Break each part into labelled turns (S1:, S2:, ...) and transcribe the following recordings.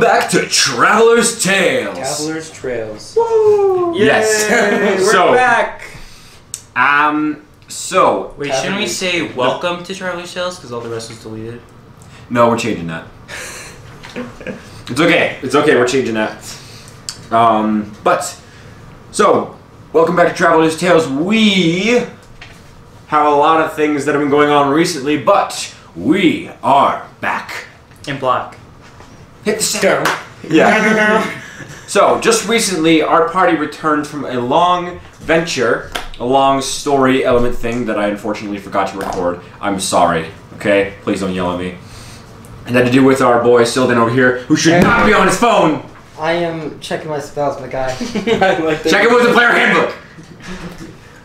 S1: back to Traveler's Tales.
S2: Traveler's Trails.
S1: Woo!
S3: Yay,
S1: Yes.
S3: we're
S1: so,
S3: back.
S1: um, so
S3: Wait,
S2: Tavern
S3: shouldn't we
S2: is-
S3: say welcome to Traveler's Tales because all the rest was deleted?
S1: no, we're changing that. it's okay. It's okay. We're changing that. Um, but so, welcome back to Traveler's Tales. We have a lot of things that have been going on recently, but we are back.
S3: In block.
S1: Hit the sound. Yeah. so, just recently, our party returned from a long venture, a long story element thing that I unfortunately forgot to record. I'm sorry, okay? Please don't yell at me. And that had to do with our boy Sylvan over here, who should not be on his phone.
S4: I am checking my spells, my guy.
S2: I like that.
S1: Check it with the player handbook.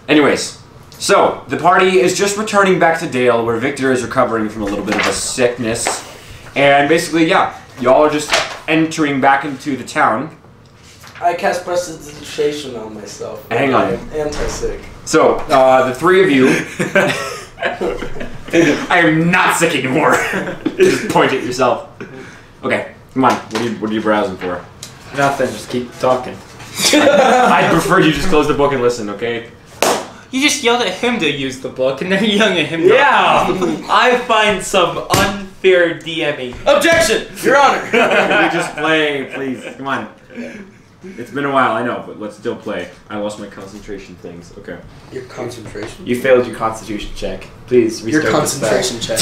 S1: Anyways, so the party is just returning back to Dale, where Victor is recovering from a little bit of a sickness, and basically, yeah, y'all are just entering back into the town.
S2: I cast prestidigitation on myself.
S1: Hang on.
S2: I am anti-sick.
S1: So uh, the three of you, I am not sick anymore. just point at yourself. Okay, come on. What are you, what are you browsing for?
S4: Nothing, just keep talking.
S1: I prefer you just close the book and listen. Okay.
S3: You just yelled at him to use the book, and then you yelling at him. not to
S5: Yeah,
S3: use the book.
S5: I find some unfair DMing.
S2: Objection, Your Honor.
S1: Can we just play, please? Come on. It's been a while, I know, but let's still play. I lost my concentration things. Okay.
S2: Your concentration.
S5: You failed your Constitution check. Please restart
S2: Your concentration check.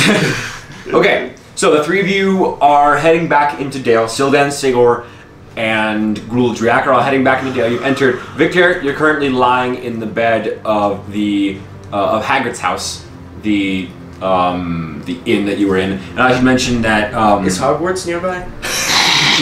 S1: okay. So the three of you are heading back into Dale. Sildan, Sigor, and Gruul Driak are all heading back into Dale. You've entered. Victor, you're currently lying in the bed of the uh, of Hagrid's house, the um, the inn that you were in. And I should mention that um,
S2: Is Hogwarts nearby?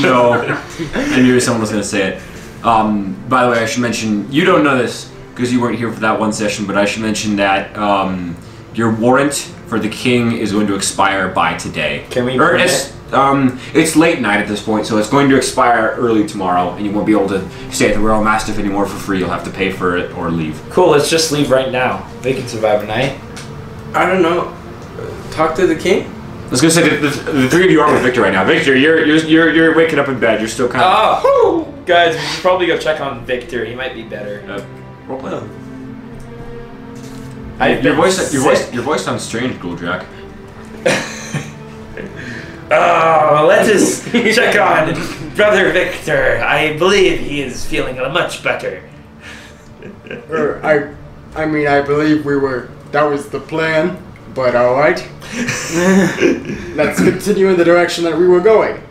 S1: no, I knew someone was going to say it. Um, by the way, I should mention you don't know this because you weren't here for that one session, but I should mention that um, your warrant for the king is going to expire by today.
S5: Can we
S1: Or
S5: print
S1: it's, um, it's late night at this point, so it's going to expire early tomorrow, and you won't be able to stay at the Royal Mastiff anymore for free. You'll have to pay for it or leave.
S5: Cool, let's just leave right now. They can survive a night.
S2: I don't know. Talk to the king.
S1: I was gonna say the, the, the three of you aren't with Victor right now. Victor, you're you're you're, you're waking up in bed. You're still kind of.
S5: Oh, whew. guys, we should probably go check on Victor. He might be better.
S1: Uh, role play.
S5: I've
S1: your
S5: been
S1: voice, your voice,
S5: sick.
S1: your voice sounds strange, Guldrack.
S5: Oh, let us check on Brother Victor. I believe he is feeling much better.
S6: Er, I, I mean, I believe we were. That was the plan. But all right, let's continue in the direction that we were going.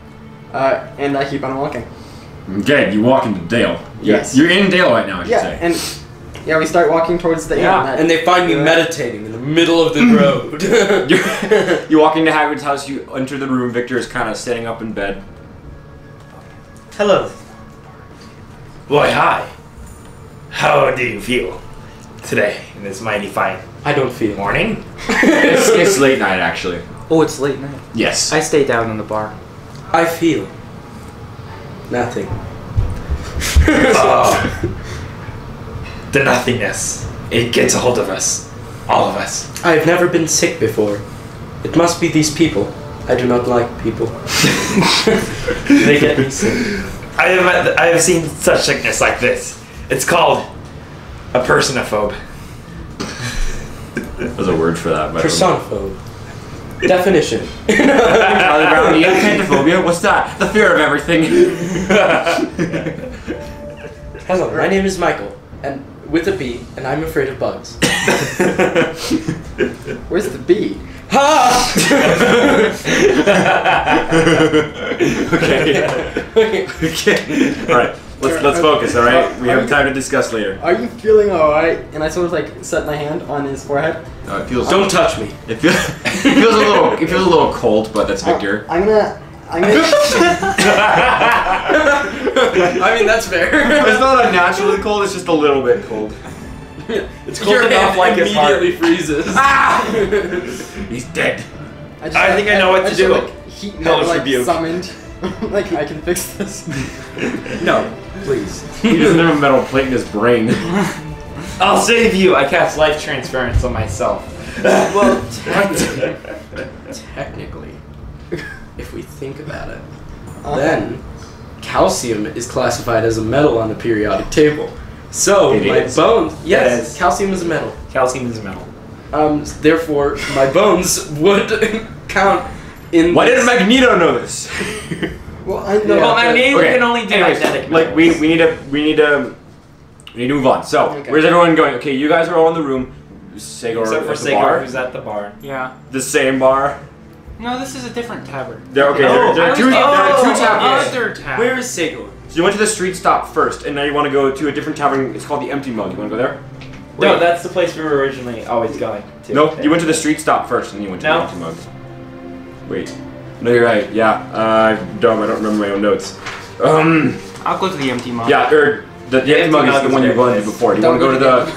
S6: Uh, and I keep on walking.
S1: Okay, you walk into Dale.
S6: Yes.
S1: You're in Dale right now, I should
S6: Yeah,
S1: say.
S6: and yeah, we start walking towards the inn. that-
S2: And they find me
S6: Yeah.
S2: meditating in the middle of the road.
S1: You're- you walk into Hagrid's house, you enter the room, Victor is kind of sitting up in bed.
S5: Hello. Why, hi. How do you feel today in this mighty fine
S2: I don't feel.
S5: morning?
S1: It's, it's late night, actually.
S3: Oh, it's late night.
S1: Yes.
S3: I stay down in the bar.
S2: I feel nothing.
S5: Oh, the nothingness. It gets a hold of us. All of us.
S2: I have never been sick before. It must be these people. I do not like people.
S5: They get me sick. I have, I have seen such sickness like this. It's called a personophobe.
S1: There's a word for that, but.
S2: Personophobe. Definition.
S1: Charlie Brown, you have pantophobia? What's that? The fear of everything.
S2: Hello, my name is Michael, and with a B, and I'm afraid of bugs.
S6: where's the bee?
S1: okay. okay. Alright, let's, let's focus, alright? We have time to discuss later.
S6: Are you feeling all right? And I sort of like set my hand on his forehead.
S1: Uh, it feels.
S2: Don't touch me.
S1: It feels, it feels a little. It feels a little cold, but that's Victor.
S6: Uh, I'm gonna. I'm gonna.
S2: I mean, that's fair.
S1: It's not unnaturally cold. It's just a little bit cold.
S2: It's
S5: cold enough, like, his heart.
S2: immediately freezes.
S1: He's dead.
S6: I, just,
S5: I think I know what to
S6: just
S5: do.
S6: sort of, Like, heat metal,
S5: Hellish
S6: like,
S5: rebuke.
S6: summoned. like I can fix this.
S2: No, please.
S1: He doesn't have a metal plate in his brain.
S5: I'll save you. I cast life transference on myself.
S2: Well, technically, technically, if we think about it,
S6: Uh,
S2: then calcium is classified as a metal on the periodic table. So
S1: It
S2: my
S1: is?
S2: bones, yes,
S7: Yes.
S2: calcium is a metal.
S7: Calcium is a metal.
S2: Um, therefore, my bones would count in.
S1: Why
S2: this.
S1: didn't Magneto know this?
S6: Well, I know.
S2: Yeah,
S8: well, I
S6: but-
S8: mean,
S1: Okay,
S8: we can only do
S1: anyways,
S8: magnetic.
S1: Like
S8: metals.
S1: we, we need to we need to we need to move on. So
S6: Okay.
S1: where's everyone going? Okay, you guys are all in the room. Segor
S7: Except for
S1: at the
S7: Sigor,
S1: bar,
S7: who's at the bar.
S8: Yeah.
S1: the same bar.
S8: No, this is a different tavern.
S1: There, okay,
S7: Oh,
S8: I
S1: there, there are
S8: was
S1: two. there
S8: thinking
S1: are two
S6: oh,
S8: of the
S1: taverns.
S8: Other tavern.
S2: Where is Sigor?
S1: So you went to the street stop first, and now you want to go to a different tavern. It's called the Empty Mug. You want to go there?
S5: No, that's the place we were originally always going to.
S1: No, you went to the street stop first, and then you went to
S5: No.
S1: the Empty Mug. Wait. No, you're right. Yeah. Uh, dumb. I don't remember my own notes. Um.
S8: I'll go to the empty mug.
S1: Yeah, or the, the empty mug is the one you wanted before. Do you want
S6: Don't
S1: to go to
S6: go
S1: the?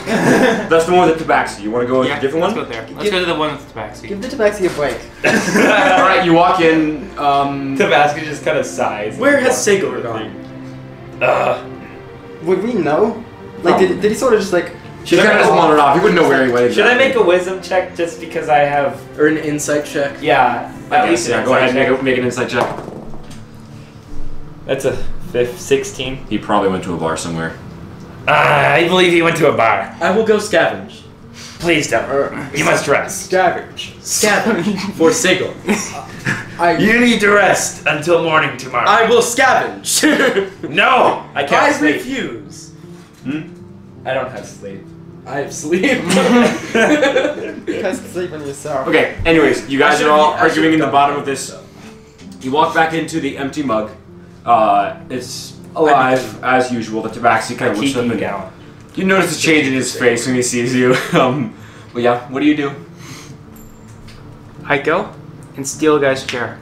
S1: That's the one with the tabaxi. You want to go with
S8: Yeah,
S1: a different
S8: let's
S1: one?
S8: go there. Let's go to the one with the backseat.
S6: Give the tabaxi a break.
S1: All right, you walk in. Um,
S7: Tabasco just kind of sighs.
S2: Where has Sigor gone?
S7: Uh,
S6: Would we know? Like, did, did he sort of just like?
S1: she kind of just wandered off. He wouldn't know where he went.
S5: Should I
S1: exactly.
S5: make a wisdom check just because I have?
S2: Or an insight check?
S5: Yeah.
S1: I
S5: At
S1: guess,
S5: least
S1: yeah,
S5: an
S1: go ahead.
S5: insight
S1: Make,
S5: check.
S1: a, make an insight check.
S7: that's a fifth, 16.
S1: He probably went to a bar somewhere.
S7: Ah, I believe he went to a bar.
S2: I will go scavenge.
S7: Please don't.
S5: Er,
S6: Uh,
S7: You must rest.
S6: scavenge.
S2: Scavenge for Sigor.
S6: I.
S7: You need to rest until morning tomorrow.
S2: I will scavenge.
S7: no! I can't
S2: I
S7: sleep.
S2: refuse.
S1: Hmm?
S5: I don't have sleep.
S2: I have sleep.
S6: You guys sleep on yourself.
S1: Okay. Anyways, you
S2: I
S1: guys
S2: should-
S1: are all
S2: I should
S1: arguing in the
S2: go.
S1: bottom of this. You walk back into the empty mug. Uh, it's alive as usual. The tabaxi kind of looks up and down.
S7: down.
S1: You notice a change in his face when he sees you. Um, but yeah, what do you do?
S8: I go and steal a guy's chair.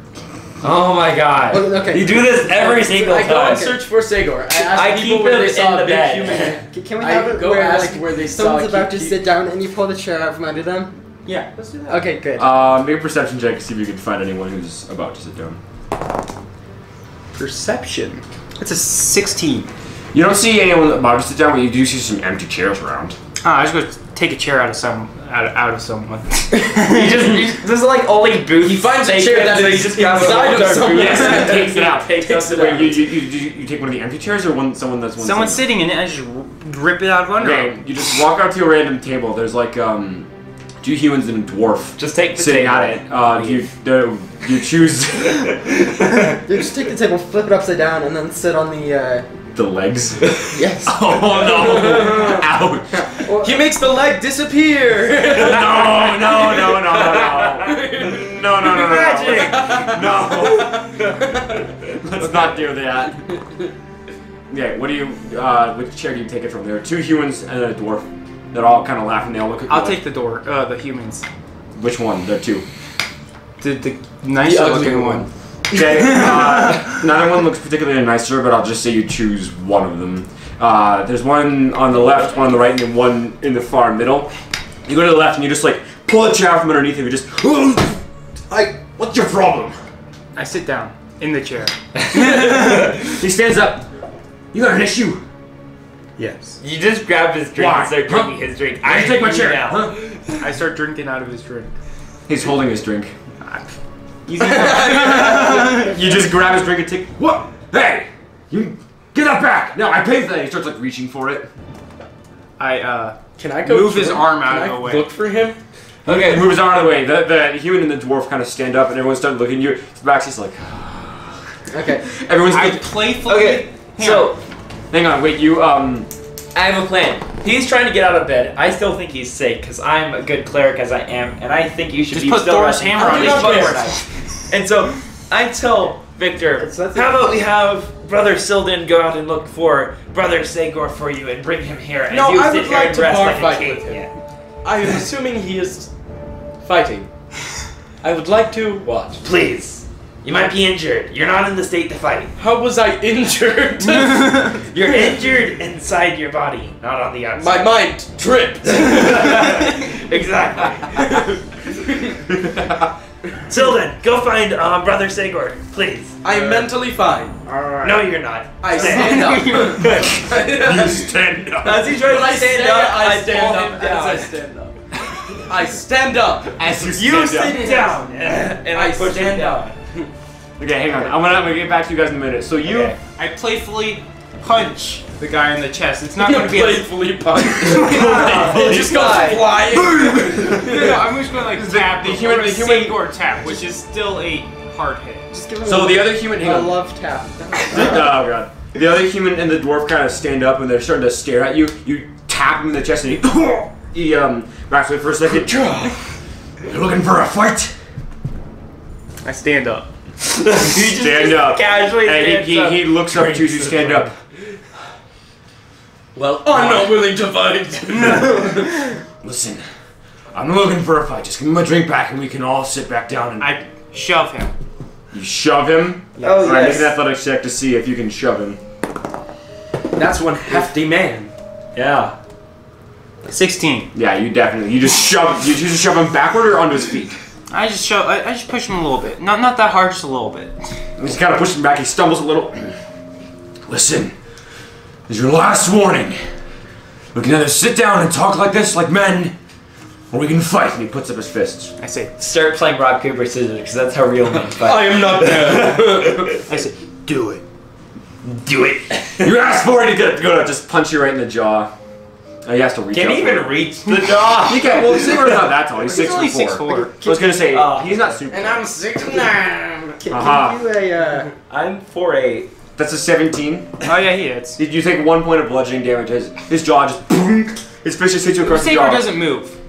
S7: Oh my god.
S6: Well, okay.
S7: You do this every single
S2: I go
S7: time.
S2: and search for Sigor. I ask
S7: I
S2: people
S7: keep
S2: where
S7: him
S2: they saw
S7: in
S2: a
S7: the
S2: big
S7: bed.
S2: human head.
S6: Can, can we
S2: I
S6: have it
S2: go
S6: where
S2: ask
S6: like
S2: where they saw
S6: someone's
S2: a
S6: about to
S2: keep-
S6: sit down and you pull the chair out from under them?
S5: Yeah. Let's do that.
S6: Okay, good.
S1: Uh, make a perception check to see if you can find anyone who's about to sit down.
S2: Perception.
S8: It's a 16.
S1: You don't see anyone about to sit down, but you do see some empty chairs around.
S8: Ah, I just go take a chair out of some out of, out of someone. you just, you just- this is like Ollie Booth.
S2: He finds a chair that is inside of someone.
S1: Yes, and takes it out.
S2: Takes us
S1: Wait, you, you, you, you- you take one of the empty chairs or one someone that's one
S8: Someone's sitting in it. I just r- rip it out of under
S1: Okay,
S8: him.
S1: you just walk out to a random table. There's like um, two humans and a dwarf
S7: Just take the
S1: sitting
S7: table.
S1: at it. Uh, do you, do you choose
S6: You just take the table, flip it upside down, and then sit on the. Uh,
S1: the legs.
S6: yes.
S1: Oh no! Ouch!
S6: Or-
S2: He makes the leg disappear.
S1: No, no, no, no, no, no, no, no, no, no, no. no. Let's not do that. Okay, what do you? Uh, which chair do you take it from? There are two humans and a dwarf. They're all kind of laughing. They all look at you.
S8: I'll
S1: like,
S8: take the door. Uh, the humans.
S1: Which one? There are two.
S8: The the nicer
S2: ugly
S8: looking
S2: one.
S8: one.
S1: Okay. Uh, neither one looks particularly nicer, but I'll just say you choose one of them. Uh, there's one on the left, one on the right, and then one in the far middle. You go to the left, and you just like pull a chair from underneath him. You just, I. What's your problem?
S8: I sit down in the chair.
S1: He stands up. You got an issue.
S2: yes.
S7: You just grabbed his drink
S1: Why?
S7: and started
S1: Huh?
S7: drinking his drink.
S1: I take my
S7: do
S1: chair.
S7: now.
S1: Huh?
S8: I start drinking out of his drink.
S1: He's holding his drink.
S8: Easy enough.
S1: You just grab his drink and take. What? Hey! You get that back! No, I paid for that. He starts like reaching for it.
S8: I uh
S2: Can I go
S8: Move his
S2: join-
S8: arm out
S2: can
S8: of
S2: I
S8: the way.
S2: Look for him.
S1: Okay, move his arm out of the way. The, the human and the dwarf kind of stand up, and everyone starts looking at you. Tabaxi's like,
S6: Okay.
S1: everyone's
S8: I
S1: like,
S8: playfully
S5: Okay.
S8: Hang
S5: So
S1: hang on, wait, you um,
S5: I have a plan. He's trying to get out of bed. I still think he's sick because I'm a good cleric as I am, and I think you should
S8: Just
S5: be
S8: put
S5: still
S8: Thor's
S5: resting.
S8: hammer
S5: I
S8: on
S5: do
S8: his
S5: not
S8: chest.
S5: recognize. And so I tell Victor,
S6: So that's it.
S5: how about we have Brother Sildan go out and look for Brother Segor for you and bring him here, and
S2: No,
S5: you
S2: I
S5: sit
S2: would
S5: here
S2: like
S5: and
S2: to
S5: rest
S2: bar
S5: like a
S2: fight
S5: king."
S2: with him.
S5: Yeah.
S2: I am assuming he is fighting. I would like to watch.
S5: Please, you might be injured. You're not in the state to fight.
S2: How was I injured?
S5: You're injured inside your body, not on the
S2: My
S5: outside.
S2: mind tripped.
S5: exactly. Sildan, go find um, Brother Segor, please.
S2: I am mentally fine.
S6: Alright.
S5: No, you're not.
S2: I
S5: Stand
S2: stand
S5: up.
S2: up.
S1: stand up.
S5: As he tries to stand
S2: Stand
S5: up, I
S2: stand
S5: pull
S2: up.
S5: him down.
S2: I stand up. I stand up.
S1: As
S5: You
S1: stand
S5: sit down, and I
S2: I
S5: push him
S2: stand
S5: down.
S1: Okay, hang on. I'm gonna, I'm gonna get back to you guys in a minute. So you,
S5: Okay.
S2: I playfully punch the guy in the chest. It's not going to be a
S9: Playfully punch.
S2: no,
S9: It just goes flying.
S2: no, I'm just going to like tap the
S1: human-
S2: human,
S1: the human-
S2: or tap, which is still a hard hit.
S10: Just give him
S1: so
S10: a-
S1: the other human, hang
S10: a
S1: on.
S10: love tap.
S1: The, oh god. The other human and the dwarf kind of stand up and they're starting to stare at you. You tap him in the chest and he, he um, backs away for a second. You're looking for a fight?
S2: I stand up.
S1: Stand up.
S5: Casually
S1: And
S5: stands
S1: he,
S5: up.
S1: he, he looks up to you, you stand up.
S11: Well,
S2: Oh,
S11: I'm not willing to fight.
S1: Listen, I'm looking for a fight. Just give me my drink back and we can all sit back down and
S2: I shove him.
S1: you shove him.
S5: Oh,
S1: Alright, make
S5: yes.
S1: an athletics check to see if you can shove him.
S11: That's one hefty man.
S5: Yeah.
S2: 16.
S1: Yeah, you definitely. You just shove. You just shove him backward or onto his feet.
S2: I just shove. I, I just push him a little bit. Not not that hard, just a little bit.
S1: He's kind of pushing back. He stumbles a little. Listen, this is your last warning. We can either sit down and talk like this, like men, or we can fight. And he puts up his fists.
S2: I say.
S5: Start playing rock paper scissors because that's how real men fight.
S11: am not there.
S2: I say. Do it.
S9: Do it.
S1: You asked for it. He's gonna, gonna just punch you right in the jaw. Uh, he has to reach.
S9: Can
S1: out
S9: he
S1: for
S9: even
S1: it.
S9: reach the jaw?
S1: He can't. Well, Sigurd's not that tall. He's,
S2: He's
S1: six
S2: only
S1: foot four.
S2: six four. Oh.
S1: I was gonna say
S5: Ah.
S1: he's not super.
S11: and I'm six nine.
S10: Can,
S1: Aha.
S10: can you do a, uh,
S5: I'm 4'8.
S1: That's a 17.
S2: Oh yeah, he hits.
S1: Did you take one point of bludgeoning damage? His, his jaw just. Boom, his fist just hits you across the
S2: Saber
S1: jaw.
S2: doesn't move.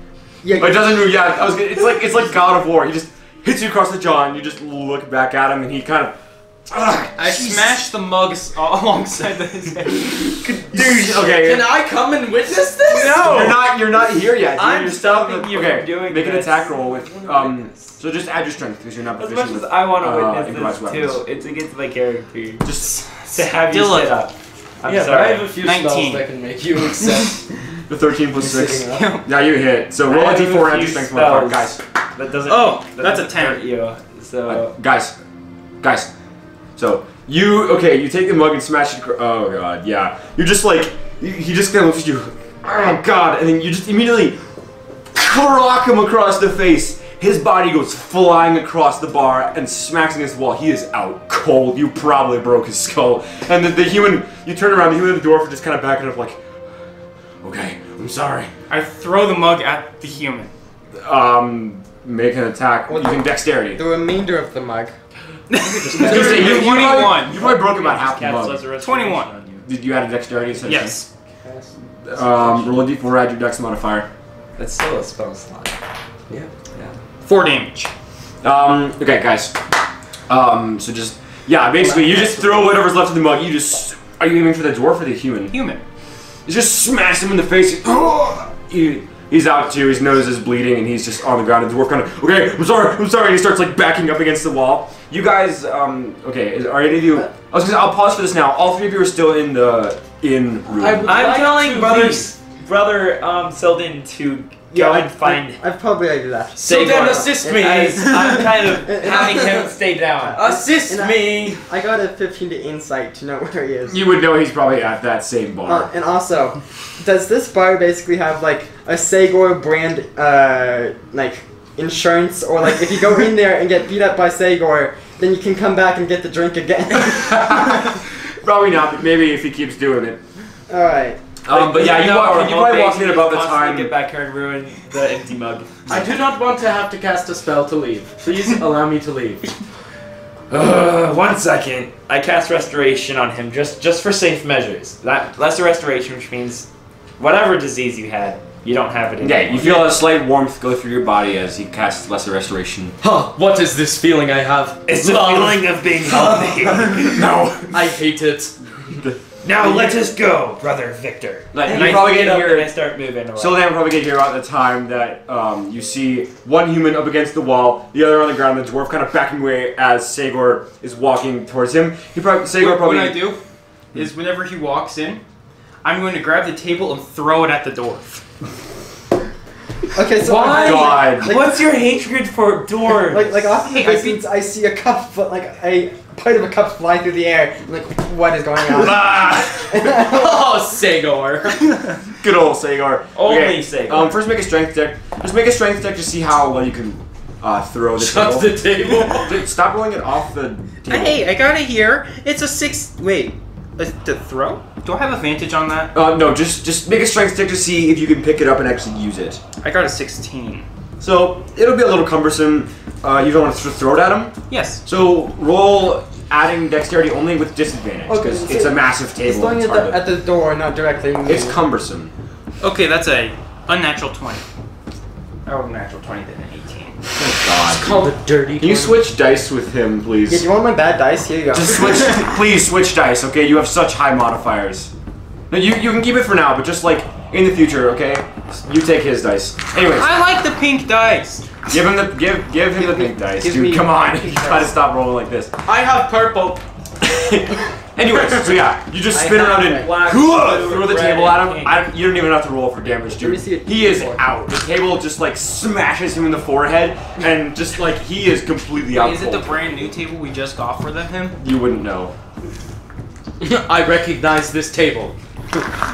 S10: yeah,
S1: It doesn't move. Yeah, I was. Gonna, it's like it's like God of War. He just hits you across the jaw, and you just look back at him, and he kind of. Ah,
S2: I
S1: jeez.
S2: smash the mugs all alongside the, his head.
S1: Dude, okay.
S11: Can I come and witness this?
S1: You're not. You're not here yet. dude.
S5: I'm
S1: you're still
S5: stopping you
S1: okay.
S5: from doing
S1: make an
S5: this.
S1: attack roll with um. So just add your strength because you're not
S5: As
S1: proficient
S5: much as
S1: with-
S5: I want to
S1: uh,
S5: witness
S1: improvised
S5: this
S1: weapons.
S5: too, it's against my character
S1: Just
S5: to have you
S2: Still a-
S5: sit up. I'm
S11: yeah, but I
S5: sorry.
S11: have a few
S2: 19.
S11: spells that can make you accept
S1: the 13 plus six.
S11: sitting up.
S1: Yeah, you hit. So
S5: I
S1: roll a
S5: have a
S1: d4 and
S5: few
S1: your strength
S5: spells.
S1: modifier, guys.
S5: That doesn't.
S2: Oh,
S5: that
S2: that's a
S5: doesn't
S2: 10.
S5: hurt You. So
S1: guys, guys. So you okay? You take the mug and smash it. acro- Oh god, yeah. You're just like you, he just kind of looks at you. Oh god, and then you just immediately clock him across the face. His body goes flying across the bar and smacks against the wall. He is out cold. You probably broke his skull. And the, the human, you turn around, the human and the dwarf are just kind of backing up, like, okay, I'm sorry.
S2: I throw the mug at the human.
S1: Um, make an attack using dexterity.
S10: the remainder of the mug.
S1: I was gonna say, you, you, probably,
S2: 21.
S1: you probably broke about half the mug.
S9: you.
S1: Did you add a dexterity? instead of
S2: Yes.
S1: strength? Um, roll a d4, add your dex modifier.
S5: that's still a spell slot.
S2: Four damage.
S1: Um, okay, guys. Um, so just yeah, basically you just throw whatever's left of the mug. You just are you aiming for the dwarf or the human?
S2: Human.
S1: You just smash him in the face. He, he's out too. His nose is bleeding and he's just on the ground. And the dwarf kind of okay. I'm sorry. I'm sorry. And he starts like backing up against the wall. You guys, um, okay, is- are any of you? I was gonna. I'll pause for this now. All three of you are still in the in room.
S10: I would
S5: I'm
S10: like
S5: telling
S10: to
S5: brothers, brother um Selden to go and find.
S10: I've probably already left.
S11: So
S5: Sigmar.
S11: then assist me.
S5: As I'm kind of having him stay down.
S11: Assist
S10: And I-
S11: me.
S10: I got a 15 to insight to know where he is.
S1: you would know he's probably at that same bar.
S10: Uh, and also, does this bar basically have like a Segor brand, uh, like insurance, or like if you go in there and get beat up by Segor, then you can come back and get the drink again?
S1: Probably not. But maybe if he keeps doing it.
S10: All right.
S1: Um, but yeah, you,
S5: know our
S1: are, you
S5: whole
S1: probably
S5: base
S1: walked in
S5: is
S1: about the
S5: constantly
S1: time.
S5: Get back here and ruin the empty mug.
S11: I do not want to have to cast a spell to leave. Please allow me to leave.
S9: Uh, one second.
S5: I cast restoration on him just just for safe measures. That lesser restoration, which means whatever disease you had, you don't have it
S1: Yeah,
S5: anymore.
S1: you feel a slight warmth go through your body as he casts Lesser Restoration.
S11: Huh, what is this feeling I have?
S9: It's the
S11: Love.
S9: feeling of being healthy.
S1: no!
S11: I hate it.
S9: now let us go, brother Victor.
S1: Like,
S5: And
S1: you
S5: I
S1: probably
S5: get
S1: get
S5: up and I
S1: here.
S5: start moving. Away.
S1: So then, probably get here about the time that um, you see one human up against the wall, the other on the ground, the dwarf kind of backing away as Sagor is walking towards him. He probably Sagor
S2: What, Hmm.
S1: probably.
S2: what I do is whenever he walks in, I'm going to grab the table and throw it at the dwarf.
S10: Okay. So
S1: Why? Oh God.
S10: Like,
S5: What's your hatred for dwarves?
S10: like, like off in the
S2: Hey, I
S10: distance, I see a cup, but like a part of a cup fly through the air. I'm like, what is going on?
S1: Ah!
S11: Oh, Segor.
S1: Good old Sagor.
S5: Only
S1: Okay,
S5: Sagor.
S1: Um, first, make a strength check. Just make a strength check to see how well you can uh, throw the
S9: Shut the
S1: table.
S9: table.
S1: Dude, Stop rolling it off the table.
S11: Hey, I got it here. It's a six. Wait, a, to throw?
S2: Do I have advantage on that?
S1: Uh, no, just just make a strength check to see if you can pick it up and actually use it.
S2: I got a 16.
S1: So it'll be a little cumbersome. Uh, you don't want to th- throw it at him.
S2: Yes.
S1: So roll adding dexterity only with disadvantage
S10: Okay,
S1: because
S10: so
S1: it's a massive table.
S10: He's
S1: and
S10: throwing
S1: it's
S10: it
S1: hard
S10: at,
S1: to-
S10: at the door, not directly. in
S1: It's
S10: you.
S1: cumbersome.
S2: Okay, that's a unnatural 20. Oh, natural 20, then an 18.
S1: God.
S11: Called a dirty.
S1: Can you switch dice with him, please?
S10: Yeah, do you want my bad dice? Here you go.
S1: Just switch, please switch dice. Okay, you have such high modifiers. No, you you can keep it for now, but just like in the future, okay? You take his dice. Anyways,
S2: I like the pink dice.
S1: give him the give give him the pink dice,
S10: give
S1: dude.
S10: me
S1: come on,
S10: pink
S1: you gotta
S10: dice.
S1: stop rolling like this.
S5: I have purple.
S1: Anyways, so yeah, you just
S10: I
S1: spin
S10: have
S1: around
S10: red.
S1: and
S5: Black,
S1: Hooah!
S5: blue,
S1: throw the
S5: red,
S1: table at
S5: and
S1: him. I don't, you don't even have to roll for damage,
S10: Let me
S1: dude.
S10: see it.
S1: He is
S10: Four.
S1: out. The table just like smashes him in the forehead, and just like he is completely out.
S2: Is it the
S1: cold.
S2: brand new table we just got for the him?
S1: you wouldn't know.
S9: I recognize this table.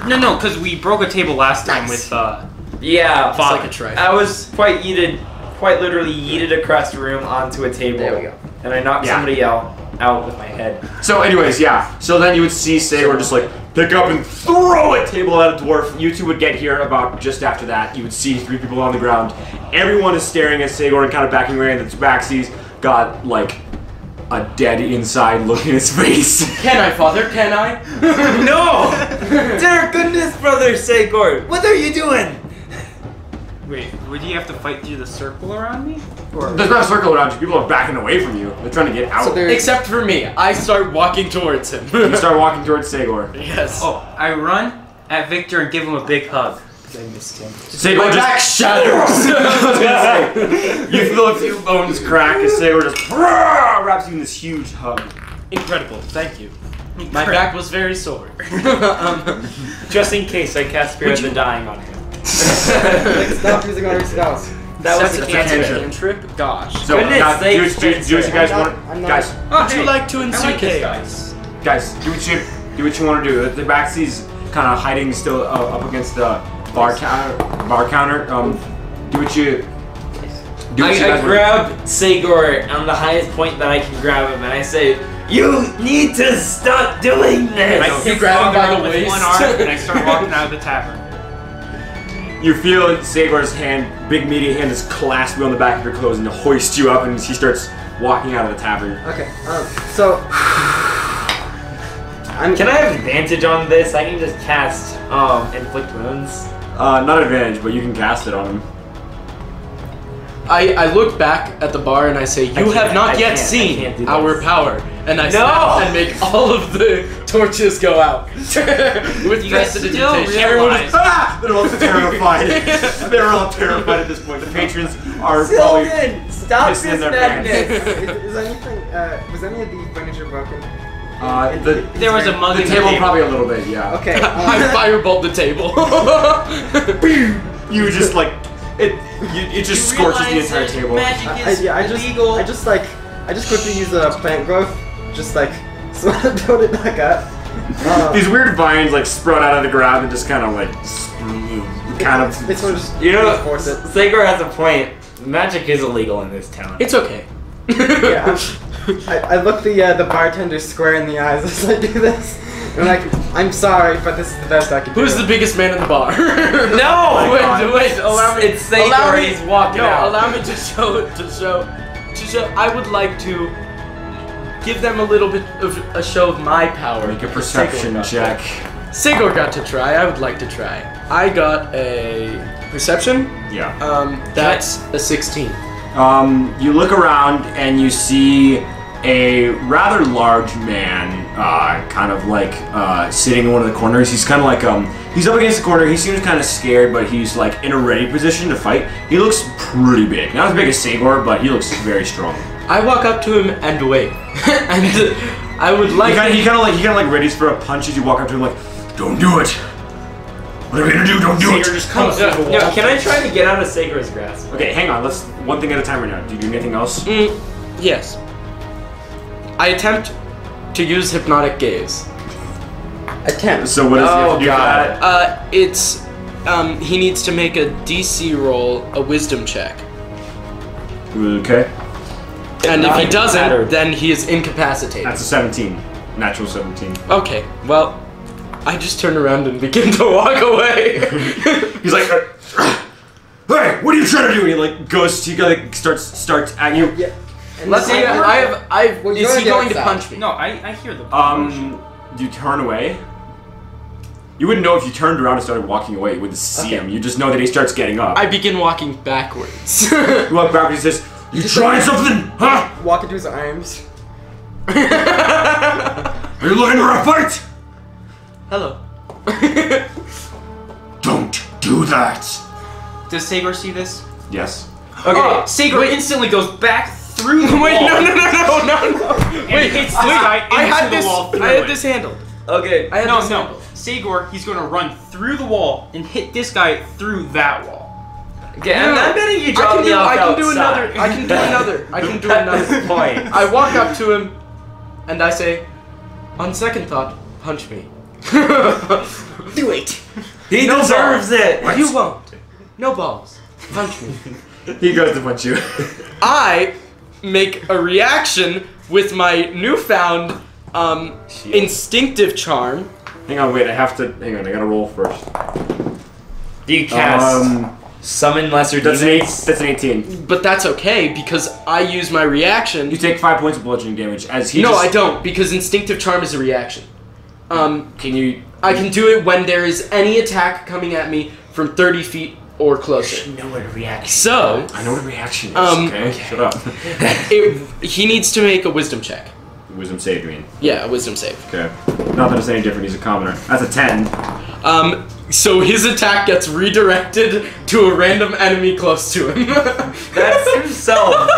S2: No, no, because we broke a table last time
S11: Nice.
S2: with uh,
S5: Yeah,
S2: Fuck.
S5: fuck.
S11: like a tray.
S5: I was quite yeeted, quite literally yeeted across the room onto a table.
S10: There we go.
S5: And I knocked
S1: Yeah.
S5: somebody out out with my head.
S1: So, anyways, yeah. So then you would see Sailor just like pick up and throw a table at a dwarf. You two would get here about just after that. You would see three people on the ground. Everyone is staring at Sagor and kind of backing away, and then Baxi's got like a dead inside look in his face.
S9: Can I, father? Can I?
S5: no! Dear goodness, brother Sagor, what are you doing?
S2: Wait, would you have to fight through the circle around me? Or
S1: There's not a circle around you. People are backing away from you. They're trying to get out.
S10: So there-
S9: Except for me. I start walking towards him.
S1: you start walking towards Sagor.
S9: yes.
S2: oh, I run at Victor and give him a big hug.
S1: Sagor just shatters. you feel a few bones crack as Sagor just wraps you in this huge hug.
S9: Incredible. Thank you. My back was very sore. Um,
S5: Just in case I cast Spirit of the Dying on him.
S10: Stop using all your spells.
S5: That was a
S1: That's a cantrip.
S5: cantrip.
S9: Trip. Gosh.
S1: So,
S5: Goodness
S1: guys,
S5: sakes,
S1: do, do, do, what you guys
S10: I'm not-
S1: want.
S10: I'm not-
S1: guys,
S9: Would you like to
S2: Oh, like this
S9: instigate?
S1: guys, do what you do what you want to do. The Baxi's kind of hiding still uh, up against the bar counter. Bar counter. Um, do what you. Do what you
S5: I, I
S1: guys
S5: grab Sagor on the highest point that I can grab him, and I say, "You need to stop doing this."
S2: I
S9: You
S2: pick
S9: grab him by
S2: Fogger
S9: the
S2: up with
S9: waist.
S2: one arm and I start walking out of the tavern.
S1: want. You feel Sagor's hand, big meaty hand, is clasped on the back of your clothes and hoists you up, and he starts walking out of the tavern.
S10: Okay, um, so. I'm,
S5: Can I have advantage on this? I can just cast um, inflict wounds.
S1: Uh, not advantage, but you can cast it on him.
S9: I, I look back at the bar and I say, You
S5: can't,
S9: have not
S5: I
S9: yet
S5: can't, I can't do
S9: seen
S5: this."
S9: our power. And I snap and make all of the torches go out. With
S2: You guys still
S9: prestidigitation.
S1: Everyone is
S2: realize
S1: ah! They're all terrified. They're all terrified at this point. The patrons are probably.
S5: Sylvan, stop
S1: pissing in
S5: this
S1: their pants.
S5: madness.
S10: is, is anything, uh, was any of the furniture broken?
S1: Uh, the,
S2: there was a mug
S1: the
S2: in
S1: table
S2: the
S1: probably a little bit, yeah.
S10: Okay,
S9: I
S10: um,
S9: firebolt the table.
S1: You just like it. You, it just scorches the entire table.
S10: I, I, yeah, I just, I just like, I just quickly use a plant growth, just like, so I build it back up. Um,
S1: These weird vines like sprout out of the ground and just kind of like, sp- kind of.
S10: It's sort of just
S5: You know,
S10: force it.
S5: Sagor has a point. Magic is illegal in this town.
S9: it's okay.
S10: Yeah, I'm- I, I look the uh, the bartender square in the eyes as I do this. And I'm like, I'm sorry, but this is the best I can
S9: Who's
S10: do.
S9: the biggest man in the bar? no!
S5: no.
S9: wait, wait, allow me.
S5: It's Sagor.
S9: allow me-
S5: He's walking
S9: no,
S5: out.
S9: allow me to show, to show, to show. I would like to give them a little bit of a show of my power.
S1: Make a perception check.
S9: Sigor got to try. I would like to try. I got a perception.
S1: Yeah.
S9: Um, that's a 16.
S1: Um, you look around and you see a rather large man, uh, kind of like uh, sitting in one of the corners. He's kind of like um, he's up against the corner. He seems kind of scared, but he's like in a ready position to fight. He looks pretty big. Not as big as Sagor, but he looks very strong.
S9: I walk up to him and wait, and uh, I would like.
S1: He kind of, he kind of like, he kind of like readies for a punch as you walk up to him, like, don't do it. What are we gonna do? Don't do it.
S9: comes out
S5: No, can I try to get out of Sagor's grasp?
S1: Okay, hang on. Let's one thing at a time right now. Do you do anything else?
S9: Mm, yes. I attempt to use hypnotic gaze.
S10: attempt?
S1: So what does he have
S5: Oh,
S1: to do for
S5: God.
S1: that?
S9: Uh, it's um, he needs to make a DC roll, a wisdom check.
S1: Okay.
S6: And if he
S5: Nothing
S6: doesn't,
S5: mattered.
S6: then he is incapacitated.
S1: That's a 17. Natural 17.
S6: Okay, well, I just turn around and begin to walk away.
S1: He's like, uh, hey, what are you trying to do? And he like goes, he like starts starts at you.
S12: Yeah. And
S6: Let's see.
S12: you-
S6: I have. I have.
S12: Well, you're
S6: is he
S12: the
S6: going to
S12: outside.
S6: punch me?
S2: No, I, I hear the.
S9: Uh,
S1: Um, do you turn away? You wouldn't know if you turned around and started walking away. You wouldn't see
S6: Okay.
S1: him. You just know that he starts getting up.
S6: I begin walking backwards.
S1: you walk backwards. He says, "You trying something? Huh?
S12: Walk into his arms.
S1: Are you looking for a fight?
S6: Hello.
S1: Don't do that."
S2: Does Sagor see this?
S1: Yes.
S6: Okay.
S2: Oh, Sagor instantly goes back through the
S6: Wait,
S2: wall.
S6: no, no, no, no, no, no.
S2: And wait, hits this guy into
S6: I had
S2: the
S6: this.
S2: wall. through
S6: I had
S2: it.
S6: this handled.
S5: Okay.
S6: I had
S2: No,
S6: this
S2: no.
S6: handled.
S2: Sagor, he's gonna run through the wall and hit this guy through that wall.
S5: Okay, and I'm betting you
S6: I
S5: dropped
S6: can
S5: me
S6: do.
S5: off
S6: I can do
S5: outside.
S6: another. I can do another. I can do another.
S5: point.
S6: I walk up to him, and I say, "On second thought, punch me." do it.
S5: He
S6: No
S5: deserves it.
S6: You won't. No balls. Punch me.
S1: He goes to punch you.
S6: I make a reaction with my newfound um, instinctive charm.
S1: hang on, wait. I have to. Hang on. I gotta roll first.
S5: Do you cast
S1: Um,
S5: summon lesser
S1: that's an eight.
S5: demons?
S1: That's an eighteen.
S6: But that's okay because I use my reaction.
S1: You take five points of bludgeoning damage as he.
S6: no,
S1: just-
S6: I don't because instinctive charm is a reaction. Um,
S1: Can you?
S6: I can do it when there is any attack coming at me from 30 feet or closer.
S5: No one reacts.
S6: So
S1: I know what a reaction is.
S6: Um,
S1: okay, shut up.
S6: it, he needs to make a wisdom check.
S1: Wisdom save, you mean?
S6: Yeah, a wisdom save.
S1: Okay. Not that it's any different. He's a commoner. That's a ten.
S6: Um, so his attack gets redirected to a random enemy close to him.
S5: That's himself.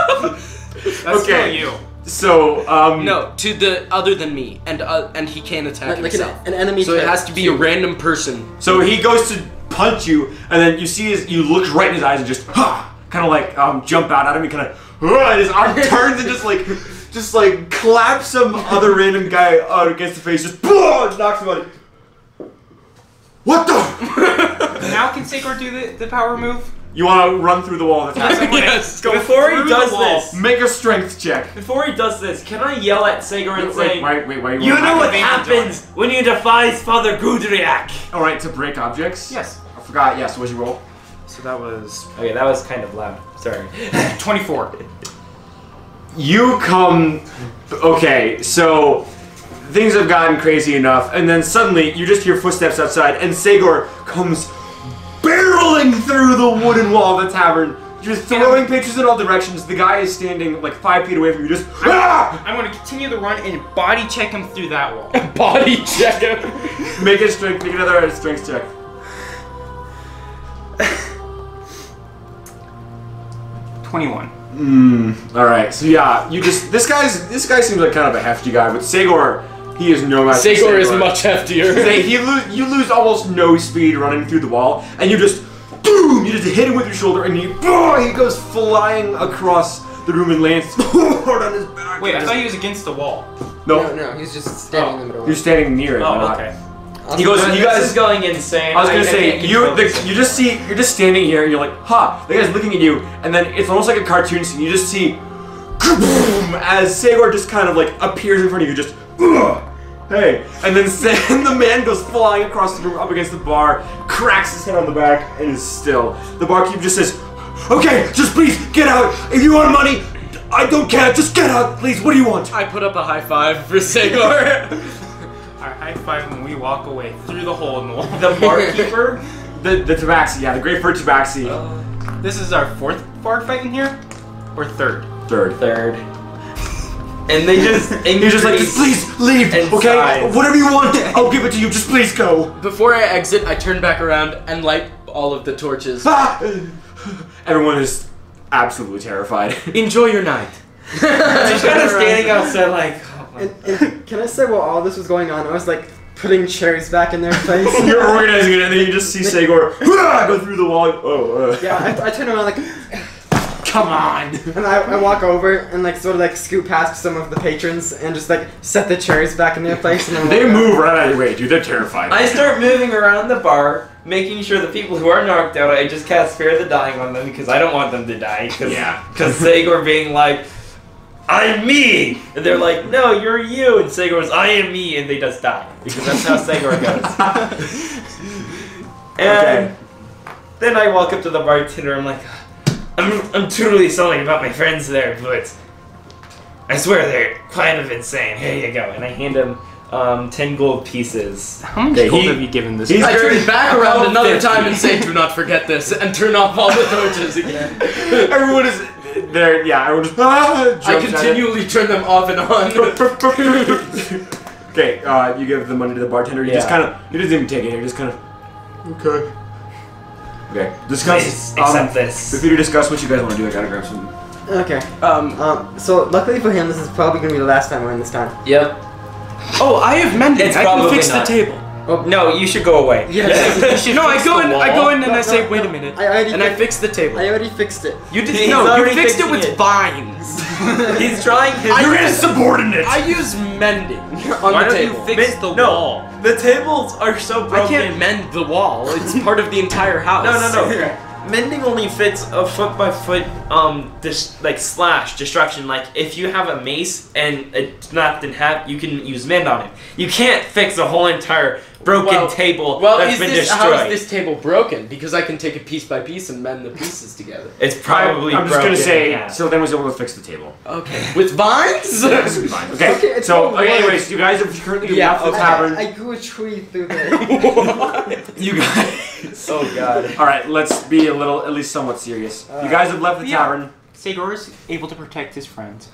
S2: That's
S1: Okay.
S2: okay. you.
S1: So, um.
S6: no to the other than me, and uh, and he can't attack
S12: Like an,
S6: himself.
S12: an enemy.
S6: so it
S12: type.
S6: has to be a random person.
S1: So he goes to punch you, and then you see his. You look right in his eyes and just, ha! Kind of like, um, jump out at him. He kind of, and his arm turns and just like. Just like claps some other random guy out against the face, just boom, knocks him out. What the?
S2: Now can Sagor do the, the power move?
S1: You want to run through the wall and attack? him?
S6: yes.
S2: Go
S5: Before he
S2: through
S5: does
S2: the wall.
S5: this,
S1: Make a strength check.
S5: before he does this, can I yell at Sager and
S1: Wait,
S5: say,
S1: wait, wait, wait.
S5: "You know what
S2: Activate the
S5: happens when you devise Father Gudriak?"
S1: All right, to break objects.
S2: Yes.
S1: I forgot. Yes, what was your roll?
S2: So that was
S5: Okay, that was kind of loud. Sorry.
S2: 24.
S1: you come okay so things have gotten crazy enough and then suddenly you just hear footsteps outside and sagor comes barreling through the wooden wall of the tavern just throwing pictures in all directions the guy is standing like five feet away from you just ah!
S2: I'm gonna continue the run and body check him through that wall.
S6: Body check him.
S1: make a strength make another strength check
S2: Twenty-one.
S1: all right so yeah you just this guy's this guy seems like kind of a hefty guy but sagor he is no match for
S6: Sigor is much heftier.
S1: They, he lose, you lose almost no speed running through the wall, and you just boom, you just hit him with your shoulder, and you boom, he goes flying across the room and lands hard on his back.
S2: Wait, I
S1: And
S2: thought
S1: just-
S2: he was against the wall.
S1: no,
S12: No, no, he's just standing in the middle.
S1: you're standing near it.
S5: Oh,
S1: not-
S5: okay.
S1: He goes,
S5: This
S1: you
S5: is
S1: guys.
S5: going insane.
S1: I was gonna
S5: can't
S1: say you
S5: control
S1: the,
S5: this.
S1: you just see you're just standing here and you're like ha the guy's looking at you and then it's almost like a cartoon scene you just see kaboom, as Sagor just kind of like appears in front of you just "Ugh, hey and then Sa- and the man goes flying across the room up against the bar cracks his head on the back and is still the barkeep just says okay just please get out if you want money I don't care just get out please what do you want
S6: I put up a high five for Sigor.
S2: I high five when we walk away through the hole in the wall.
S5: the barkeeper.
S1: the the tabaxi yeah the great for tabaxi
S2: This is our fourth bar fight in here, or third.
S1: third
S5: Third. And they just and
S1: He's just like, please leave, okay?
S5: Inside.
S1: Whatever you want, I'll give it to you. Just please go.
S6: Before I exit, I turn back around and light all of the torches.
S1: Ah! Everyone is absolutely terrified.
S6: Enjoy your night.
S5: just kind of standing outside like. oh my-
S12: And, and can I say while all this was going on, I was like putting cherries back in their face.
S1: You're organizing it, and then you just see Segor go through the wall. Oh, uh.
S12: yeah, I, I turn around like,
S2: Come on.
S10: And I, I walk over and like sort of like scoot past some of the patrons and just like set the chairs back in their place. And then
S1: They
S10: walk out.
S1: move right out of your way, dude. They're terrifying.
S5: I start moving around the bar, making sure the people who are knocked out, I just cast Fear the Dying on them because I don't want them to die. Cause,
S1: Yeah.
S5: Because Segor being like, I'm me! And they're like, no, you're you. And Segor's, I am me. And they just die. Because that's how Segor goes. and
S1: Okay.
S5: then I walk up to the bartender. I'm like,
S9: I'm, I'm totally sorry about my friends there, but I swear they're kind of insane. Here you go.
S5: and I hand him um, 10 gold pieces.
S2: How much
S1: Yeah,
S2: gold
S1: he-
S2: have you given this?
S1: he's-
S11: I turn back around
S5: About
S11: another
S5: 50.
S11: time and say, "Do not forget this," and turn off all the torches again.
S1: Everyone is there. Yeah, everyone just. Ah,
S11: I
S1: jumps at it.
S11: continually turn them off and on.
S1: okay, uh, you give the money to the bartender. You just
S5: Yeah.
S1: kind of, you doesn't even take it. You're just kind of. Okay. Okay. Discuss.
S9: Please
S1: Um,
S9: accept this.
S1: before you discuss what you guys want to do, I gotta grab some.
S10: Okay.
S11: um.
S10: Um, so luckily for him, this is probably gonna be the last time we're in this town.
S5: Yep.
S2: oh, I have mending.
S5: It's
S2: I can
S5: probably
S2: fix
S5: not.
S2: the table.
S5: No, you should go away.
S11: Yes.
S2: No, I go in. I go in and
S10: No,
S2: I say,
S10: no,
S2: "Wait
S10: no.
S2: a minute,"
S10: I already
S2: and I
S10: fixed-
S2: fix the table.
S10: I already fixed it.
S5: You did
S2: no, you fixed it with vines.
S5: He's trying his.
S1: You're insubordinate.
S11: I use mending on
S2: Why
S11: the
S2: don't
S11: table.
S2: you fix the
S5: no.
S2: wall?
S5: The tables are so broken.
S2: I can't mend the wall. It's part of the entire house.
S5: No, no, no. Mending only fits a foot by foot, um, dis- like slash destruction. Like if you have a mace and it's not in half, you can use mend on it. You can't fix a whole entire broken
S11: Well-
S5: table
S11: Well,
S5: that's
S11: is
S5: been
S11: this,
S5: destroyed.
S11: how is this table broken? Because I can take it piece by piece and mend the pieces together.
S5: It's probably.
S1: I'm just gonna
S5: broken in
S1: say.
S5: half.
S1: So then was able to fix the table.
S11: Okay. With vines?
S1: Fine. Okay.
S10: Okay, it's
S1: so,
S10: all
S1: okay,
S10: wood.
S1: anyways, you guys are currently
S11: Yeah,
S1: left the
S11: okay.
S1: tavern.
S10: I, I grew a tree through there.
S1: You guys.
S5: oh god.
S1: All right, let's be a little, at least somewhat serious. you guys have left the
S2: Yeah.
S1: tavern.
S2: Segor is able to protect his friends.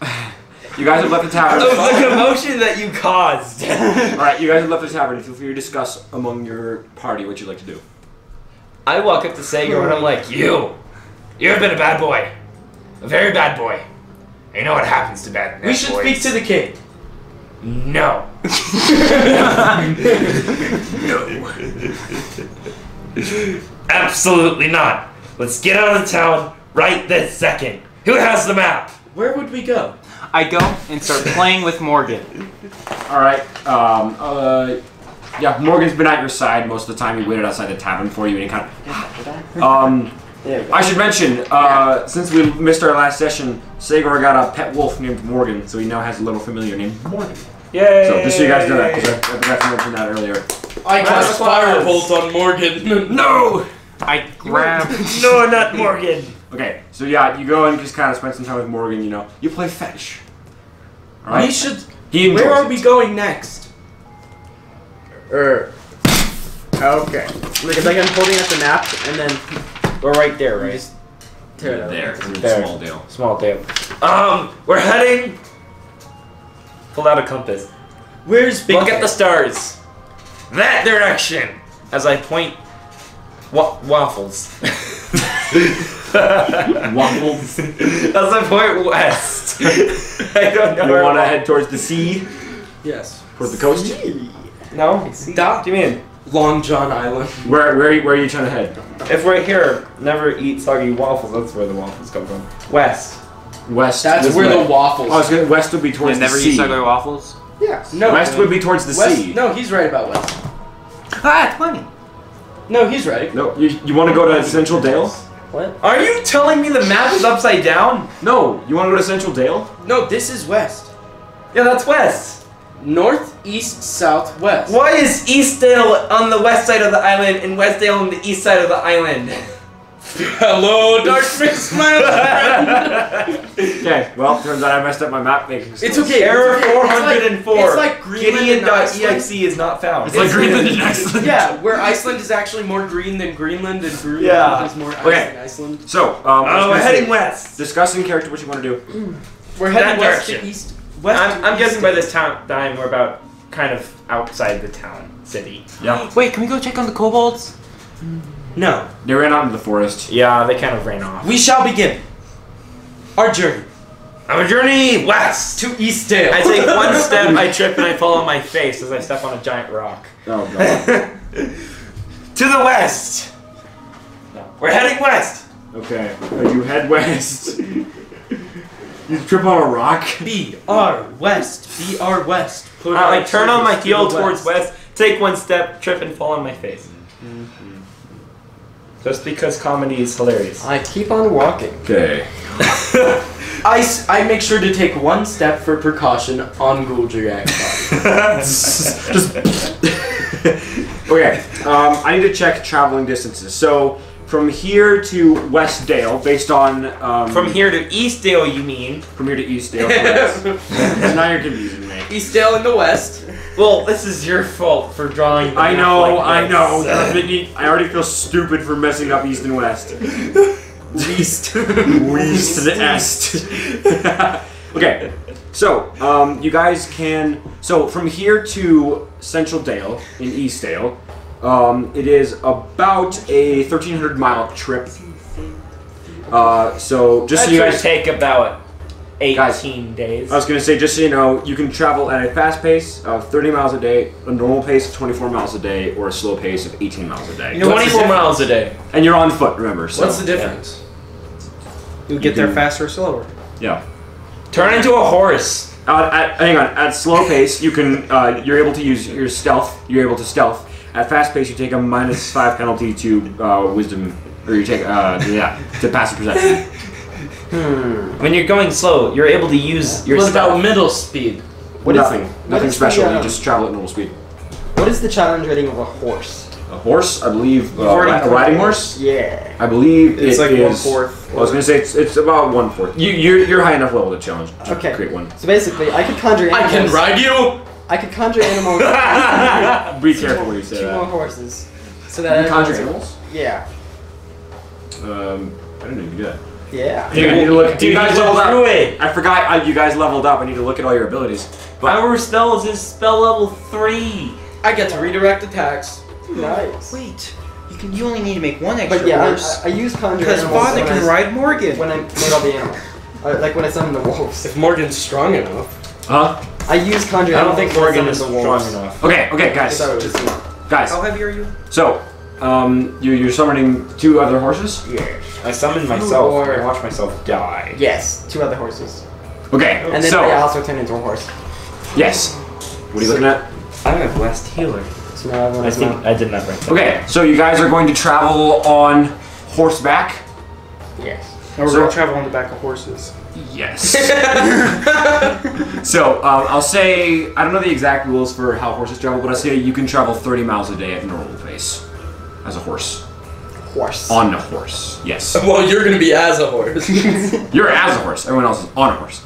S1: You guys have left the tavern.
S5: the commotion that you caused.
S1: All right, you guys have left the tavern. Feel free to discuss among your party what you'd like to do.
S5: I walk up to Sager and I'm like, you.
S9: You've been a bad boy. A very bad boy. You know what happens to bad
S11: we should
S9: boys.
S11: speak to the king.
S9: No. Absolutely not. Let's get out of town right this second. Who has the map?
S11: Where would we go?
S2: I go and start playing with Morgan.
S1: All right. Um, uh, yeah, Morgan's been at your side most of the time. He waited outside the tavern for you, and he kind of. Um, I should mention, uh, since we missed our last session, Sagor got a pet wolf named Morgan, so he now has a little familiar named Morgan.
S5: Yay.
S1: So just so you guys know that, 'cause I, I forgot to mention that earlier.
S11: I cast
S5: Round of applause.
S11: firebolt on Morgan.
S1: No.
S2: I grab.
S9: No, not Morgan.
S1: Okay, so yeah, you go and just kind of spend some time with Morgan. You know, you play fetch. All right.
S11: We should.
S1: he enjoys
S11: Where are
S1: it.
S11: we going next?
S10: er. Okay. Because like I'm holding up the map and then
S5: We're right there,
S10: we
S5: right?
S10: just tear it out.
S1: There, from
S5: There.
S1: small deal.
S5: Small table. Um, we're heading. Pull out a compass.
S11: Where's Big
S5: Look at the stars.
S9: That direction.
S5: As I point. Wa- waffles.
S1: Waffles. you
S5: As I point west. I don't know. where
S1: want to
S5: wa-
S1: head towards the sea,
S11: Yes.
S1: towards the coast?
S5: No. What do you mean?
S11: Long John Island.
S1: Where, where, where are you trying to head?
S5: If we're here, never eat soggy waffles. That's where the waffles come from. West.
S1: West.
S11: That's
S1: this
S11: where
S1: way.
S11: the waffles.
S1: Oh, I was gonna, west would be towards
S2: and
S1: the
S2: never
S1: sea.
S2: eat Segor waffles.
S10: Yeah.
S11: no.
S1: west would be towards the
S11: West-
S1: sea.
S11: No, he's right about West.
S2: Ah, twenty.
S11: No, he's right.
S1: No, you, you want to go to Central Dale?
S5: Are you telling me the map is upside down?
S1: No, you want to go to Central Dale?
S11: No, this is West.
S5: Yeah, that's west.
S11: North, east, south, west.
S5: Why is Eastdale on the west side of the island and Westdale on the east side of the island?
S11: Hello, darkness, my friend.
S1: Okay, well, turns out I messed up my map making.
S11: It's
S1: skills.
S11: okay.
S5: Error
S11: it's okay. It's like-
S5: 404.
S11: It's like Greenland and
S5: Gideon.exe
S11: Iceland.
S5: is not found.
S1: It's like Greenland and Iceland.
S11: Yeah, where Iceland is actually more green than Greenland, and Greenland
S5: Yeah.
S11: is more ice
S1: Okay.
S11: than Iceland.
S1: So, um, I was
S9: Oh,
S1: gonna
S9: we're
S1: say,
S9: heading west.
S1: Discuss in character what you want to do.
S11: We're
S9: That
S11: heading west to
S9: direction.
S11: east. West.
S5: I'm,
S11: to
S5: I'm
S11: east.
S5: guessing by this town time we're about kind of outside the town city.
S1: Yeah.
S2: Wait, can we go check on the kobolds?
S5: No.
S1: They ran out into the forest.
S5: Yeah, they kind of ran off.
S11: We shall begin our journey
S9: Our journey west.
S11: to Eastdale.
S5: I take one step, I trip, and I fall on my face as I step on a giant rock.
S1: Oh god.
S9: To the west.
S5: No.
S9: We're heading west.
S1: Okay. Uh, you head west. you trip on a rock.
S13: B R West. B R West.
S5: I like, turn on my heel towards west, take one step, trip, and fall on my face. Mm-hmm. Just because comedy is hilarious.
S6: I keep on walking.
S1: Okay.
S14: I, s- I make sure to take one step for precaution on Gul'Jirak.
S1: Just. okay. Um, I need to check traveling distances. So from here to Westdale, based on um,
S5: From here to Eastdale, you mean?
S1: from here to Eastdale. correct. now you're confusing me.
S14: Eastdale in the west.
S5: Well, this is your fault for drawing. the
S1: I
S5: map
S1: know,
S5: like
S1: I
S5: this.
S1: know. I already feel stupid for messing up East and West. East. East and Est. okay, so um, you guys can. So from here to Central Dale in Eastdale, um, it is about a 1,300 mile trip. Uh, so just
S5: That
S1: so you
S5: should
S1: guys
S5: take about 18
S1: Guys.
S5: days.
S1: I was gonna say, just so you know, you can travel at a fast pace of 30 miles a day, a normal pace of 24 miles a day, or a slow pace of 18 miles a day.
S14: You know what's the
S5: 24
S14: diff-
S5: miles a day.
S1: and you're on foot, remember? So
S14: What's the difference?
S2: You get there faster or slower.
S1: yeah.
S5: Turn into a horse.
S1: Uh, at, hang on. At slow pace, you can uh, you're able to use your stealth. You're able to stealth. At fast pace, you take a minus five penalty to uh, wisdom, or you take uh, yeah to passive perception.
S5: When you're going slow, you're able to use your
S14: What about
S5: stealth.
S14: middle speed?
S1: What
S6: is-
S1: nothing,
S6: what
S1: nothing
S6: is the,
S1: special.
S6: um,
S1: you just travel at normal speed.
S6: What is the challenge rating of a horse?
S1: A horse, I believe, uh,
S5: already
S1: ri- a riding horse.
S6: Yeah.
S1: I believe
S6: It's
S1: it
S6: like
S1: is-
S6: one-fourth.
S1: I was gonna say it's, it's about one fourth. You you're, you're high enough level to challenge to
S6: Okay.
S1: create one.
S6: So basically, I could conjure
S14: I
S6: animals.
S14: can ride you.
S6: I could conjure animals.
S1: Uh, Be careful when you say
S6: two more
S1: that.
S6: horses. So
S1: Uh, You
S6: that
S1: can conjure
S6: animals-
S1: animals.
S6: Yeah.
S1: Um, I don't know if you do that.
S6: Yeah.
S1: Dude, I need to look.
S5: Dude,
S1: you guys
S5: you
S1: leveled
S5: went through
S1: up.
S5: it.
S1: I forgot uh, you guys leveled up. I need to look at all your abilities. But
S5: Our spell is spell level 3.
S14: I get to redirect attacks.
S6: Nice.
S2: Wait, you can. You only need to make one extra
S6: But yeah,
S2: horse.
S6: I, I, I use conjure
S2: Because
S6: animals
S2: father
S6: when
S2: can
S6: I,
S2: ride Morgan.
S6: when I make all the animals. Uh, like when I summon the wolves.
S14: If Morgan's strong enough.
S1: huh?
S6: I use conjure
S5: I don't
S6: animals.
S5: think
S6: when
S5: Morgan
S6: summon
S5: is
S6: the
S5: strong
S6: wolves.
S5: enough.
S1: Okay, okay, guys,
S6: So it's not.
S1: guys.
S2: How heavy are you?
S1: So, um, you, you're summoning two other horses.
S5: I summon myself
S6: or-
S5: and I watch myself die.
S6: Yes, two other horses.
S1: Okay,
S6: And then
S1: so
S6: I also turn into a horse.
S1: yes. What are you looking at?
S5: I'm a blessed healer.
S6: So now everyone
S5: I
S6: has
S5: think
S6: mount.
S5: I did not bring that.
S1: Okay, so you guys are going to travel on horseback.
S6: Yes.
S2: No, we're
S1: So-
S2: gonna travel on the back of horses.
S1: Yes. so um, I'll say I don't know the exact rules for how horses travel, but I will say you can travel 30 miles a day at normal pace as a horse
S6: Horse.
S1: on a horse. Yes,
S14: Well, you're gonna be as a horse.
S1: you're as a horse. Everyone else is on a horse.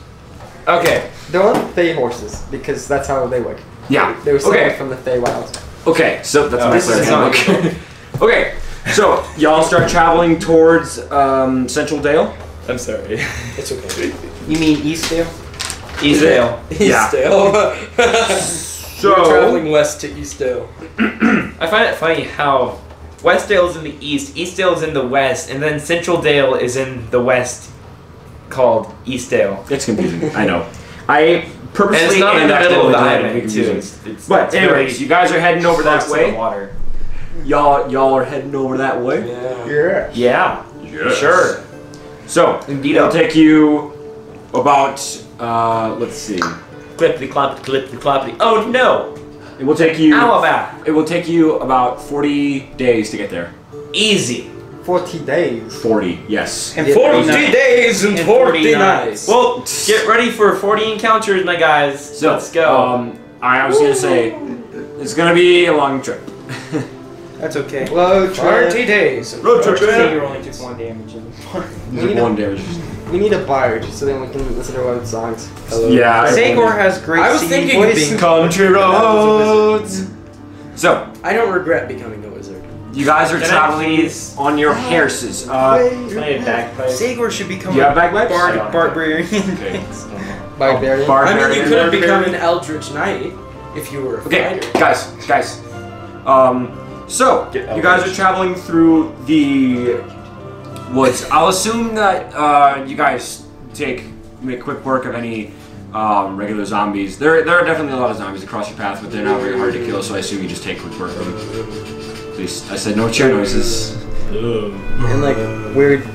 S5: Okay.
S6: They're on Fey horses because that's how they work.
S1: Yeah.
S6: They were summoned
S1: okay.
S6: from the Fey Wilds.
S1: Okay, so that's my
S5: this
S1: player
S5: is
S1: handbook. okay, so y'all start traveling towards um, Central Dale.
S5: I'm sorry.
S14: it's okay.
S6: You mean Eastdale?
S5: Eastdale.
S1: Yeah.
S14: Eastdale. We're
S1: So
S14: traveling west to Eastdale.
S5: I find it funny how Westdale is in the east, Eastdale is in the west, and then Central Dale is in the west called Eastdale.
S1: it's confusing. I know. I purposely
S5: And it's not in the middle of
S1: accidentally designed it to be
S5: the island, too.
S1: confusing.
S5: It's, it's,
S1: But
S5: it's very
S1: anyways, you guys are heading over
S5: close
S1: that
S5: to the
S1: way.
S5: water.
S1: Y'all, y'all are heading over that way.
S14: Yeah.
S6: Yeah.
S5: Yeah,
S1: Sure.
S5: sure.
S1: So
S5: Indeed.
S1: it'll take you about uh, let's see.
S5: Clippity cloppity, clippity cloppity. Oh no!
S1: It will take you.
S5: How about
S1: It will take you about 40 days to get there.
S5: easy?
S6: 40 days.
S1: 40. Yes.
S2: And
S6: Yeah.
S2: 40
S14: Forty days and
S5: And
S14: forty
S5: 49.
S14: nights.
S5: Well, get ready for 40 encounters, my guys.
S1: So
S5: Let's go.
S1: Um, I was gonna say it's gonna be a long trip.
S2: That's okay.
S6: Low
S14: Twenty
S6: trip.
S14: days. and
S1: Road trip.
S14: 40
S2: Say you only took one damage. in.
S1: These are
S6: Yeah.
S1: one damage.
S6: We need a barge so then we can listen to our own songs.
S1: Yeah. I-
S2: Sagor has great
S14: I was
S2: singing
S14: thinking of
S2: voice.
S14: being-
S1: Country roads. So
S14: I don't regret becoming a wizard.
S1: you guys are
S5: Can I
S1: traveling
S5: please-
S1: on your horses. Uh,
S5: Can I have bagpipe?
S2: Sagor should become
S1: you have
S2: a
S1: bagpipes?
S2: bard, barbarian.
S1: Okay.
S6: Barbarian.
S14: I mean, you
S1: Barbarian.
S14: could have
S5: Barbarian.
S14: become an eldritch knight if you were a
S1: Okay,
S14: fighter.
S1: guys, guys. Um, so
S5: Get
S1: you guys
S5: outraged.
S1: are traveling through the woods. I'll assume that uh, you guys take make quick work of any um, regular zombies. There, there are definitely a lot of zombies across your path, but they're not very hard to kill. So I assume you just take quick work of them. At least I said no chair noises.
S6: And like weird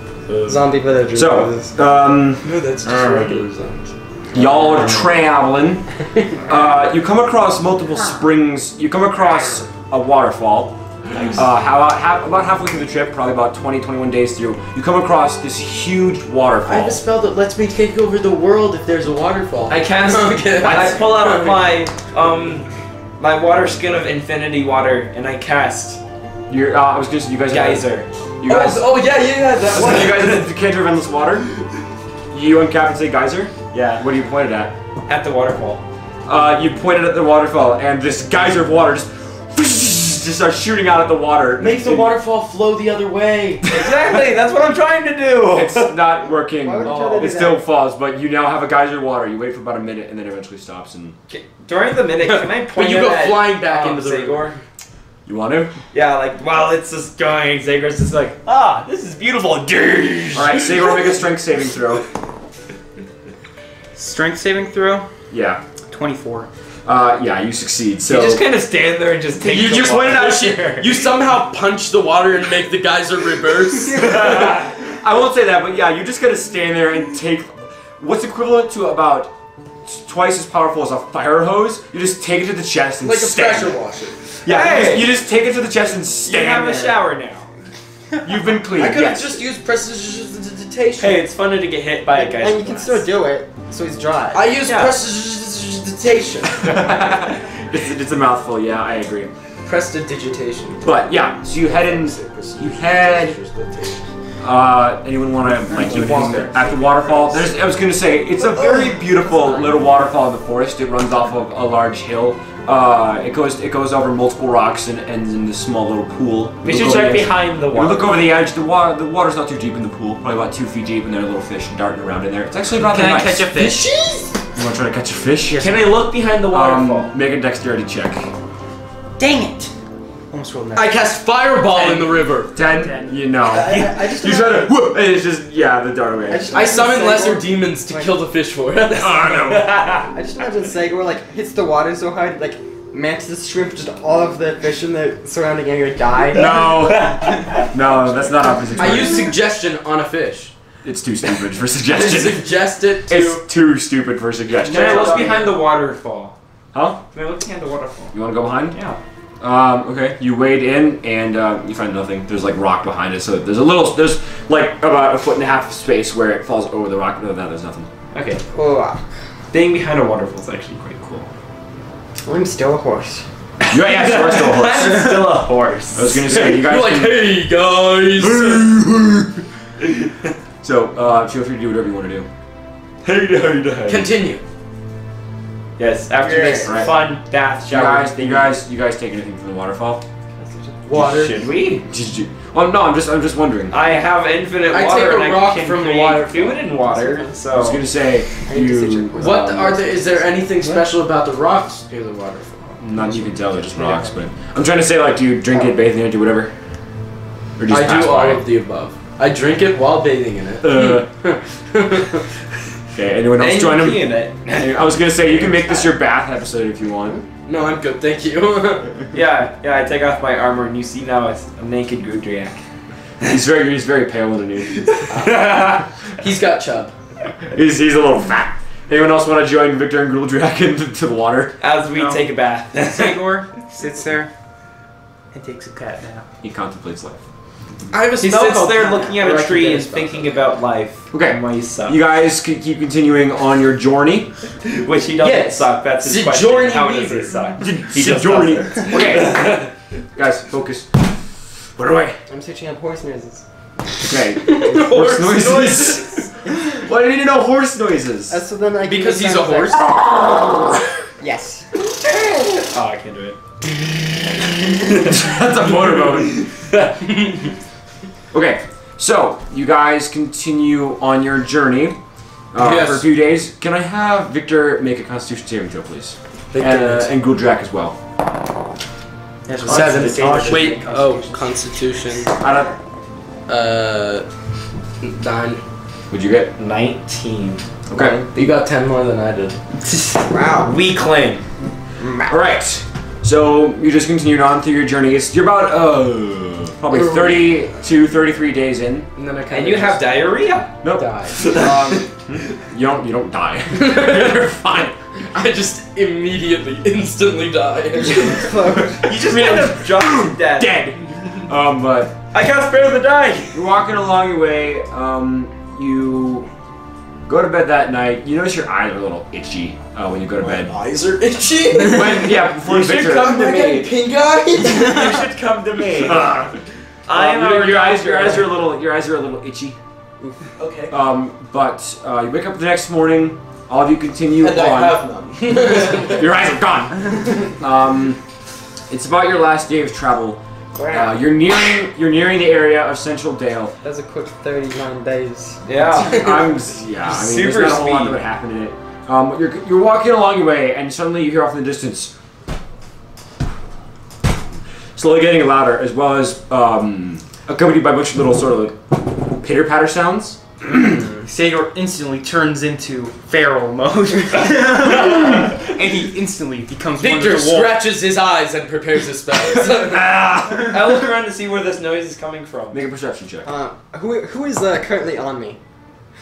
S10: Zombie villagers.
S1: Uh, So, um,
S9: No, that's just regular zombies.
S1: y'all are traveling. Uh, you come across multiple springs. You come across a waterfall. Uh, how, how, about halfway through the trip, probably about 20, 21 days through, you come across this huge
S11: I have
S1: waterfall.
S11: a spell that lets me take over the world if there's a waterfall.
S5: I cast.
S11: Okay.
S5: I pull out my um my water skin of infinity water and I cast
S1: You're, uh, I was just you guys.
S5: geyser.
S1: You guys.
S11: oh, oh, yeah, yeah, yeah, that
S1: So you
S11: one.
S1: guys in the canter of endless water. You and Captain say geyser.
S5: Yeah.
S1: What do you point it at?
S5: At the waterfall.
S1: Uh, you pointed at the waterfall, and this geyser of water just, just starts shooting out at the water.
S11: Make the waterfall flow the other way.
S5: exactly. That's what I'm trying to do.
S1: It's not working.
S10: Why would you try to do
S1: It
S10: that?
S1: still falls, but you now have a geyser of water. You wait for about a minute, and then eventually stops. And
S5: K, During the minute, can I point
S11: But you
S5: it
S11: go
S5: at,
S11: flying back
S5: um,
S11: into the
S5: Sagor?
S1: you want to?
S5: Yeah, like while it's just going, Zagor's just like, ah, this is beautiful. All
S1: All
S5: right,
S1: right, so you want to make a strength saving throw.
S2: Strength saving throw,
S1: Yeah.
S2: 24.
S1: Uh, yeah, you succeed. So
S5: You just kind of stand there and just take.
S11: You
S5: the
S11: just
S5: water.
S11: went out shit. You somehow punch the water and make the geyser reverse.
S1: I won't say that, but yeah, you just gotta stand there and take what's equivalent to about twice as powerful as a fire hose. You just take it to the chest and
S10: like a
S1: stand.
S10: pressure washer.
S1: Yeah, you,
S5: Hey!
S1: just, you just take it to the chest and
S5: You have
S1: stand.
S5: a shower now.
S1: You've been cleaned.
S10: I could have
S1: yes.
S10: just used prestidigitation.
S5: Hey, it's funner to get hit by a geyser.
S6: And you can still do it, so he's dry.
S10: I used
S5: Yeah.
S10: prestidigitation.
S1: it's, it's a mouthful. Yeah, I agree.
S11: Prestidigitation.
S1: But yeah, so you head in. You head. Uh, anyone want to like you walk at the waterfall? There's, I was gonna say it's a very beautiful little waterfall in the forest. It runs off of a large hill. Uh, it goes it goes over multiple rocks and ends in this small little pool. Look
S5: We should
S1: over
S5: check
S1: the edge.
S5: behind the
S1: You
S5: water.
S1: look over the edge. The water the water's not too deep in the pool. Probably about two feet deep, and there are little fish darting around in there. It's actually rather
S2: Can I
S1: nice.
S2: catch a fish?
S1: You want to try to catch a fish?
S2: Yes.
S5: Can I look behind the
S1: Um,
S5: waterfall?
S1: make a dexterity check.
S2: Dang it! Almost rolled
S11: I
S2: that.
S11: cast fireball in the river.
S1: Ten.
S2: Ten.
S1: You know.
S6: I, I just
S1: you
S6: don't
S1: try
S6: have-
S1: to. Whoop, and it's just yeah, the dart away.
S6: I just-
S11: I summon lesser demons to
S6: Like-
S11: kill the fish for us.
S1: Oh,
S6: I just imagine Segor like hits the water so hard, like mantis shrimp, just all of the fish in the surrounding area die.
S1: No, no, that's not how physics
S11: I
S1: work.
S11: use suggestion on a fish.
S1: It's too stupid for
S11: I
S1: suggestion.
S11: suggest it to.
S1: it's too stupid for suggestion.
S5: Can I look behind the waterfall?
S1: Huh?
S5: Can I look behind the waterfall?
S1: You want to go behind?
S5: Yeah.
S1: Um, okay. You wade in and uh, you find nothing. There's like rock behind it, so there's a little, there's like about a foot and a half of space where it falls over the rock. Other than that, there's nothing.
S5: Okay.
S6: Oh, ah.
S5: Being behind a waterfall is actually quite cool.
S6: I'm still a horse.
S1: Yeah, yeah, sure, still a horse.
S5: That's still a horse.
S1: I was gonna say you
S11: You're
S1: guys.
S11: like,
S1: can-
S11: hey guys.
S1: so uh, feel free to do whatever you want to do.
S9: Hey, hey, hey.
S11: Continue.
S5: yes. After this
S1: Right.
S5: fun bath
S1: You
S5: shower.
S1: guys, you guys, you guys take anything from the waterfall?
S11: Water.
S5: Should we?
S1: Did you? Well, no, I'm just, I'm just wondering.
S5: I have infinite
S11: I
S5: water
S11: take a
S5: and
S11: rock
S5: I can
S11: from the
S5: create
S11: water.
S5: food in water.
S1: I was
S5: So
S1: gonna say
S6: need to
S1: you.
S6: see check-
S11: What
S1: um,
S11: are there? Is there anything special about the rocks near the waterfall?
S1: Not you can tell, they're just rocks, but I'm trying to say like, do you drink it, bathe in it, do whatever? Or just
S11: I
S1: pass
S11: do all
S1: by
S11: of the above. I drink it while bathing in it.
S1: it? Uh, okay, anyone else
S5: and
S1: join
S5: you
S1: him?
S5: pee in it.
S1: I was gonna say you can make this your bath episode if you want.
S11: no, I'm good, thank you.
S5: Yeah, yeah. I take off my armor and you see now it's a naked Gudriak.
S1: He's very he's very pale in the nude.
S11: He's got chub.
S1: He's he's a little fat. Anyone else want to join Victor and Gruel Dragon to, to the water?
S5: As we take a bath.
S2: Segor sits there and takes a cat nap.
S1: He contemplates life.
S11: I have a
S5: He
S11: spell
S5: sits
S11: called
S5: there
S11: Cat
S5: looking at
S11: where I
S5: a
S11: can
S5: tree
S11: get
S5: and
S11: spell.
S5: thinking about life.
S1: Okay.
S5: And why you suck.
S1: You guys c- keep continuing on your journey.
S5: Which he doesn't
S11: Yes.
S5: suck. That's his
S11: Sigourney
S5: question. How does he
S11: Weaver.
S5: suck?
S1: It's your journey. Okay, guys, focus. Put it away.
S6: I'm switching on horse noises.
S1: Okay. horse noises. Why do you need to know horse noises?
S6: Uh, so then I can
S11: Because
S6: do
S11: he's a
S6: sound
S11: horse.
S6: effects. Yes.
S5: Oh, I can't do it.
S1: That's a motorboat. okay, so you guys continue on your journey uh,
S11: Yes.
S1: for a few days. Can I have Victor make a Constitution saving throw, please? and uh, and Guldrak as well.
S2: That's what
S11: Seven.
S2: I said.
S11: Wait, oh, Constitution.
S1: I don't.
S11: Uh, nine.
S1: What'd you get?
S5: 19.
S1: Okay.
S11: You got ten more than I did.
S6: Wow.
S5: We claim.
S1: All right. So you just continued on through your journey. It's, you're about uh, probably
S10: Where were
S1: 30 to 33 days in.
S11: And then I kind
S5: And you have diarrhea.
S1: Nope.
S11: died.
S1: Um, you don't. You don't die. You're fine.
S11: I just immediately, instantly die.
S5: You just kind of drop to death.
S1: Dead. Um, but
S5: I can't spare the dying.
S1: you're walking along your way. Um, you go to bed that night. You notice your eyes are a little itchy uh, when you go to
S10: My
S1: bed.
S10: eyes are itchy.
S1: When, yeah, before
S5: You should
S1: Victor-
S5: come
S10: Am I getting pink eye?
S5: You should come to me.
S1: Uh,
S5: I am
S1: um, your,
S5: a
S1: your eyes, your
S5: doctor.
S1: eyes are a little, your eyes are a little itchy.
S10: okay.
S1: Um, but uh, you wake up the next morning. All of you continue
S10: And
S1: on.
S10: I have none.
S1: Your eyes are gone. um, it's about your last day of travel. Uh, you're nearing you're nearing the area of Central Dale.
S6: That's a quick 39 days.
S5: Yeah.
S1: I'm s- yeah. I mean, there's
S5: Super
S1: not a whole lot that
S5: speed.
S1: would happen in it. Um, you're you're walking along your way, and suddenly you hear off in the distance, slowly getting louder, as well as um, accompanied by a bunch of little sort of like pitter patter sounds.
S2: Sagor instantly turns into feral mode, and he instantly becomes
S11: Victor
S2: one of the wolves.
S11: scratches his eyes and prepares his spells.
S1: Ah!
S5: I look around to see where this noise is coming from.
S1: Make a perception check.
S6: Uh, who, who is uh, currently on me?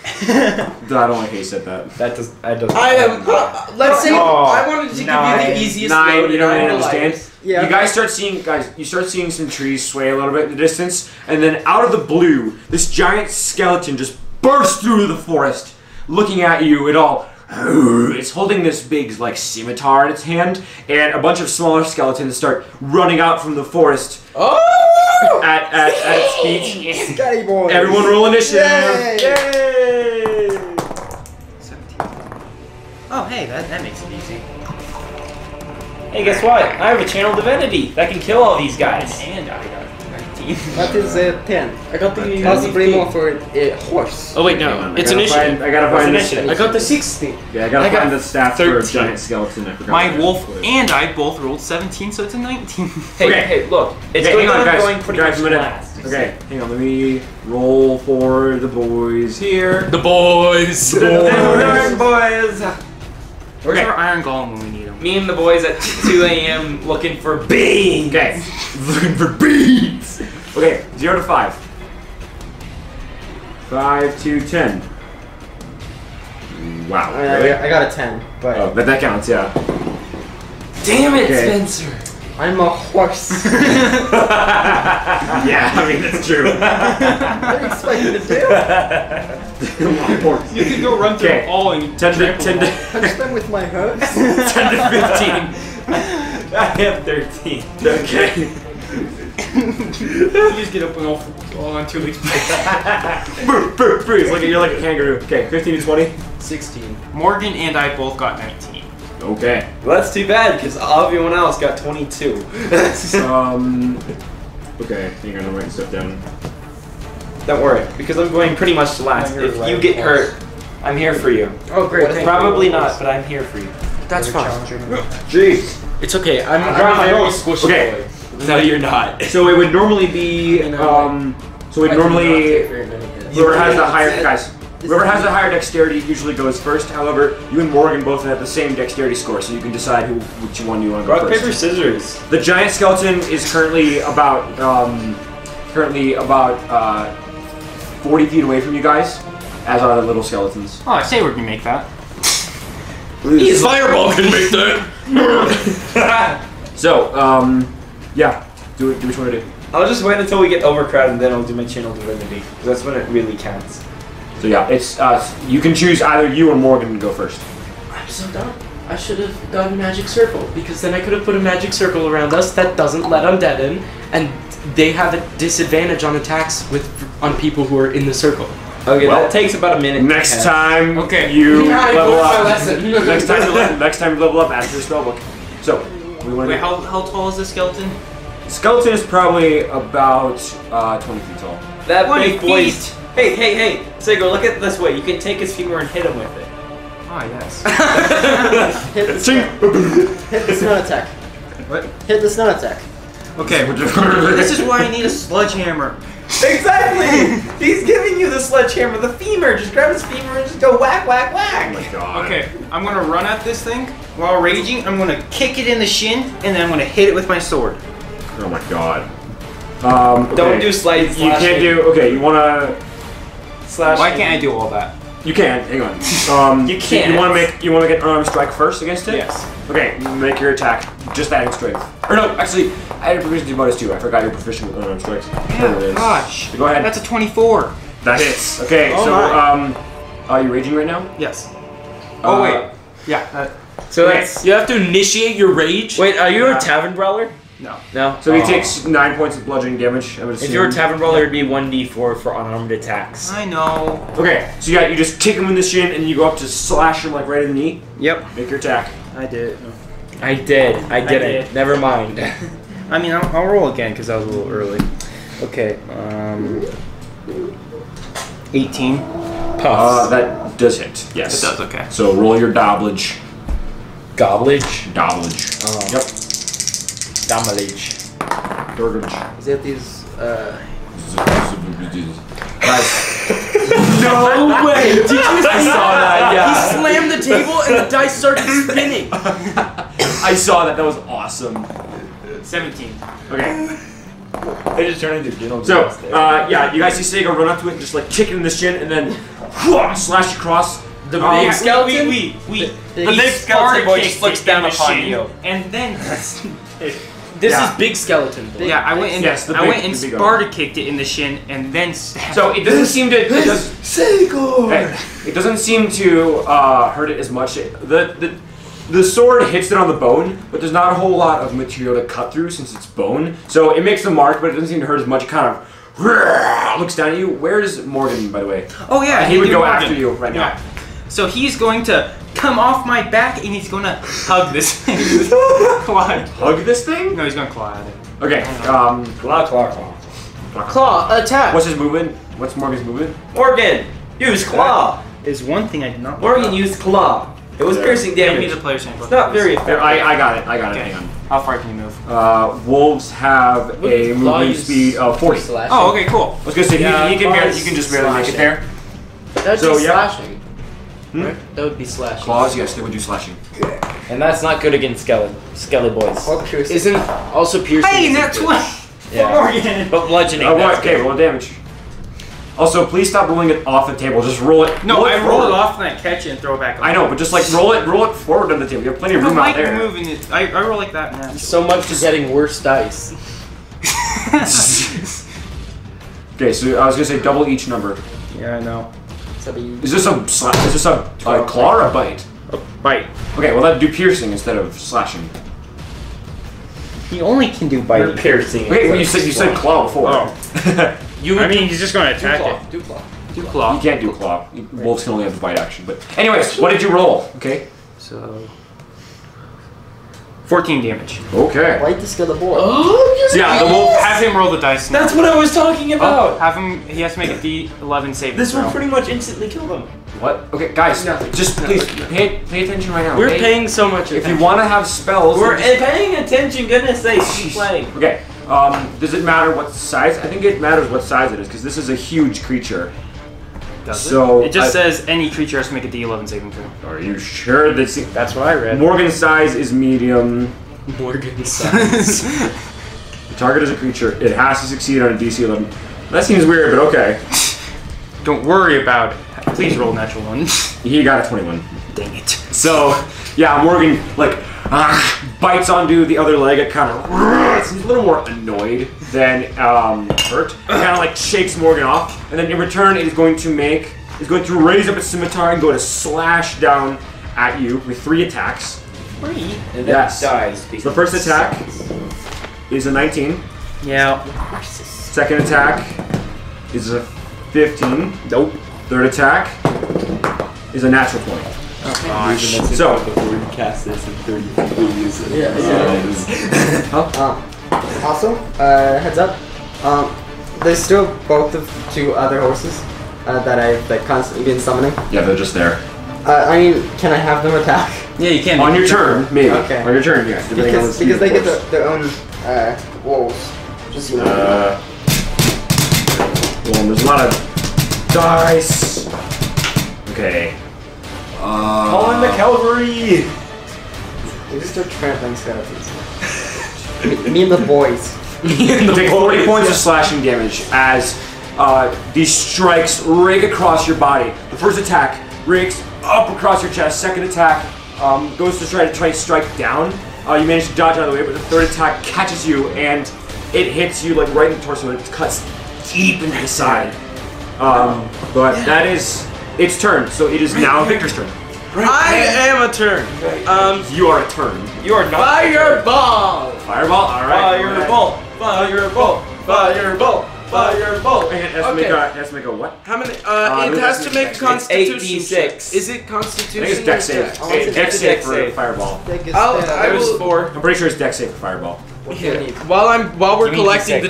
S1: I don't like how you said that.
S5: That does. I don't.
S11: I am. uh, let's say
S5: Oh,
S11: I wanted to give you
S5: nine.
S11: the easiest
S1: Nine,
S11: load
S1: you don't
S11: in
S1: even
S11: all the
S1: understand.
S11: lives.
S6: Yeah.
S1: You guys start seeing guys. You start seeing some trees sway a little bit in the distance, and then out of the blue, this giant skeleton just bursts through the forest, looking at you. It all. It's holding this big like scimitar in its hand, and a bunch of smaller skeletons start running out from the forest
S11: Oh!
S1: at at, at its feet.
S6: Scotty boy!
S1: Everyone roll initiative.
S6: Yay!
S2: Oh, hey, that, that makes it easy.
S5: Hey, guess what? I have a channel divinity that can kill all these guys.
S2: And I got 19.
S6: That is uh, 10.
S11: I got the
S6: Possibly more for a horse.
S11: Oh wait, no, it's
S1: I
S11: an
S1: gotta
S11: issue.
S1: find- I gotta find this.
S5: initiative?
S11: I got the sixty.
S1: Yeah, I gotta
S11: I got
S1: find the stats for
S11: 13.
S1: a giant skeleton. I forgot.
S2: My
S1: what
S2: wolf
S1: it was.
S2: and I both rolled 17, so it's a 19.
S5: Hey,
S1: Okay.
S5: hey, look. It's
S1: Okay,
S5: going,
S1: hang on, guys.
S5: going pretty
S1: Guys,
S5: much
S1: a minute.
S5: last.
S1: Okay, hang on. Let me roll for the boys here.
S11: The boys.
S5: Darn boys.
S2: Where's
S1: Okay.
S2: our iron golem when we need him?
S5: Me and the boys at 2 a.m. looking for beans.
S1: Okay, looking for beads. Okay, zero to five. Five to ten. Wow.
S6: I, I,
S1: really?
S6: got, I got a 10, but
S1: Oh, but that counts. Yeah.
S5: Damn it,
S1: Okay.
S5: Spencer.
S6: I'm a horse.
S1: yeah, I mean that's true.
S6: what are you expecting to do?
S2: You could go run
S1: through Okay.
S2: all and
S1: ten to ten to
S6: Punch them with my hooves?
S1: ten to fifteen.
S5: I have 13.
S1: Okay.
S2: You just get up and all, all on two legs.
S1: Brr, brr, brr. It's like you're like a kangaroo. Okay, fifteen to twenty.
S11: Sixteen.
S2: Morgan and I both got 19.
S1: Okay.
S5: Well, that's too bad because everyone else got 22.
S1: Um. Okay, hang on. I'm writing stuff down.
S5: Don't worry, because I'm going pretty much to last. If you get hurt, I'm here for you.
S6: Oh, great. thank you.
S5: Probably not, but I'm here for you.
S11: That's fine.
S1: Jeez.
S11: It's okay. I'm
S1: I'm
S11: I'm
S1: very
S11: very squishy.
S1: Okay.
S11: boy.
S5: No, you're not.
S1: So it would normally be
S11: You know,
S1: um. So
S11: I
S1: it
S11: do not take
S1: normally
S11: very many hits.
S1: whoever has the higher guys. Whoever has the higher dexterity usually goes first. However, you and Morgan both have the same dexterity score, so you can decide who which one you want to go
S5: Rock,
S1: first.
S5: paper, scissors.
S1: The giant skeleton is currently about um, currently about uh, forty feet away from you guys, as are the little skeletons.
S2: Oh, I say we can make that.
S11: He's fireball can make that.
S1: So um, yeah, do it. Do what you want to do.
S5: I'll just wait until we get overcrowded, then I'll do my channel divinity. 'cause That's when it really counts.
S1: So yeah, it's uh, you can choose either you or Morgan to go first.
S11: I'm so dumb. I should have gotten magic circle because then I could have put a magic circle around us that doesn't let undead in, and they have a disadvantage on attacks with on people who are in the circle.
S5: Okay,
S1: Well,
S5: that takes about a minute.
S1: Next time,
S2: Okay.
S1: you
S11: Yeah, I
S1: level
S11: learned my
S1: up.
S11: lesson.
S1: next time, you level, next time you level up, add to your spellbook. So, we want
S2: Wait,
S1: to.
S2: how, how tall is this skeleton?
S1: Skeleton is probably about uh, 20 feet tall.
S5: That
S2: 20
S5: big boy's.
S2: feet.
S5: Hey, hey, hey, Sigurd, look at it this way. You can take his finger and hit him with it.
S2: Ah, yes.
S6: Hit the Hit the snow attack.
S2: What?
S6: Hit the snow attack.
S2: Okay, this is why I need a sledgehammer.
S5: Exactly! He's giving you the sledgehammer, the femur. Just grab his femur and just go whack, whack,
S2: Oh
S5: whack.
S1: God.
S2: Okay, I'm gonna run at this thing while raging. I'm gonna kick it in the shin, and then I'm gonna hit it with my sword.
S1: Oh my god. Um,
S5: Don't
S1: okay.
S5: do slight
S1: You can't do. Okay, you wanna.
S5: slash.
S2: Why can't I do all that?
S1: You can. Hang on. Um,
S5: You
S1: so
S5: can't.
S1: You wanna make. You wanna make an unarmed strike first against it. Okay, you make your attack. Just adding strength. Or no, actually, I had a proficiency bonus too. I forgot you're proficient with unarmed strikes. There it is.
S2: gosh.
S1: Go ahead.
S2: That's a 24.
S1: That hits. Okay,
S2: Oh
S1: so
S2: my.
S1: um, are you raging right now?
S2: Yes.
S1: Uh,
S2: Oh, wait. Yeah. that-
S5: So that's.
S11: You have to initiate your rage.
S5: Wait, are you
S2: Yeah.
S5: a tavern brawler?
S2: no.
S5: No.
S1: So
S2: Oh.
S1: he takes nine points of bludgeoning damage. I would Oh. assume.
S5: If you were a tavern brawler, it'd be one d4 for unarmed attacks.
S2: I know.
S1: okay, so yeah, you just kick him in the shin and you go up to slash him like right in the knee.
S2: Yep.
S1: Make your attack.
S2: I did.
S5: I did. I didn't.
S2: did.
S5: Never mind.
S2: I mean, I'll, I'll roll again because I was a little early. Okay. Um. 18. Puffs.
S1: Uh, that does hit. Yes.
S2: it does. Okay.
S1: So roll your doblage.
S5: Gobblage.
S1: Doblage. Yep.
S5: Domalage.
S1: Doblage.
S6: Is that these? Uh,
S11: No way! Did you see
S1: I saw that,
S11: He
S1: yeah.
S11: slammed the table and the dice started spinning.
S1: I saw that. That was awesome.
S5: 17.
S1: Okay.
S9: They just turn into general.
S1: So, uh, yeah, you guys see Sega run up to it and just like kick it in the shin and then whoa, slash across the
S5: The
S11: Oh,
S1: um,
S5: big skeleton. We we the
S6: the big
S5: big skeleton boy just looks down
S9: upon
S5: upon you,
S9: you.
S5: and then
S11: This
S1: Yeah.
S11: is big skeleton. Boy.
S2: Yeah, I went and
S1: Yes, the
S2: I
S1: big-
S2: went and
S1: the big
S2: Sparta kicked it in the shin and then stabbed.
S1: So it doesn't seem to. It does, Hey, it doesn't seem to uh, hurt it as much. It- The, the the sword hits it on the bone, but there's not a whole lot of material to cut through since it's bone. So it makes the mark, but it doesn't seem to hurt as much. It kind of looks down at you. Where's Morgan, by the way?
S2: oh yeah,
S1: he would
S2: did
S1: go
S2: Morgan.
S1: after you right now.
S2: So he's going to come off my back and he's going to hug this thing. Claw.
S1: Hug this thing.
S2: No, he's going to claw at it.
S1: Okay. Um,
S5: Blah, blah, blah.
S11: Claw attack.
S1: what's his movement? What's Morgan's movement?
S5: Morgan, use claw.
S2: Is one thing I did not.
S5: Morgan used claw. It was
S1: Yeah.
S5: piercing
S2: I
S5: damage.
S2: need the player's handbook.
S5: It's not very
S1: Here,
S5: effective.
S1: I, I got it. I got it.
S2: Okay.
S1: Hang on.
S2: How far can you move?
S1: Uh, wolves have a
S11: Claw
S1: movement
S11: is
S1: speed of forty. I
S11: Slashing.
S2: Oh, okay, cool.
S1: was gonna say he-
S11: Yeah,
S1: he, can
S11: claw
S1: barely,
S11: is
S1: you can just barely make it
S11: slashing.
S1: there.
S11: That'd
S1: so,
S11: be
S1: yeah.
S11: slashing.
S1: Hmm?
S11: right? That would be slashing.
S1: Claws, yes, they would do slashing.
S5: And that's not good against skelly skelly boys.
S6: Hulk piercing.
S11: Isn't also piercing.
S2: Hey,
S11: isn't
S2: nat
S11: good.
S2: 20!
S5: Yeah.
S2: Morgan!
S5: But bludgeoning.
S1: Oh,
S5: that's
S1: what? Okay, roll damage. Also, please stop rolling it off the table. Just roll it.
S2: No, I roll
S1: forward.
S2: it off and I catch it and throw it back.
S1: I know, but just like roll it, roll it forward on the table. You have plenty of
S2: I
S1: room out
S2: like
S1: there.
S2: moving it. I, I roll like that now.
S11: So much for getting worse dice.
S1: Okay, so I was gonna say double each number.
S2: yeah, I know.
S1: Is this a Oh, sla- is this a, a claw or a bite?
S2: Bite.
S1: Okay, well that'd do piercing instead of slashing.
S2: He only can do
S5: You're
S2: bite.
S5: piercing.
S1: Okay, well you said you said claw before.
S2: You I mean, he's just going to attack
S6: Do claw.
S2: it. Do
S1: you
S2: claw.
S1: can't do claw. You- Wolves can only have the bite action. But anyways, what did you roll? Okay.
S2: So. 14 damage.
S1: Okay.
S6: Bite the skill of boy.
S11: Oh,
S1: So yeah, the wolf has
S2: Have him roll the dice. now.
S5: That's what I was talking
S2: Oh,
S5: about.
S2: have him. He has to make a D11 saving
S5: This
S2: throw.
S5: will pretty much instantly kill them.
S1: what? Okay, guys, just please pay, pay attention right now.
S11: We're
S1: okay?
S11: paying so much.
S1: If you want to have spells,
S5: We're
S1: just-
S5: paying attention. Goodness sakes, keep playing.
S1: Okay. Um, does it matter what size? I think it matters what size it is because this is a huge creature.
S2: Does it?
S1: so
S2: it just
S1: I-
S2: says any creature has to make a D11 saving throw.
S1: Are you sure that's
S2: That's what I read.
S1: Morgan's size is medium?
S11: Morgan size.
S1: The target is a creature. It has to succeed on a DC 11. That seems weird, but okay.
S2: Don't worry about it. Please roll natural one.
S1: He got a 21.
S2: Dang it.
S1: So yeah, Morgan like ah, bites onto the other leg. It kind of seems a little more annoyed than um, hurt. Kind of like shakes Morgan off, and then in return, it is going to make is going to raise up its scimitar and go to slash down at you with three attacks.
S5: And
S1: Yes.
S5: dies.
S1: So the first attack is a 19.
S2: Yeah.
S1: Second attack is a 15.
S2: Nope.
S1: Third attack is a natural 20. So
S9: before we cast this in 30 days.
S6: Yeah, Um, also, uh, heads up. Um, there's still both of two other horses uh, that I've like constantly been summoning.
S1: yeah, they're just there.
S6: Uh, I mean, can I have them attack?
S2: Yeah, you can.
S1: On your turn, maybe.
S6: Okay.
S1: On your turn, yeah. depending on the
S6: Because
S1: speed,
S6: because
S1: of
S6: they get
S1: course.
S6: their, their own uh, wolves. Just you know.
S1: Uh, well, there's a lot of dice. Okay. Uh, Call in the cavalry.
S6: we just start trampling skeletons. me, me and the boys.
S1: Take 40 points of slashing damage as uh, these strikes rake across your body. The first attack rakes up across your chest. Second attack um, goes to try to try to strike down. Uh, you manage to dodge out of the way, but the third attack catches you and it hits you like right in the torso and it cuts deep into the side. Um, but that is its turn, so it is now Victor's turn.
S5: I am a turn. Um,
S1: You are a turn.
S5: you are not.
S11: Fireball!
S1: Fireball, alright.
S5: Fireball! Fireball! Fireball! Fireball!
S1: It has, to make a, it has to make a what?
S11: How many? Uh,
S1: it
S11: it
S1: has
S11: has to make a constitution. check. Is it constitution?
S1: I think it's deck save.
S6: I want to
S1: It's Deck
S5: do
S1: save
S5: dex
S1: for
S5: save.
S1: fireball.
S11: I'll, Oh, I
S5: There's
S11: will.
S5: four.
S1: I'm pretty sure it's deck save for fireball.
S11: Here. While I'm while we're
S5: Give me D6.
S11: collecting the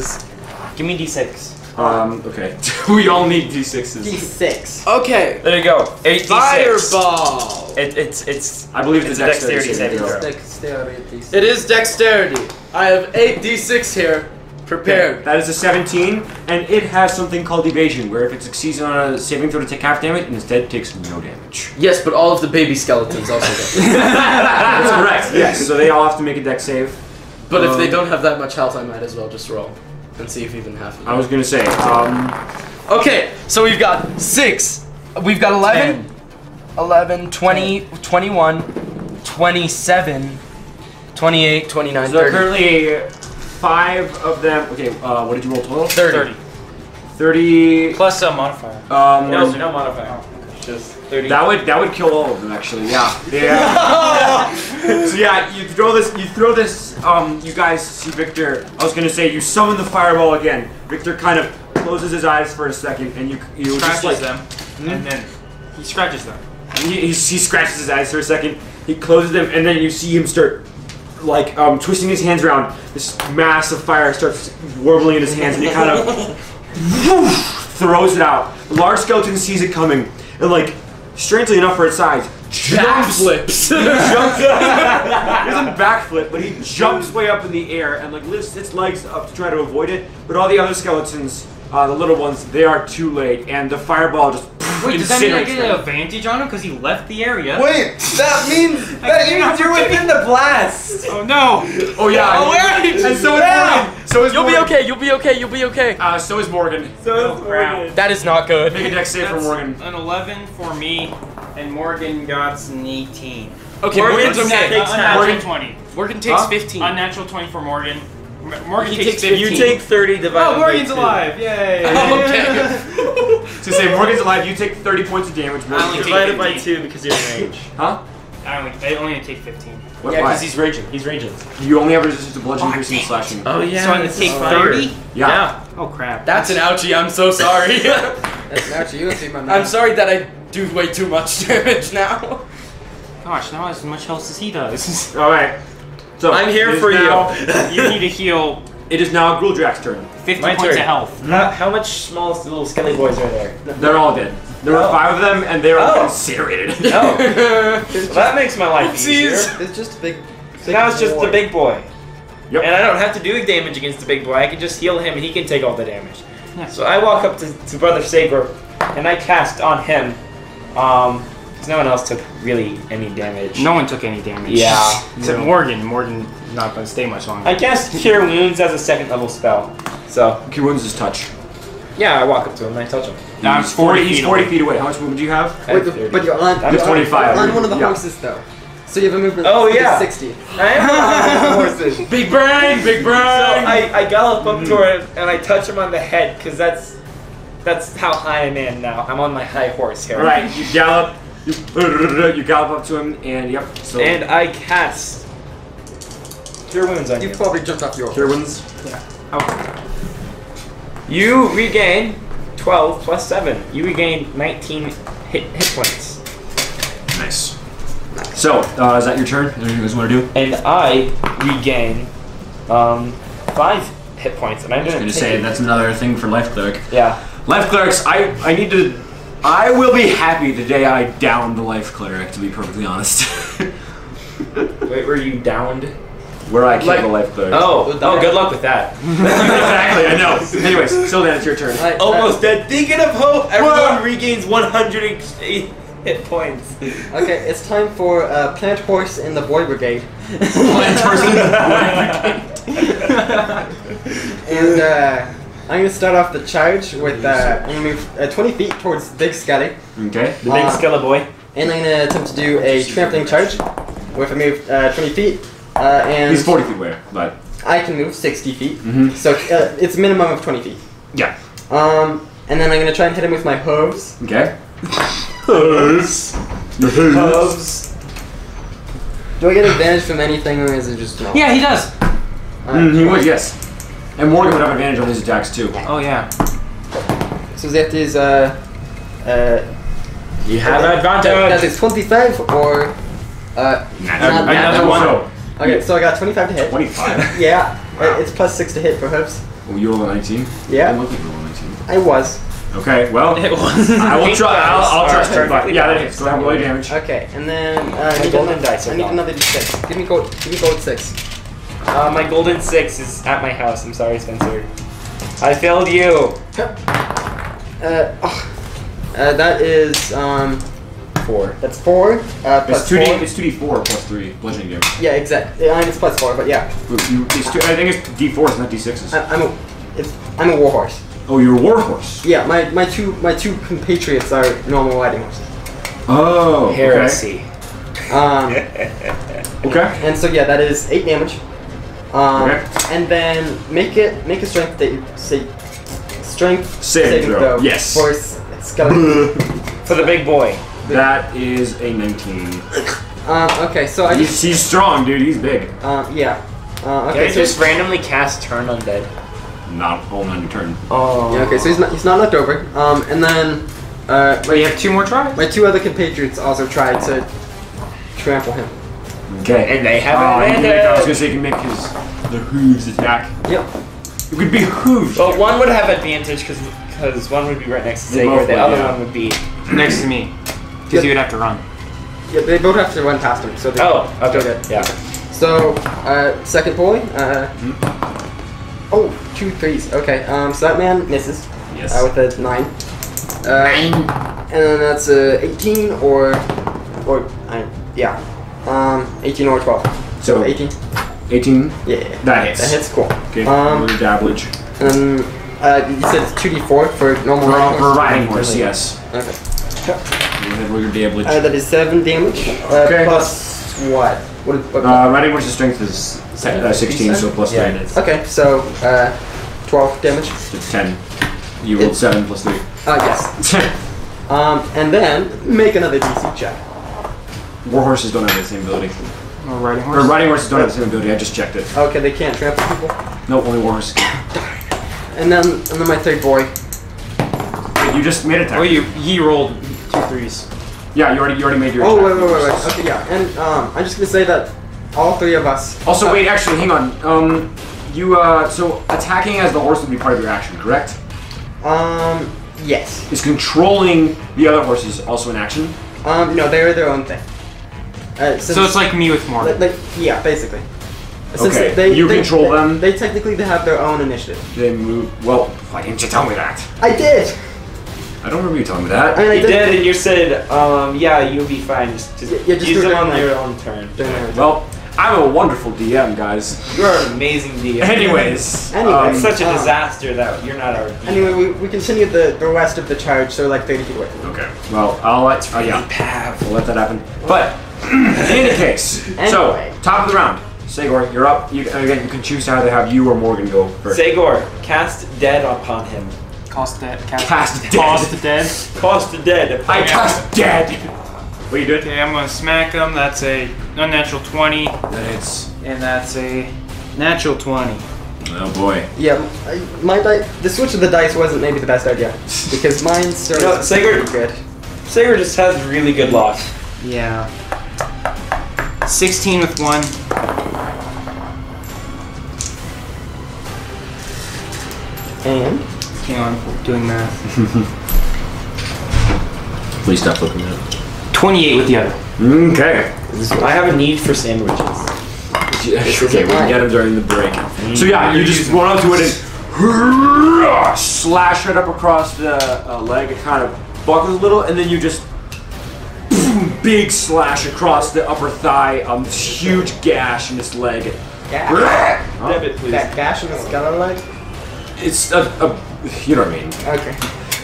S11: d6s.
S5: Give me d6.
S1: Um, okay. we all need d6s.
S6: D6.
S11: Okay.
S5: There you go. Eight d6.
S11: Fireball.
S5: It, it's it's
S1: I believe it's
S5: It's
S1: the
S5: a
S1: dexterity
S5: dexterity
S1: saving
S5: saving
S1: throw.
S6: Dexterity D6.
S11: It is dexterity. I have eight d6 here, prepared.
S1: That is a 17, and it has something called evasion, where if it succeeds on a saving throw to take half damage, it instead takes no damage.
S11: Yes, but all of the baby skeletons also do.
S1: That's correct. Yes. So they all have to make a deck save.
S11: but if they
S1: Um,
S11: don't have that much health, I might as well just roll and see if even half of
S1: I
S11: them.
S1: was gonna say. Um,
S11: Okay, so we've got six. We've got 11, 11, 20, 21, 27, 28, 29,
S1: so
S11: 30.
S1: currently five of them. Okay. Uh, what did you roll total?
S11: 30.
S1: Thirty.
S2: Plus a modifier.
S1: Um,
S5: no no modifier. Just thirty.
S1: That would that would kill all of them actually. Yeah. Yeah. so yeah, you throw this. You throw this. Um, you guys see Victor. I was gonna say you summon the fireball again. Victor kind of closes his eyes for a second, and you you just
S2: Scratches
S1: like
S2: them,
S5: Hmm?
S2: and then he scratches them.
S1: he, he, he scratches his eyes for a second. He closes them, and then you see him start like um, twisting his hands around. This mass of fire starts warbling in his hands, and he kind of woof, throws it out. The large skeleton sees it coming, and like strangely enough for its size, jumps.
S11: Backflips.
S1: jumps. he doesn't backflip, but he jumps way up in the air and like lifts its legs up to try to avoid it. But all the other skeletons, uh, the little ones, they are too late, and the fireball just
S2: Wait, does that mean I
S1: incinerates
S2: get
S1: them.
S2: an advantage on him because he left the area?
S6: Wait, that means that you
S2: cannot
S6: do
S2: predict.
S6: within the blast.
S2: Oh no!
S1: Oh yeah. And so is Morgan. So is
S11: You'll be
S1: Morgan.
S11: okay, you'll be okay, you'll be okay.
S1: Uh, so is Morgan.
S5: So
S2: Oh, crap.
S11: That is not
S1: Make
S11: good.
S1: a deck save for
S2: That's
S1: Morgan.
S2: An 11 for me, and Morgan got an 18.
S11: Okay, Morgan's
S2: Morgan
S11: okay.
S2: takes
S11: Uh,
S2: Morgan
S11: Morgan,
S2: 20.
S11: Morgan takes
S1: Huh?
S11: 15.
S2: Unnatural 20 for Morgan. M- Morgan
S11: He
S2: takes 15.
S11: takes
S5: You take thirty divided.
S2: Oh,
S5: by
S2: Morgan's
S5: two.
S2: alive! Yay!
S11: Okay.
S1: So say Morgan's alive. You take 30 points of damage. Morgan.
S2: I only take-
S5: Divided by two because you're in range.
S1: huh?
S2: I only, I only take 15.
S1: What?
S11: yeah,
S1: why?
S11: because he's raging.
S5: He's raging.
S1: You only have resistance to bludgeon, piercing, and slashing.
S5: Oh yeah.
S2: so I'm gonna take 30?
S1: yeah.
S2: Oh crap.
S11: That's an ouchie, I'm so sorry.
S6: That's now to you, see my man.
S11: I'm sorry that I do way too much damage now.
S2: Gosh, not as much health as he does.
S1: All right. So
S5: I'm here
S1: it is
S5: for you.
S1: now-
S2: you need to heal
S1: It is now Gruldrak's turn.
S2: 50
S5: My
S2: points
S5: turn.
S2: of health.
S5: How, how much small little skelly boys are there?
S1: They're all dead. There were
S5: Oh.
S1: five of them, and they're all
S5: Oh.
S1: incinerated.
S5: Oh,
S6: There's just,
S5: that makes my life easier.
S6: there's just a big.
S5: So now it's just the big boy.
S1: Yep.
S5: And I don't have to do damage against the big boy. I can just heal him and he can take all the damage.
S2: Yeah.
S5: So I walk up to, to Brother Saber and I cast on him. Um, 'cause no one else took really any damage.
S2: No one took any damage.
S5: Yeah.
S2: Except Morgan. Morgan not gonna stay much longer.
S5: I cast Cure Wounds as a second level spell. So,
S1: He ruins his touch.
S5: yeah, I walk up to him and I touch him.
S2: No, I'm
S1: he's 40,
S2: 40
S1: he's
S2: feet
S1: 40
S2: away.
S1: feet away. How much movement do you have?
S5: I have
S6: Wait, but-
S5: 30.
S6: but you're on.
S5: I'm
S6: you're on-
S1: 25.
S6: On one of the
S1: Yeah.
S6: horses though, so you have a movement.
S5: Oh,
S6: of
S5: yeah.
S6: 60.
S5: I am
S6: Horses.
S11: Big brain, big brain.
S5: So I, I gallop up to him and I touch him on the head because that's that's how high I am now. I'm on my high horse here.
S1: All right. You gallop. You, you gallop up to him, and yep. So
S5: And I cast Cure Wounds on
S6: You
S5: you.
S6: probably jumped off your.
S1: here wins.
S5: You regain 12 plus 7. You regain 19 hit, hit points.
S1: Nice. So uh, is that your turn? Is that what you guys want to do?
S5: And I regain um, 5 hit points. And I'm
S1: I'm
S5: going
S1: gonna say that's another thing for life cleric.
S5: Yeah.
S1: Life clerics, I I need to. I will be happy the day I down the life cleric. To be perfectly honest,
S5: Wait, were you downed?
S1: where I kill
S11: Like-
S1: the life cleric.
S5: Oh, oh, good luck with that.
S1: exactly. I know. Anyways, so then it's your turn.
S6: Alright,
S5: Almost dead. Thinking of hope,
S1: Whoa.
S5: everyone regains 100 ex- hit points.
S6: uh, okay, it's time for uh, Plant Horse in the Boy Brigade.
S1: Plant person.
S6: And uh, I'm gonna start off the charge with uh, I'm gonna move uh, 20 feet towards Big Scotty,
S1: Okay.
S9: The big
S6: Uh,
S9: skella boy.
S6: and I'm gonna attempt to do a trampling charge. With a move uh, 20 feet, uh, and
S1: He's 40 feet away, but.
S6: I can move 60 feet,
S1: Mhm.
S6: so uh, it's a minimum of 20 feet.
S1: Yeah.
S6: Um, and then I'm gonna try and hit him with my hooves.
S1: Okay.
S6: Do I get advantage from anything, or is it just no?
S11: Yeah, he does.
S1: Mm, he would, yes. And Morgan would have advantage on his attacks too.
S2: Oh yeah.
S6: So that is uh, uh,
S5: You have
S6: that
S5: advantage.
S6: is 25 or uh,
S1: Another,
S6: another
S1: one.
S6: one.
S1: So,
S6: okay. So I got 25 to hit.
S1: 25.
S6: Yeah, uh, it's plus six to hit for hooves.
S1: Well, you rolled a 19?
S6: Yeah.
S1: I'm looking for a 19.
S6: I was.
S1: Okay, well,
S2: It was.
S1: I will try. I'll, I'll
S5: Alright,
S1: trust you. but
S5: perfectly
S1: Yeah, that hits.
S5: balanced.
S1: Go ahead and roll your damage.
S6: Okay, and then uh, I need
S5: golden
S6: another,
S5: dice are
S6: I need
S5: gone.
S6: another d6. Give me gold. Give me gold six.
S5: Uh, my golden six is at my house. I'm sorry, Spencer. I failed you.
S6: Uh, ugh. uh that is um, four. That's four. Uh,
S1: It's
S6: plus
S1: 2D,
S6: four.
S1: it's 2d4 plus 3 bludgeoning damage.
S6: Yeah, exactly. I mean, it's plus four, but yeah,
S1: You- it's two- I think it's d4s, not d6s.
S5: Uh,
S6: I, I'm a, it's, I'm a warhorse.
S1: oh, you're a warhorse.
S6: Yeah, my, my two my two compatriots are normal riding horses.
S1: Oh, okay.
S5: Heresy.
S6: Um,
S1: Okay.
S6: and so yeah, that is eight damage. Um,
S1: Okay.
S6: and then make it make a strength that say strength
S1: Saving throw, yes.
S6: For s- skeleton.
S5: For the big boy.
S1: That is a 19.
S6: um, okay, so I just
S1: He's, he's strong, dude. He's big.
S6: um, yeah.
S5: Can
S6: Uh, okay,
S5: I
S6: so
S5: just randomly cast Turn Undead?
S1: Not all on your turn.
S5: Oh.
S6: yeah, okay, so he's not he's not knocked over. Um, and then uh,
S2: Wait, you have two more tries.
S6: my two other compatriots also tried to trample him.
S1: Okay.
S5: And they have
S1: Uh, you can make, I was gonna
S5: advantage.
S1: say you can make his the hooves attack.
S6: Yep.
S1: It could be hooves.
S5: But one would have advantage because one would be right next to
S1: They both
S5: Zagor, the
S1: would,
S5: other
S1: yeah.
S5: one would be.
S2: Next to me, because you would have to run.
S6: Yeah, they both have to run past him. So they,
S5: Oh, okay.
S6: Okay.
S5: Yeah.
S6: So, uh, second boy. Uh,
S5: Hmm?
S6: Oh, two threes. Okay, um, so that man misses
S1: Yes.
S6: uh, with a nine. Uh, nine. And then that's a 18 or, or I, yeah, um, 18 or 12.
S1: So-
S6: 18.
S1: 18.
S6: Yeah, yeah, yeah.
S1: That hits.
S6: that hits. Cool.
S1: Okay.
S6: Um,
S1: roll your dabblage.
S6: and uh, you said it's 2d4 for normal.
S1: For,
S6: riding
S1: for
S6: horse?
S1: riding horse, yes.
S6: Okay.
S1: Go ahead, roll your damage.
S6: Uh, that is seven damage. Uh,
S1: Okay.
S6: Plus what? What? Is, what
S1: Uh, riding horse's strength is se- uh, 16, so plus
S5: Yeah.
S1: 9 is
S6: okay, so uh, 12 damage.
S1: it's 10. You rolled
S6: It-
S1: 7 plus 3.
S6: Uh, yes. Um, and then make another DC check.
S1: Warhorses don't have the same ability.
S2: Or riding
S1: Or
S2: horse.
S1: riding horses don't have the same ability, I just checked it.
S6: Okay, they can't trample people.
S1: No, only warhorses can.
S6: And then, and then my third boy.
S1: You just made attack.
S2: Oh, you he rolled two threes.
S1: Yeah, you already, you already made your
S6: Oh
S1: attack.
S6: wait, wait, wait, wait. Okay, yeah. And um, I'm just gonna say that all three of us.
S1: Also, wait, actually, hang on. Um, you, uh, so attacking as the horse would be part of your action, correct?
S6: Um, yes.
S1: Is controlling the other horses also an action?
S6: Um, no, they're their own thing. Uh, since,
S2: So it's like me with
S6: like,
S2: Morgan.
S6: like, yeah, basically.
S1: Okay, you control them.
S6: They technically they have their own initiative.
S1: They move. Well, why didn't you tell me that?
S6: I did.
S1: I don't remember you telling me
S6: I
S1: that.
S6: mean, I
S5: You
S6: did.
S5: did, and you said, um, yeah, you'll be fine. Just, just
S6: Yeah, yeah, just
S5: use
S6: do it
S5: them on
S6: like-
S5: your own turn.
S6: Don't worry.
S1: Well, I'm a wonderful DM, guys.
S5: You're an amazing DM.
S1: Anyways.
S6: Anyway.
S1: um,
S5: It's such a
S6: Um,
S5: disaster that you're not our DM.
S6: Anyway, we, we continued the, the rest of the charge, so like 30 feet away. from me.
S1: okay. Well, I'll let. Oh yeah. We'll let that happen. But in any case,
S6: Anyway.
S1: so top of the round, Segor, you're up. You and again, you can choose to either have you or Morgan go first.
S5: Sagor, cast dead upon him.
S2: Cost dead.
S1: Cast dead.
S2: Cost dead.
S5: Cost dead.
S1: I
S5: upon-
S1: cast dead. What are you doing?
S2: Okay, I'm gonna smack him. That's a unnatural twenty,
S1: That hits.
S2: and that's a natural twenty.
S1: Oh boy.
S6: Yeah, I, my di- the switch of the dice wasn't maybe the best idea because mine started
S5: No, Sigurd-
S6: good.
S5: Sagor just has really good luck.
S2: Yeah. Sixteen with one.
S6: And
S2: Hang on, doing math.
S1: Please stop looking at.
S2: Twenty-eight with the other.
S1: Okay.
S5: I have a need for sandwiches.
S1: Okay, we can get him during the break. So yeah, you just run up to it and slash it up across the uh, leg. It kind of buckles a little, and then you just big slash across the upper thigh. Um, this huge gash in his leg.
S6: Yeah.
S1: Dab it, please.
S6: That gash in the skeleton leg?
S1: It's a, a you know what I mean.
S6: Okay.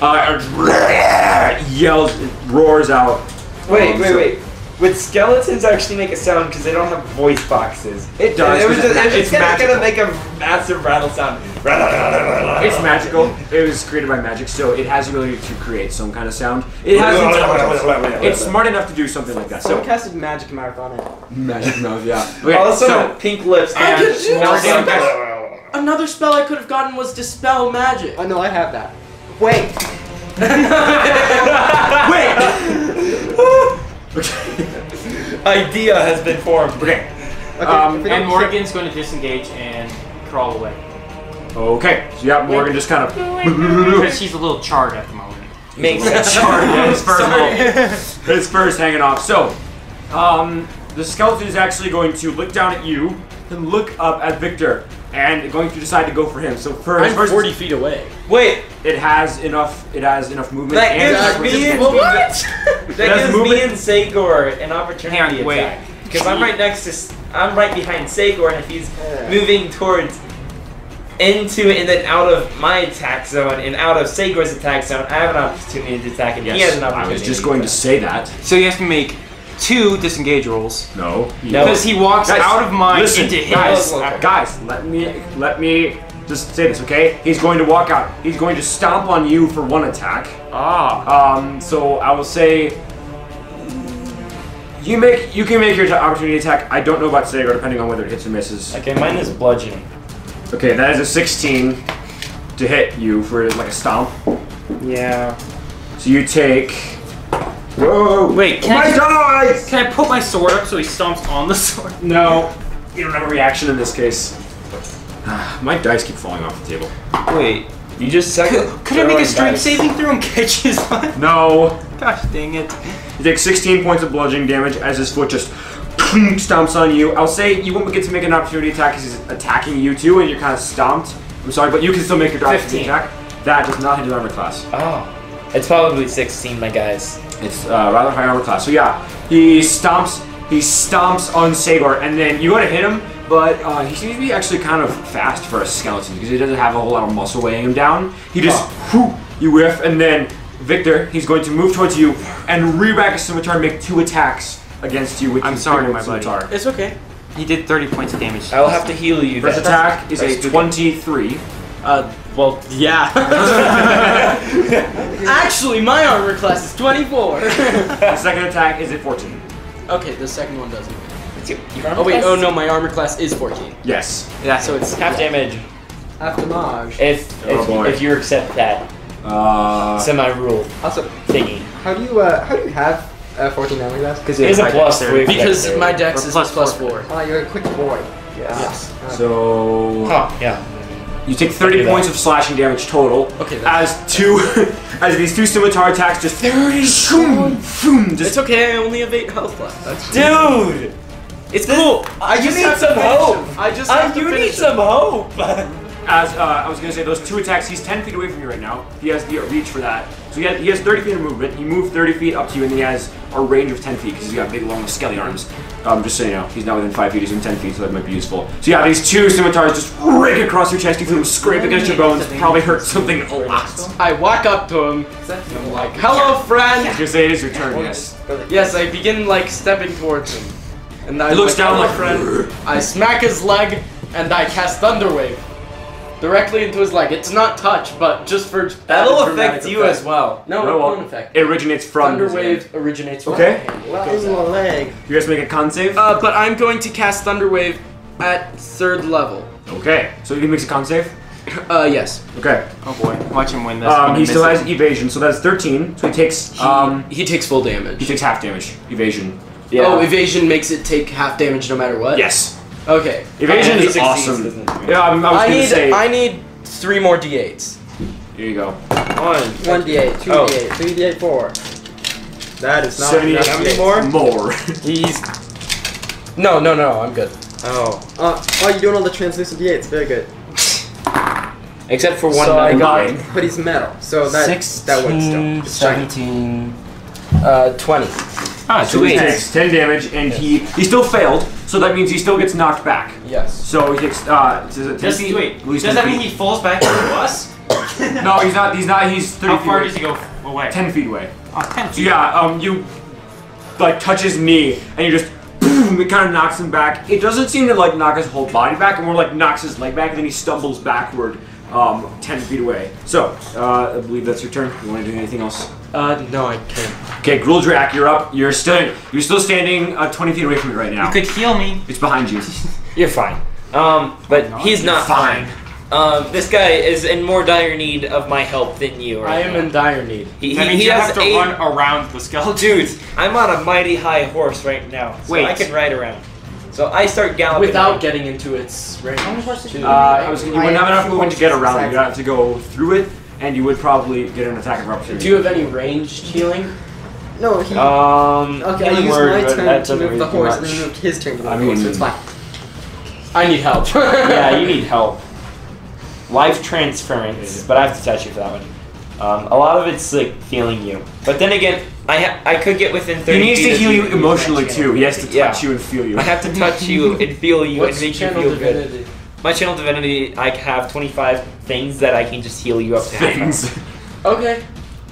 S1: Uh, it yells, it roars out.
S5: Wait,
S1: Um,
S5: wait,
S1: so-
S5: wait. Would skeletons actually make a sound because they don't have voice boxes?
S1: It does.
S5: It was just, it's,
S1: it's
S5: gonna,
S1: magical.
S5: gonna make a massive rattle sound.
S1: It's magical. It was created by magic, so it has the ability to create some kind of sound. It has
S5: Oh,
S1: intelligence. it's smart enough to do something like that.
S6: Someone
S1: So
S6: casted magic mouth on it.
S1: magic mouth, yeah. Okay,
S5: also,
S1: so
S5: pink lips
S11: I
S5: and
S11: just-
S5: smell
S11: I
S5: like-
S11: just- Another spell I could have gotten was dispel magic.
S6: Oh no, I have that. Wait.
S5: idea has been formed.
S1: okay,
S6: Okay,
S1: Um,
S6: if we
S2: And
S6: don't-
S2: Morgan's going to disengage and crawl away
S1: okay. So yeah, Morgan just kind of
S2: because she's a little charred at the moment.
S5: Makes sense.
S1: his fur's all- his fur's hanging off. So, um, the skeleton is actually going to look down at you and look up at Victor, and going to decide to go for him. So for his
S11: I'm
S1: first,
S11: 40 feet away.
S5: Wait,
S1: it has enough. It has enough movement.
S5: that
S1: and
S5: gives me and
S1: That's
S5: that gives me
S1: movement.
S5: and Sagor an opportunity
S2: Hang on, wait.
S5: attack. Because I'm right next to, S- I'm right behind Sagor, and if he's moving towards, into and then out of my attack zone and out of Sagor's attack zone, I have an opportunity to attack, and he has an
S1: I
S5: opportunity.
S1: was just going to say that.
S2: So he has to make two disengage rolls
S1: No.
S5: No.
S2: because he walks
S1: Guys,
S2: out of mine
S1: listen,
S2: into his.
S1: guys,
S5: Okay.
S1: guys, let me let me just say this, okay? He's going to walk out. He's going to stomp on you for one attack.
S2: Ah,
S1: Um, so I will say you make you can make your t- opportunity attack. I don't know about Sager, depending on whether it hits or misses.
S5: Okay, mine is bludgeoning.
S1: Okay, that is a 16 to hit you for like a stomp.
S5: Yeah.
S1: So you take. Whoa!
S2: Wait, can I
S1: my
S2: just-
S1: dice!
S2: can I put my sword up so he stomps on the sword?
S1: No, you don't have a reaction in this case. my dice keep falling off the table.
S5: Wait, you just second.
S2: Could, could I make a strength saving throw and catch his butt?
S1: No.
S2: Gosh dang it!
S1: You take 16 points of bludgeoning damage as his foot just stomps on you. I'll say you won't get to make an opportunity attack because he's attacking you too, and you're kind of stomped. I'm sorry, but you can still make your opportunity
S5: 15.
S1: attack. That does not hit your armor class.
S5: Oh, it's probably 16, my guys.
S1: It's uh, rather high armor class. So yeah, he stomps. He stomps on Sagor, and then you go to hit him, but uh, he seems to be actually kind of fast for a skeleton because he doesn't have a whole lot of muscle weighing him down. He just whew, you whiff, and then Victor, he's going to move towards you and reback his scimitar, and make two attacks against you with
S2: I'm
S1: his
S2: sorry,
S1: big old
S2: my buddy.
S1: scimitar.
S11: It's okay.
S2: He did 30 points of damage.
S5: I will have to heal you.
S1: First
S5: then.
S1: attack is
S5: That's
S1: a
S5: good.
S1: twenty-three.
S11: Uh, well, yeah. Actually, my armor class is 24.
S1: The second attack is a fourteen.
S11: okay, the second one doesn't.
S5: It's your- your armor
S11: Oh wait,
S5: class?
S11: oh no, my armor class is 14.
S1: Yes.
S11: Yeah, so it's
S5: Half damage.
S6: After Maj.
S11: Eh,
S5: If
S1: Oh,
S5: if,
S1: boy.
S5: if you accept that
S1: Uh,
S5: semi rule
S6: Also,
S5: thingy,
S6: how do you uh, how do you have uh, 14 armor glass? Because
S5: it's a plus
S2: dexterity.
S5: three. for
S11: because
S5: dexterity.
S11: my dex
S2: Or
S11: is
S2: plus
S11: plus, plus
S2: four.
S11: four.
S6: oh, you're a quick boy. Ah.
S5: Yes.
S1: so
S5: Huh, yeah.
S1: You take 30
S5: Do that.
S1: points of slashing damage total.
S11: Okay, that's-
S1: As two, as these two scimitar attacks just 30, shoom, shoom,
S11: It's
S1: just
S11: okay. I only have eight health left. That's
S5: Dude, it's cool. I you need some hope.
S11: I just
S5: I
S11: have to
S5: you need
S11: finish
S5: some hope.
S1: as uh, I was gonna say, those two attacks. He's 10 feet away from you right now. He has the uh, reach for that, so he has, he has 30 feet of movement. He moved 30 feet up to you, and he has a range of 10 feet because he's got big, long, skelly arms. Um, just so you know, he's not within five feet. He's in 10 feet, so that might be useful. So yeah, these two scimitars just rake across your chest. You feel them scrape against your bones. Probably hurt something a lot.
S11: I walk up to him. And I'm like, "Hello, friend."
S1: You're saying it is your turn, yes.
S11: Yes, I begin like stepping towards him, and I
S1: He looks
S11: like,
S1: down
S11: "Hello,
S1: like,
S11: friend. I smack his leg, and I cast Thunderwave directly into his leg. It's not touch, but just for
S5: That'll
S11: for dramatic
S5: affect you
S11: effect.
S5: as well.
S11: No, it
S1: Roll
S11: won't
S1: up.
S11: affect.
S1: It originates from his hand.
S11: Thunderwave originates from
S1: Okay.
S11: my hand. It
S6: Well,
S11: goes
S6: in
S11: out.
S6: your leg.
S1: You guys make a con save.
S11: Uh, but I'm going to cast Thunderwave at third level.
S1: Okay, so you can make a con save.
S11: Uh, yes.
S1: Okay.
S2: Oh boy, watch him win this. I'm
S1: Um,
S2: gonna
S1: he
S2: miss
S1: still
S2: it.
S1: has evasion, so that's 13. So he takes um,
S11: he takes full
S1: he
S11: damage.
S1: takes half damage. Evasion.
S11: Oh, evasion makes it take half damage no matter what.
S1: Yes.
S11: Okay.
S1: Evasion
S5: he
S1: is
S5: succeeds,
S1: awesome.
S5: doesn't he?
S1: Yeah, I'm, I was
S11: I
S1: gonna
S11: need
S1: say.
S11: I need three more d8s.
S1: Here you go.
S2: oh,
S5: One.
S6: 1d8,
S11: Oh.
S6: 2d8, 3d8, 4. That is not
S1: Seventy-eight.
S6: enough.
S1: more. More.
S11: He's no, no, no. I'm good.
S5: Oh,
S6: Uh, oh, you're doing all the translucent d8s. Very good.
S5: except for
S6: So
S5: one.
S6: I
S5: nine.
S6: got, but he's metal, so that that works still. It's shiny.
S11: 17, uh, 20.
S2: Ah,
S1: So he
S2: sweet.
S5: Ah,
S1: takes 10 damage, and he he still failed. So that means he still gets knocked back.
S10: Yes.
S1: So he takes uh, does it
S5: Does,
S1: 10 feet?
S5: wait,
S1: At least
S5: does
S1: 10
S5: that mean
S1: feet.
S5: he falls back to us?
S1: No, he's not. He's not. He's thirty
S5: How
S1: feet.
S5: far
S1: away.
S5: does he go away?
S1: Ten feet away.
S5: Oh, 10 feet.
S1: Yeah. Um. You like touch his knee, and you just. Boom, it kind of knocks him back. It doesn't seem to like knock his whole body back, and more like knocks his leg back, and then he stumbles backward, um, ten feet away. So uh, I believe that's your turn. You want to do anything else?
S11: Uh, no, I can't.
S1: Okay, Gruldrak, you're up. You're still you're still standing uh, twenty feet away from me right now.
S2: You could heal me.
S1: It's behind you.
S5: You're fine. Um, but he's not fine. Um, this guy is in more dire need of my help than you. Right
S11: I am
S5: now.
S11: in dire need.
S5: He,
S9: That
S5: he-
S9: means
S5: he
S9: you
S5: has
S9: have to
S5: a-
S9: run around the skeleton.
S5: Dude, I'm on a mighty high horse right now. So I
S9: Wait.
S5: can ride around. So I start galloping. Um,
S11: Without
S5: around.
S11: getting into its range.
S1: Uh, I was, you wouldn't have enough movement to get around it. You'd have to go through it, and you would probably get an attack of opportunity.
S11: Do you have any ranged healing?
S6: No, he.
S5: Um.
S6: okay, I
S5: healing
S6: used
S5: word,
S6: my
S5: but
S6: turn
S5: that
S6: to
S5: doesn't
S6: move
S5: really
S6: the
S5: do
S6: horse, and
S5: much.
S6: then moved his turn to move
S1: I
S6: the horse. so
S1: mean-
S6: it's fine.
S11: I need help.
S5: yeah, you need help. Life transference, but I have to touch you for that one. Um, a lot of it's like feeling you, but then again, I ha- I could get within
S1: He
S5: thirty.
S1: needs
S5: feet
S1: to
S5: of
S1: heal you emotionally
S5: Use that
S1: too.
S5: channel.
S1: He has to touch
S5: Yeah.
S1: you and feel you.
S5: I have to touch you and feel you
S11: What's
S5: and make you
S11: channel
S5: feel good.
S11: divinity?
S5: My channel divinity, I have twenty five things that I can just heal you up to. half health.
S1: Things.
S11: Okay,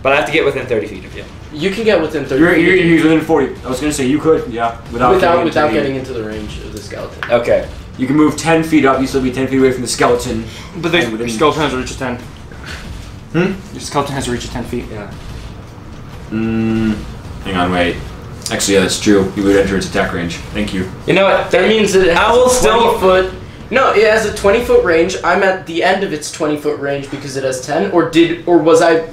S5: but I have to get within thirty feet of you.
S11: you can get within 30
S1: You're,
S11: feet
S1: you're, you're within forty. I was gonna say you could, yeah, without
S11: without without
S1: into the-
S11: getting into the range of the skeleton.
S5: Okay.
S1: You can move ten feet up. You still be ten feet away from the skeleton.
S2: But
S1: And
S2: the
S1: within-
S2: your skeleton has a reach of ten.
S1: Hmm?
S2: Your skeleton has a reach of ten feet.
S11: Yeah.
S1: Mm, hang on, wait. Actually, yeah, that's true. You would enter its attack range. Thank you.
S5: You know what?
S11: That means that it has
S5: I will
S11: a 20
S5: still.
S11: foot. No, it has a 20 foot range. I'm at the end of its 20 foot range because it has 10. Or did or was I?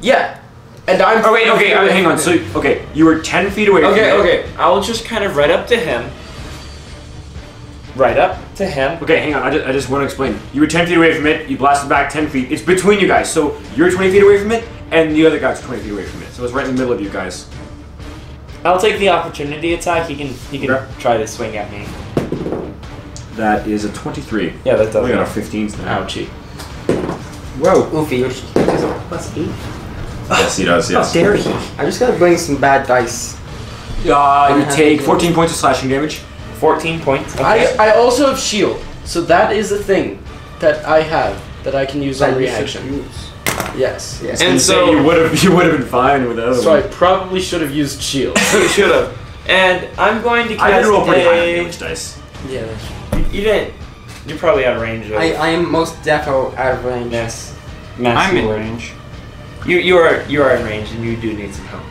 S11: Yeah. And I'm.
S1: Oh wait, okay, uh, hang on. So okay, you were ten feet away.
S5: Okay,
S1: from it.
S5: okay. I'll just kind of right up to him. Right up to him.
S1: Okay, hang on. I just, I just want to explain. You were 10 feet away from it. You blasted back 10 feet. It's between you guys. So you're 20 feet away from it, and the other guy's 20 feet away from it. So it's right in the middle of you guys.
S5: I'll take the opportunity attack. He can he can
S1: Okay.
S5: try to swing at me.
S1: That is a 23.
S5: Yeah, that
S1: We got a
S5: does.
S1: 15 now.
S5: Ouchie.
S1: Whoa.
S6: Oofy. Plus eight.
S1: Yes, he does.
S6: How dare he? I just gotta bring some bad dice.
S1: Uh, you take 14 points of slashing damage.
S5: Fourteen points.
S11: I,
S5: Okay.
S11: I also have shield, so that is a thing that I have that I can use on
S6: That you should
S11: reaction.
S6: use.
S11: Yes.
S6: Yes.
S5: and
S1: So you
S5: so
S1: would have you would have been fine with the other
S11: So I
S1: one.
S11: probably should have used shield.
S5: you should have. And I'm going to
S1: I
S5: cast
S1: did roll pretty high on
S5: a.
S1: damage dice.
S11: yeah.
S5: You didn't. You're probably out of range. Of
S6: I, I am most defo out of range.
S5: mess.
S2: I'm in range.
S5: You you are you are in range, and you do need some help.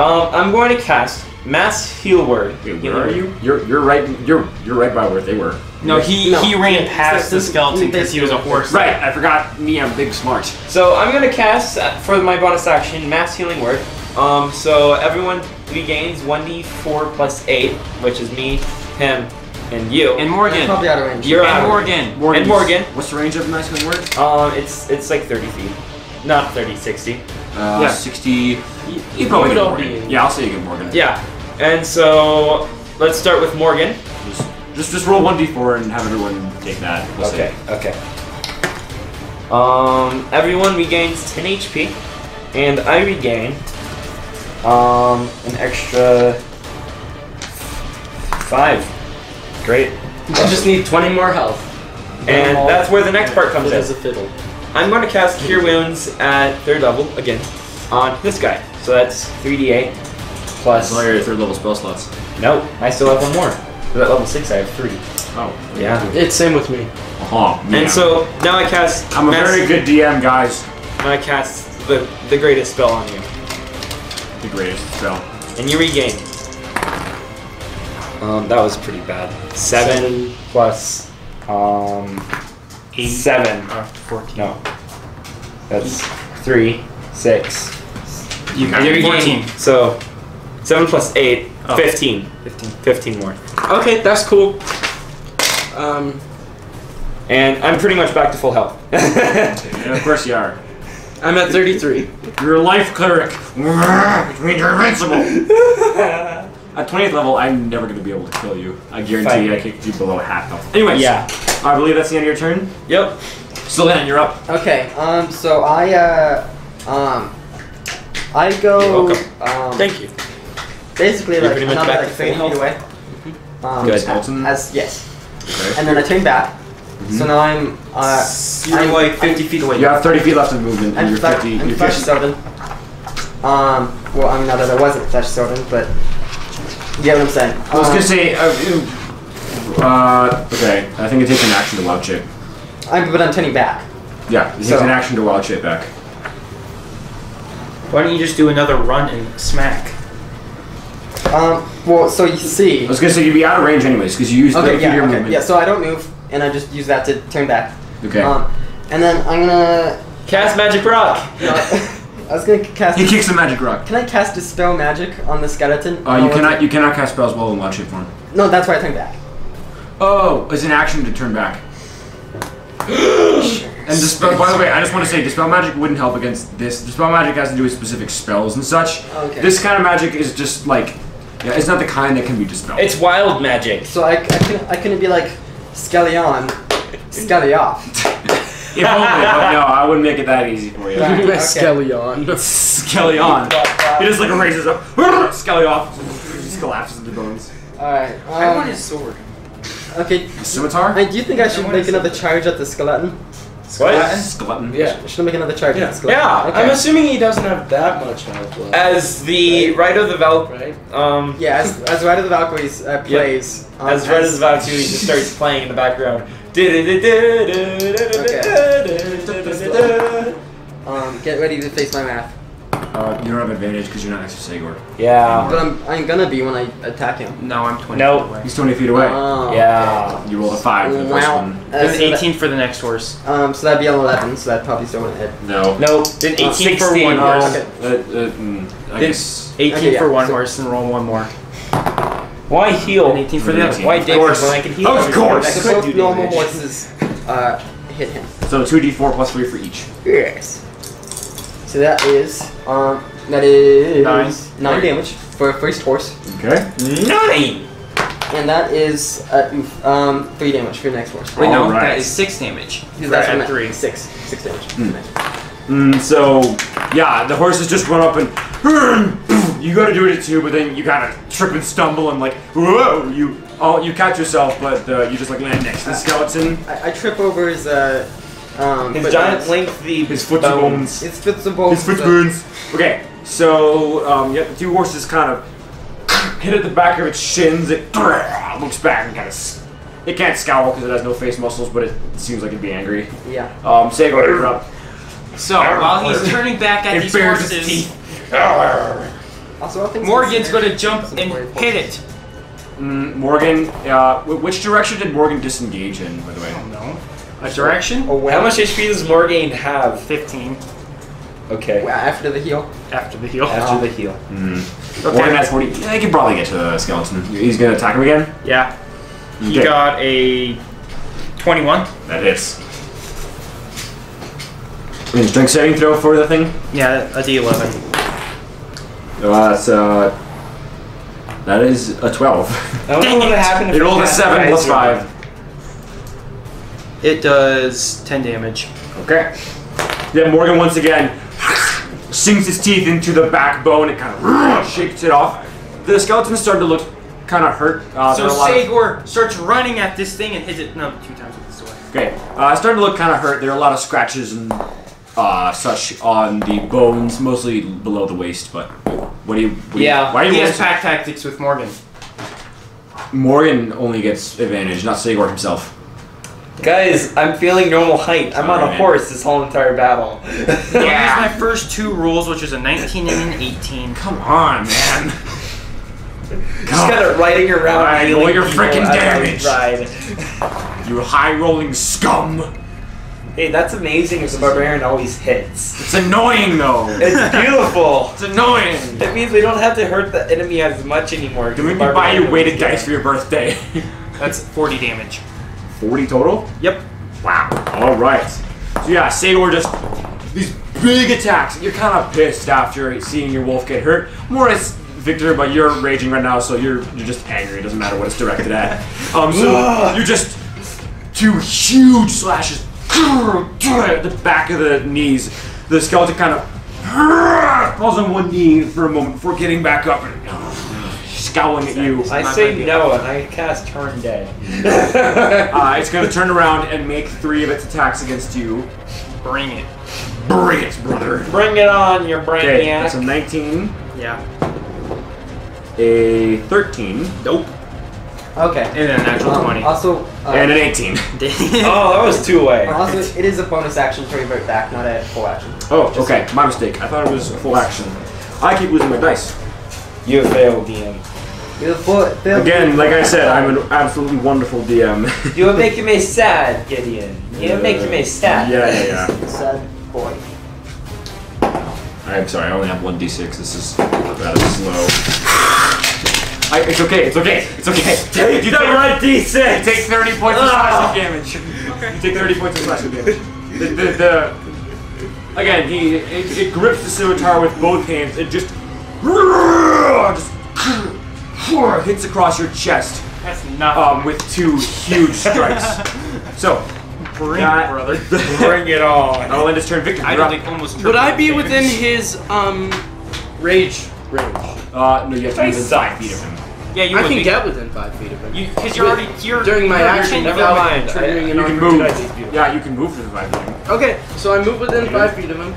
S5: Um, I'm going to cast mass heal word.
S1: Wait,
S5: Heal
S1: where are
S5: word.
S1: you? You're you're right you're you're right by where they were.
S2: No, he
S6: No.
S2: he ran past the
S6: this-
S2: skeleton because
S6: this-
S2: he was a horse.
S1: Right, I forgot me, I'm big smart.
S5: So I'm gonna cast uh, for my bonus action mass healing word. Um, so everyone regains 1d4 plus 8, which is me, him, and you.
S2: And
S6: I'm
S2: Morgan.
S6: probably out of range.
S5: You're out.
S2: and Morgan.
S1: Morgan,
S5: And Morgan.
S1: What's the range of nice wing word?
S5: Um, it's it's like 30 feet, not 30, 60.
S1: Uh,
S2: Yeah.
S1: 60. You, you probably
S11: would
S1: get
S11: all
S1: Morgan.
S11: be-
S1: Yeah, I'll say you get Morgan.
S5: Yeah. And so let's start with Morgan.
S1: Just, just, just roll 1d4 and have everyone take that. We'll see.
S5: Okay. Um, everyone regains 10 HP, and I regain um an extra five. Great.
S11: I just need 20 more health.
S5: And that's where the next part comes
S11: As a
S5: in.
S11: fiddle.
S5: I'm going to cast Cure Wounds at third level again on this guy. So that's 3d8 plus.
S1: That's all your third level spell slots.
S5: No, I still have one more. So at level six, I have three.
S1: Oh.
S5: Yeah.
S11: It's same with me.
S1: Uh-huh.
S5: And so now I cast.
S1: I'm a
S5: mass-
S1: very good DM, guys.
S5: I cast the the greatest spell on you,
S1: The greatest spell.
S5: and you regain. Um, that was pretty bad. Seven, plus um
S2: Eight.
S5: seven.
S2: Uh, Fourteen.
S5: No, that's three, six,
S2: You
S1: got
S5: You're
S2: Fourteen.
S5: gaining- So, 7 plus 8,
S2: Oh.
S5: 15.
S2: 15.
S5: 15 more.
S11: Okay, that's cool. Um,
S5: And I'm pretty much back to full health.
S1: And of course you are.
S11: I'm at 33.
S1: You're a life cleric. Which means you're invincible. At 20th level, I'm never going to be able to kill you. I guarantee
S5: Fine.
S1: I kicked you below half health. Anyways.
S5: yeah.
S1: I believe that's the end of your turn.
S5: Yep.
S1: So then you're up.
S6: Okay, um, so I, uh, um, I go,
S5: You're
S6: um,
S5: Thank you.
S6: basically
S5: You're
S6: like
S5: pretty much
S6: another
S5: back
S6: like
S5: to
S6: 30
S5: full
S6: feet away. Um,
S1: Go ahead, Dalton.
S6: As yes,
S1: Okay.
S6: and then I turn back.
S5: Mm-hmm.
S6: So now I'm. Uh,
S2: You're
S6: I'm-
S2: like 50 feet away.
S1: You have 30 feet left in movement, and
S6: I'm,
S1: you're
S6: flash,
S1: 50.
S6: I'm
S1: You're
S6: flash
S1: 50.
S6: Sylvan. Um, well, I mean, not that I wasn't flash Sylvan, but you get what I'm saying.
S1: I was
S6: Um,
S1: gonna say, uh, ew. uh, okay. I think it takes an action to wild shape.
S6: I'm, but I'm turning back.
S1: Yeah, it takes
S6: So-
S1: an action to wild shape back.
S2: Why don't you just do another run and smack?
S6: Um, well, so you see.
S1: I was gonna say you'd be out of range anyways because you used 30 feet
S6: Okay,
S1: of
S6: yeah,
S1: your
S6: okay,
S1: movement.
S6: yeah. So I don't move, and I just use that to turn back.
S1: Okay.
S6: Um, and then I'm gonna.
S5: Cast magic rock.
S6: I was gonna cast.
S1: he kicks the magic rock.
S6: Can I cast dispel magic on the skeleton?
S1: Uh,
S6: No,
S1: you
S6: what's
S1: cannot. You cannot cast spells while in wild shape form.
S6: it- No, that's why I turned back.
S1: Oh, it's an action to turn back. and dispel. By the way, I just want to say, dispel magic wouldn't help against this. Dispel magic has to do with specific spells and such.
S6: Okay.
S1: This kind of magic is just like, yeah, it's not the kind that can be dispelled.
S5: It's wild magic.
S6: So I, I couldn't. I couldn't be like, Skelly on, Skelly off.
S1: if only, but no, I wouldn't make it that easy for you.
S6: Right, okay.
S10: Skeleon.
S1: Skelly on. He just like raises up. Skelly off. Just collapses into bones.
S6: Alright. Um,
S2: I want his sword.
S6: Okay.
S1: Scimitar.
S6: Hey, do you think I should
S2: I
S6: make
S2: wanna
S6: another charge at the skeleton?
S5: What?
S1: Skeleton.
S11: Yeah.
S6: Should I make another charge at the skeleton?
S5: Yeah,
S6: Okay.
S11: I'm assuming he doesn't have that much health left.
S5: As the right of the Val,
S11: right?
S5: um,
S6: yeah, as, as Ride of the Valkyries uh, plays. um,
S5: as red as about to, he just starts playing in the background.
S6: um, get ready to face my math.
S1: Uh, you don't have advantage because you're not next to Sigurd.
S5: Yeah.
S6: But I'm, I'm gonna be when I attack him.
S2: No, I'm 20
S5: Nope.
S2: feet away.
S1: He's 20 feet away.
S6: Um,
S5: Yeah.
S1: you roll a five for the first
S6: Wow.
S1: one.
S6: Uh,
S2: Then
S6: so that-
S2: 18 for the next horse.
S6: um, so that'd be an 11, so that probably still wouldn't hit.
S1: No.
S5: Nope. Uh, Then
S2: 18 for one
S1: No.
S2: horse.
S6: Okay.
S1: Uh, uh, mm, I
S2: Did-
S1: guess.
S2: 18
S6: Okay, yeah,
S2: for one
S6: so-
S2: horse and roll one more.
S5: Why heal?
S2: And 18 for the other.
S1: Of
S5: Why dick
S2: course.
S5: when I can heal?
S1: Of
S5: everyone?
S1: course.
S5: I
S6: So
S5: could do
S6: both normal
S5: damage.
S6: horses uh, hit him.
S1: So 2d4 plus 3 for each.
S6: Yes. So that is, um, that is
S2: Nine.
S6: nine damage for first horse,
S1: Okay.
S5: Nine.
S6: and that is uh, oof, um three damage for next horse.
S2: Wait, no,
S1: Alright.
S2: that is 6 damage.
S6: Because that's
S2: Right,
S6: what
S2: at
S6: I meant.
S2: 3.
S6: Six. Six damage.
S1: Mm, so, yeah, the horses just run up and you go to do it at two, but then you kind of trip and stumble and like, whoa, you all you catch yourself, but uh, you just like land next to the skeleton.
S6: I, I trip over his uh um
S5: His
S6: but
S5: giant
S6: it's-
S5: lengthy
S1: His foot's
S5: bone.
S1: bones.
S6: It's fits and bones.
S1: His foot
S6: so-
S1: wounds. Okay, so um, yep, the two horses kind of hit at the back of its shins. It looks back and kind of. It can't scowl because it has no face muscles, but it seems like it'd be angry.
S6: Yeah.
S1: Um, Sago, you're up.
S2: So, while he's turning back at
S1: It
S2: these
S1: bares its
S2: horses,
S1: teeth.
S6: Also, I think
S2: Morgan's gonna jump and hit it.
S1: Mm, Morgan, uh, wh- which direction did Morgan disengage in, by the way?
S2: No. A direction?
S6: away.
S5: How much HP does Morgaine have?
S2: 15
S5: Okay.
S6: after the Um, heal.
S2: after the heal.
S5: After the heal.
S1: Morgan has 40. Yeah, he can probably get to the skeleton. He's gonna attack him again?
S2: Yeah. He
S1: Okay,
S2: got a 21.
S1: That hits. And strength saving throw for the thing?
S2: Yeah, a D11.
S1: Uh, that's, uh, that is a 12.
S5: I wonder
S2: Dang
S5: what would
S2: it.
S5: happen if
S1: It rolled a
S5: cast
S1: 7 plus
S5: Rise Orb.
S1: 5.
S2: It does 10 damage.
S1: Okay. Then Morgan once again sinks his teeth into the backbone and kind of shakes it off. The skeleton started to look kind of hurt. Uh,
S2: So
S1: there are a lot of-
S2: Sagor starts running at this thing and hits it. No, two times with his sword.
S1: Okay, uh, I started to look kind of hurt. There are a lot of scratches and uh, such on the bones, mostly below the waist. But what do you? What do you-
S5: Yeah,
S1: why are
S2: He
S1: you?
S2: has pack tactics with Morgan.
S1: Morgan only gets advantage, not Sigor himself.
S5: Guys, I'm feeling normal height. I'm on a
S1: Alright.
S5: horse this whole entire battle.
S2: Yeah. I used my first two rules, which is a 19 and an 18.
S1: Come on, man.
S5: Just kind of riding around.
S1: Alright,
S5: healing
S1: roll your
S5: people
S1: frickin'
S5: as I
S1: damage.
S5: ride.
S1: you high rolling scum.
S5: Hey, that's amazing if the barbarian always hits.
S1: It's annoying though.
S5: It's beautiful.
S1: It's annoying.
S5: It means we don't have to hurt the enemy as much anymore. 'cause
S1: Do we
S5: the
S1: need to buy
S5: barbarian
S1: you weighted
S5: always
S1: dice for your birthday?
S2: That's 40 damage.
S1: Forty total.
S2: Yep.
S1: Wow. All right. So yeah, Sagor just these big attacks. You're kind of pissed after seeing your wolf get hurt. More as Victor, but you're raging right now, so you're you're just angry. It doesn't matter what it's directed at. Um, so you just two huge slashes at the back of the knees. The skeleton kind of falls on one knee for a moment before getting back up and scowling at you.
S9: I say no, and I cast turn dead.
S1: Uh, it's going to turn around and make three of its attacks against you.
S2: Bring it.
S1: Bring it, brother.
S9: Bring it on, you
S1: Okay,
S9: brainiac.
S1: that's a 19,
S2: Yeah.
S1: a 13,
S2: Nope.
S6: Okay.
S2: And then natural
S6: Um,
S2: 20.
S6: also, uh,
S1: and an 18.
S9: oh, that was two way.
S6: also, it is a bonus action to revert back, not a full action.
S1: Oh, okay, my mistake. I thought it was full action. I keep losing my dice.
S9: You failed, DM.
S6: You have full, failed
S1: Again, like I said, I'm an absolutely wonderful DM.
S5: You are making me sad, Gideon. You are making me
S1: yeah,
S5: sad.
S1: yeah, yeah.
S6: sad boy.
S1: I'm sorry, I only have one d6. This is that is slow. I, it's okay, it's okay, it's okay. Take you take,
S9: d6!
S1: take 30 points of
S2: Ah.
S1: slashing damage. You take 30 points of slashing damage. The, the, the, again, he it, it grips the scimitar with both hands and just, just hits across your chest
S2: That's not
S1: um, with two huge strikes. So,
S2: bring
S1: that-
S2: it, brother.
S9: Bring it on.
S1: I'll end his turn. Victor,
S2: I
S1: you're up.
S2: don't think almost.
S11: Oh, Would I be
S2: triple
S11: within
S2: damage.
S11: his um rage range?
S1: Uh, no, you have to
S9: That
S1: move inside
S9: sucks.
S1: feet of him.
S2: Yeah, you
S11: I
S2: would
S11: can
S2: be.
S11: get within five feet of him.
S2: Because you, are already. You're,
S11: During my
S2: you're
S11: action,
S2: already-
S11: without
S9: mind.
S11: triggering an
S1: You can
S11: armor.
S1: move.
S9: dice is beautiful.
S1: Yeah, you can move to survive him.
S11: Okay, so I move within five feet of him,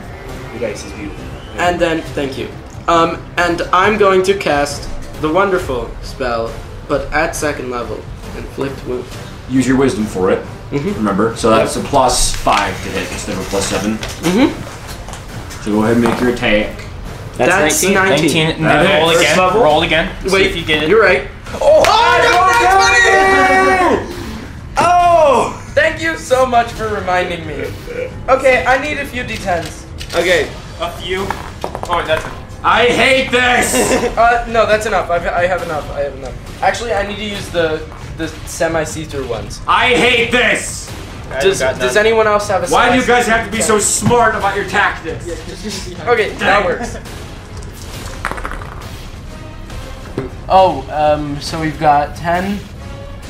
S9: Your dice is beautiful.
S11: and then thank you. Um, and I'm going to cast the wonderful spell, but at second level, inflict wound.
S1: Use your wisdom for it. Remember, so that's a plus five to hit instead of a plus seven. Mm-hmm. So go ahead and make your attack.
S11: That's 19.
S2: 19. and then
S1: Okay,
S2: roll
S1: first
S2: again.
S9: level?
S2: Roll again. See
S11: Wait,
S2: if you get it.
S11: You're right.
S9: Oh!
S11: Thank you so much for reminding me. Okay, I need a few d10s.
S9: Okay.
S2: a few. Oh, that's.
S1: I hate this.
S11: Uh, no, that's enough. I've, I have enough. I have enough. Actually, I need to use the the semi see-through ones.
S1: I hate this.
S11: Does, does anyone else have a?
S1: Why do you guys
S11: semi-see-through
S1: have to be so smart about your tactics?
S11: Okay, that works. Oh, um, so we've got 10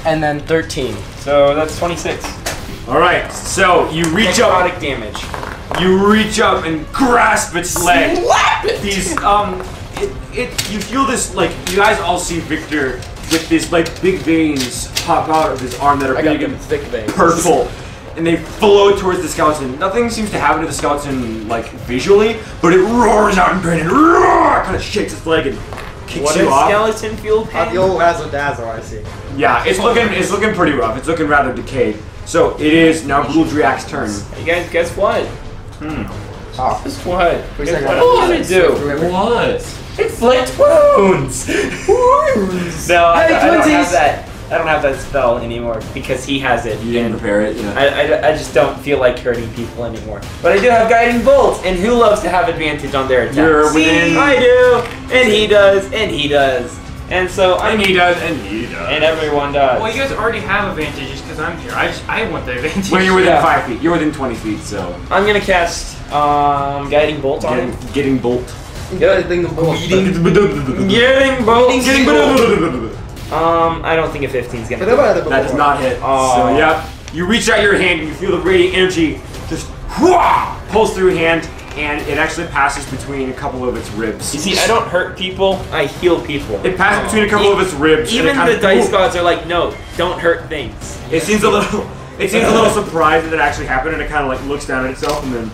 S11: and then 13.
S9: So that's 26.
S1: All right, so you reach up,
S9: Necrotic damage.
S1: you reach up and grasp its leg. These um, it, it you feel this like you guys all see Victor with these like big veins pop out of his arm that are
S11: I got
S1: big
S11: them
S1: and
S11: thick veins.
S1: purple and they flow towards the skeleton. Nothing seems to happen to the skeleton like visually, but it roars out in pain and roar, kind of shakes its leg and kicks
S5: What
S1: you
S5: is
S1: off.
S5: skeleton fuel pen?
S6: The old razzle dazzle, I see.
S1: yeah, it's looking it's looking pretty rough. It's looking rather decayed. So it is now Bluldriak's turn.
S5: You guys, guess what?
S11: Hmm.
S9: Ah.
S6: Oh.
S5: Guess what?
S6: Wait a
S5: Guess
S6: second.
S5: what I'm gonna do?
S6: Remember.
S1: What?
S5: Inflict wounds. wounds. No, I,
S11: Hey,
S5: I don't
S11: twinsies.
S5: have that. I don't have that spell anymore because he has it.
S1: You didn't
S5: and
S1: prepare it. Yeah.
S5: I, I, I just don't feel like hurting people anymore. But I do have guiding bolts, and who loves to have advantage on their attacks?
S1: You're within-
S5: I do, and he does, and he does, and so I
S1: And
S5: mean,
S1: he does, and he does.
S5: and everyone does.
S2: Well, you guys already have advantages because I'm here. I just I want the advantage.
S1: Well, you're within
S5: Yeah.
S1: five feet. You're within twenty feet, so
S5: I'm gonna cast um, guiding bolt on him.
S1: getting, getting bolt.
S6: Yeah, thing the bull.
S1: Getting
S5: Getting bolt.
S1: bolt.
S5: Um, I don't think a 15 is gonna. do it.
S1: That does not hit. So
S5: Aw.
S1: yep. You reach out your hand and you feel the radiant energy just whoa, pulls through your hand and it actually passes between a couple of its ribs.
S5: You see, I don't hurt people. I heal people.
S1: It passes between a couple of its ribs. and it
S5: Even
S1: kinda-
S5: the dice
S1: Ooh.
S5: gods are like, no, don't hurt things.
S1: It seems a little it seems a little surprised that it actually happened and it kinda like looks down at itself and then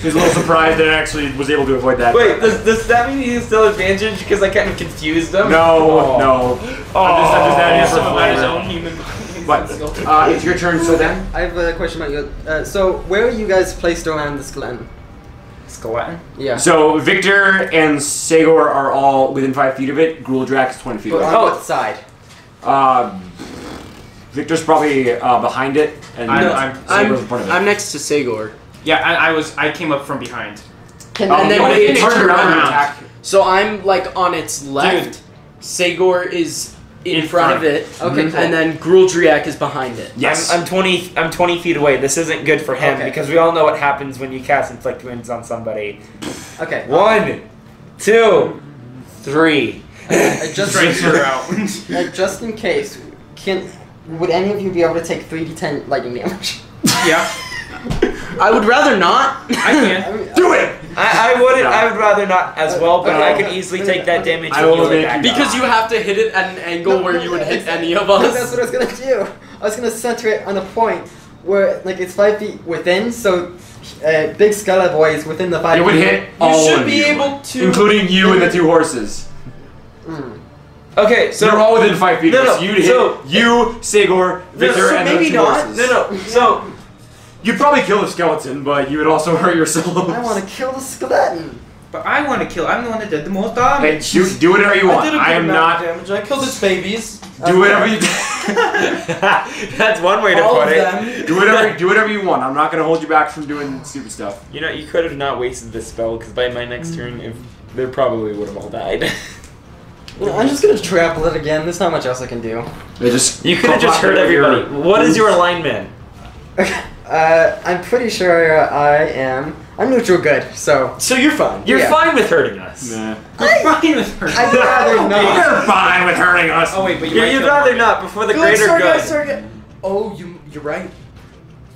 S1: She's a little surprised that it actually was able to avoid that.
S5: Wait, does, does that mean he's still advantage because I kind of confused them?
S1: No, no. I'm just, I'm just adding it for
S2: Some about his
S1: flavor.
S2: own human.
S1: But uh, it's your turn, so then.
S6: I have a question about you. Uh, so, where are you guys placed around this glen?
S5: Skeleton.
S6: Yeah.
S1: So Victor and Segor are all within five feet of it. Gruldrak is twenty feet
S6: But
S1: away.
S6: on
S5: Oh.
S6: what side?
S1: Uh, Victor's probably uh, behind it, and
S2: I'm-
S11: No,
S2: I'm-
S1: Saber's
S11: I'm,
S1: in front of it.
S11: I'm next to Segor.
S2: Yeah, I, I was. I came up from behind.
S6: Can
S1: Oh,
S11: and then
S1: you
S11: they
S1: can turn
S11: turn
S1: around and
S2: around.
S1: attack.
S11: So I'm like on its left. Segor is in,
S2: In
S11: front,
S2: front.
S11: of it.
S6: Okay, cool.
S11: And then Gruldriak is behind it.
S1: Yes.
S5: I'm, I'm 20. I'm 20 feet away. This isn't good for him
S6: Okay.
S5: because we all know what happens when you cast inflict wounds on somebody.
S6: okay.
S5: One, two, three.
S6: Uh, just,
S2: Straight her out.
S6: uh, just in case, can would any of you be able to take 3d10 lightning damage?
S2: yeah,
S11: I would rather not.
S2: I can.
S6: I mean,
S1: Do it.
S5: I, I wouldn't.
S1: No.
S5: I would rather not as well, Oh, but
S1: No.
S5: I could easily take that damage.
S1: I
S5: and
S1: will
S5: heal it
S1: make
S5: back
S1: you-
S5: up.
S11: Because you have to hit it at an angle where you would hit any of us.
S6: That's what I was gonna do. I was gonna center it on a point where, like, it's five feet within, so uh, big Scala boy is within the five.
S1: It would
S6: feet.
S1: hit all
S11: should
S1: of
S11: be
S1: you,
S11: able to-
S1: including you and the two horses.
S6: Mm.
S5: Okay,
S1: So
S5: so
S1: they're all within five feet.
S5: No,
S1: of us.
S5: no,
S1: You'd hit
S5: so-
S1: you, Sigor, Victor,
S5: so
S1: and the
S5: maybe
S1: two
S5: not.
S1: horses.
S5: No, no. So
S1: You'd probably kill the skeleton, but you would also hurt yourself.
S6: I want to kill the skeleton.
S2: But I want to kill. I'm the one that did the most damage.
S1: Hey, do, do whatever you want. I, am not.
S11: Damage. I killed its babies.
S1: Do whatever you
S5: that's one way to
S11: All of
S5: put it.
S11: them.
S1: do whatever do whatever you want. I'm not gonna hold you back from doing stupid stuff.
S5: You know, you could have not wasted this spell because by my next turn, if they probably would have all died.
S6: Well, I'm just gonna trample it again. There's not much else I can do.
S1: They just
S5: You could have just hurt everybody. What is your alignment?
S6: uh, I'm pretty sure I am. I'm neutral good, so
S11: So you're fine.
S5: You're
S6: Yeah.
S5: fine with hurting us.
S1: Nah.
S2: I'm fucking with her.
S6: I'd rather not.
S1: You're fine with hurting us.
S2: oh wait, but you.
S5: You-
S2: might
S5: You'd
S2: kill
S5: rather
S2: me.
S5: not before the greater
S11: sorry,
S5: good.
S11: guys, sorry, guys. Oh, you you're right.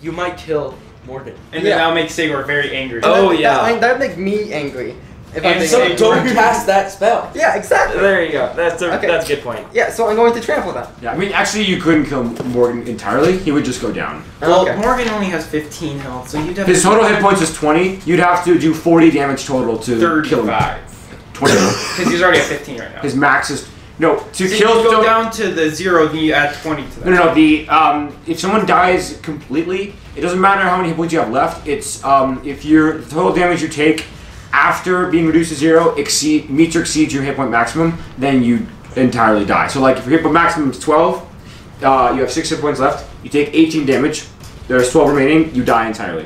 S11: You might kill Morgan.
S2: And then
S6: Yeah.
S2: that'll make Sigor very angry.
S5: Oh,
S6: That-
S5: yeah.
S6: That, that'd make me angry. If
S2: And
S6: I'm
S2: so
S6: angry.
S2: don't
S11: cast that spell.
S6: Yeah, exactly.
S5: There you go. That's a
S6: Okay.
S5: that's a good point.
S6: Yeah, so I'm going to trample them.
S1: Yeah, I mean, actually, you couldn't kill Morgan entirely. He would just go down.
S2: Well,
S6: okay.
S2: Morgan only has 15 health, so you definitely.
S1: His total hit points is 20. You'd have to do 40 damage total to kill him.
S2: 35.
S1: 20.
S2: Because he's already at 15 right now.
S1: His max is no to
S2: so
S1: kill.
S2: you go
S1: don't-
S2: down to the zero, then you add 20 to that.
S1: No, no, no. The um, if someone dies completely, it doesn't matter how many hit points you have left. It's um, if your the total damage you take after being reduced to zero exceed meets or exceeds your hit point maximum, then you entirely die. So, like if your hit point maximum is twelve, uh, you have six hit points left. You take eighteen damage. There's twelve remaining. You die entirely.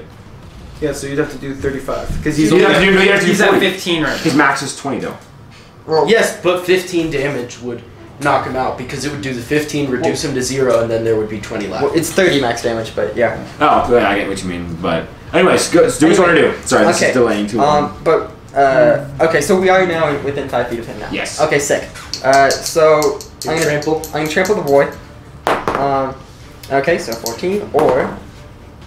S2: Yeah, so you'd have to do 35. Because
S1: You'd
S2: he's,
S1: have to do- you'd have to do
S2: he's at
S1: 40.
S2: 15 right
S1: His max is twenty though.
S6: Roll.
S11: Yes, but 15 damage would knock him out because it would do the 15, reduce him to zero, and then there would be 20 left.
S6: Well, it's 30 max damage, but yeah.
S1: Oh, yeah, I get what you mean. But anyways, go, do what you want to do. Sorry, this is delaying too long.
S6: Um, but uh, okay, so we are now within five feet of him now.
S1: Yes.
S6: Okay, sick. Uh, so I'm gonna
S11: trample.
S6: I'm gonna trample the boy. Um, okay, so 14 or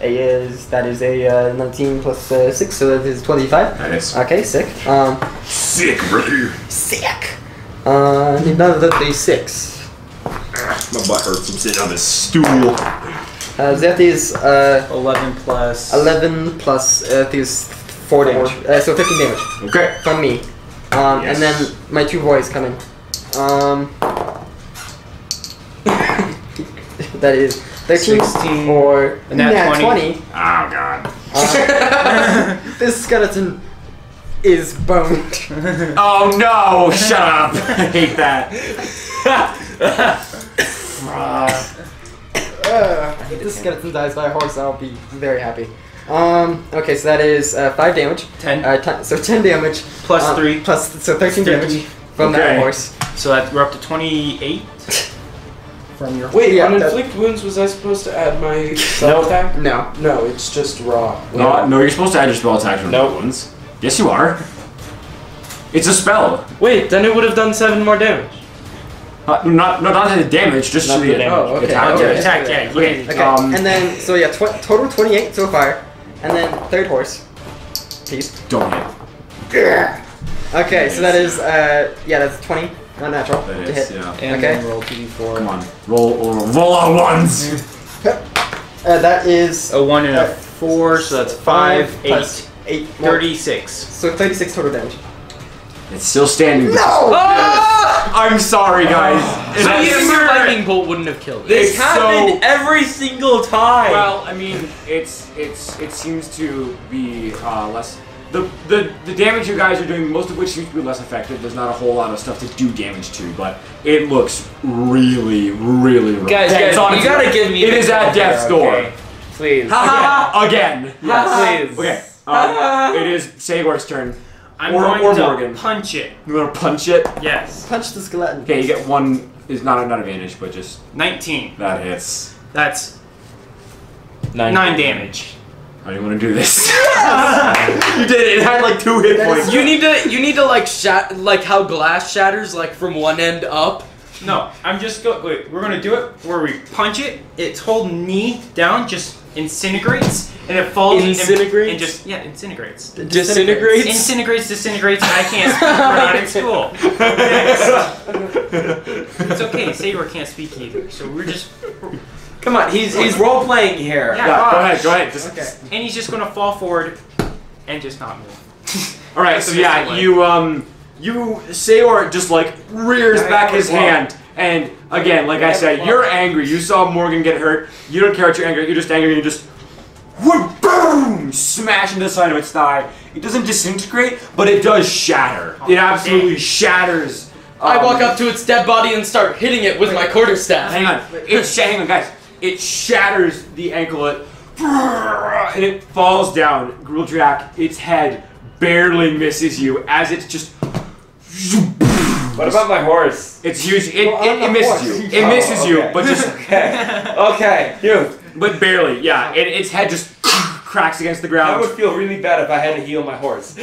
S6: a is that is a uh, 19 plus uh, six, so that is 25.
S1: that is
S6: Okay, sick. Um,
S1: sick, brother.
S6: sick. Uh, another 36.
S1: My butt hurts from sitting on this stool.
S6: Uh, that is uh,
S2: now. 11 plus.
S6: 11 plus uh, that is four damage. Uh, so 15 damage.
S1: Okay.
S6: from me. Um,
S1: Yes.
S6: And then my two boys come in. Um, that is 13
S2: 16.
S6: or
S2: And that
S6: nat
S2: 20.
S1: Oh god.
S6: Uh, this skeleton is boned.
S1: Oh no! Shut up! I hate that.
S6: Uh, if this skeleton dies by a horse, I'll be very happy. Um, okay, so that is uh, 5 damage.
S2: 10.
S6: Uh, ten, so 10 damage.
S2: Plus
S1: Um,
S6: uh,
S2: 3.
S6: Plus, so 13
S2: 13.
S6: damage from
S1: Okay.
S6: that horse.
S2: So that we're up to 28 from your.
S11: Wait,
S6: Yeah,
S11: on
S6: that-
S11: inflict wounds, was I supposed to add my sub attack?
S6: No.
S11: No, it's just raw.
S1: No, no, you're supposed to add your spell attacks from no ones. Yes, you are. It's a spell.
S11: Wait, then it would have done seven more damage.
S1: Uh, not, no, not to the damage, just
S5: Not
S1: to
S5: the
S1: the
S5: damage.
S11: Oh, okay.
S1: attack.
S5: Okay,
S6: Okay.
S5: attack, yeah, you
S1: Okay.
S5: can-
S6: Okay,
S1: Um,
S6: and then so yeah, tw- total twenty-eight so far, and then third horse. Peace.
S1: Don't hit.
S6: Okay, so that is uh yeah, that's twenty, not natural
S1: That
S6: to
S1: is,
S6: hit.
S1: yeah.
S2: And
S6: Okay.
S2: then roll 2d4.
S1: Come on, roll, roll, roll on ones.
S6: Uh, that is
S2: A 1 and
S6: uh,
S2: a 4, so that's 5,
S6: plus
S2: 8,
S6: eight more-
S2: 36.
S6: So thirty-six total damage.
S1: It's still standing. I'm sorry, guys. It's
S11: So even your
S1: absurd.
S11: lightning bolt wouldn't have killed it.
S5: This
S1: It's
S5: happened
S1: so-
S5: every single time.
S1: Well, I mean, it's it's it seems to be uh, less. The, the the damage you guys are doing, most of which seems to be less effective. There's not a whole lot of stuff to do damage to, but it looks really, really rough.
S5: Guys,
S1: It's
S5: guys,
S1: on
S5: you
S1: its-
S5: gotta give me
S1: It
S5: this
S1: is at
S5: number,
S1: death's
S5: okay?
S1: door.
S5: Please.
S1: Ha ha ha! Again.
S5: Yes, please.
S1: Okay. Um, it is Sagor's turn.
S2: I'm
S1: Or-
S2: going
S1: or
S2: to
S1: Morgan.
S2: punch it.
S1: You wanna punch it?
S2: Yes.
S6: Punch the skeleton.
S1: Okay, you get one. Is not not advantage, but just
S2: 19.
S1: that hits.
S2: That's 9 damage.
S1: How do you want to do this? you did it. It had like two hit points.
S11: You need to, you need to like shat, like how glass shatters, like from one end up.
S2: No, I'm just go. Wait, we're gonna do it where we punch it. Its whole knee down just disintegrates, and it falls. and-
S11: Incinerates?
S2: And just yeah, disintegrates.
S11: Disintegrates.
S2: Incinerates, disintegrates, and I can't speak. We're not in school. Next. It's okay. Sagor can't speak either, so we're just.
S5: Come on, he's he's role playing here.
S1: Yeah,
S2: Yeah.
S1: go
S2: gosh.
S1: ahead, go ahead. Just,
S6: Okay.
S2: And he's just gonna fall forward, and just not move.
S1: All right,
S2: That's
S1: so
S2: the best
S1: yeah,
S2: way.
S1: you um, you Seor just like rears back his
S6: Wow.
S1: hand, and again, like I said, you're angry. You saw Morgan get hurt. You don't care what you're angry. You're just angry. and You just whoop, boom, smash into the side of its thigh. It doesn't disintegrate, but it does shatter. It absolutely shatters.
S11: Oh, I
S1: um,
S11: walk up to its dead body and start hitting it with my quarterstaff.
S1: Hang on. It sh- hang on, guys. It shatters the anklet, and it falls down. Gruldrak, its head barely misses you as it's just.
S9: What about my horse?
S1: It's huge. It,
S10: Well, I'm
S1: it, it
S10: the
S1: misses
S10: horse.
S1: you. It misses
S9: Oh,
S1: you,
S9: okay.
S1: but just
S9: Okay, you.
S1: but barely. Yeah, and its head just cracks against the
S9: I
S1: ground.
S9: would feel really bad if I hadn't healed my horse.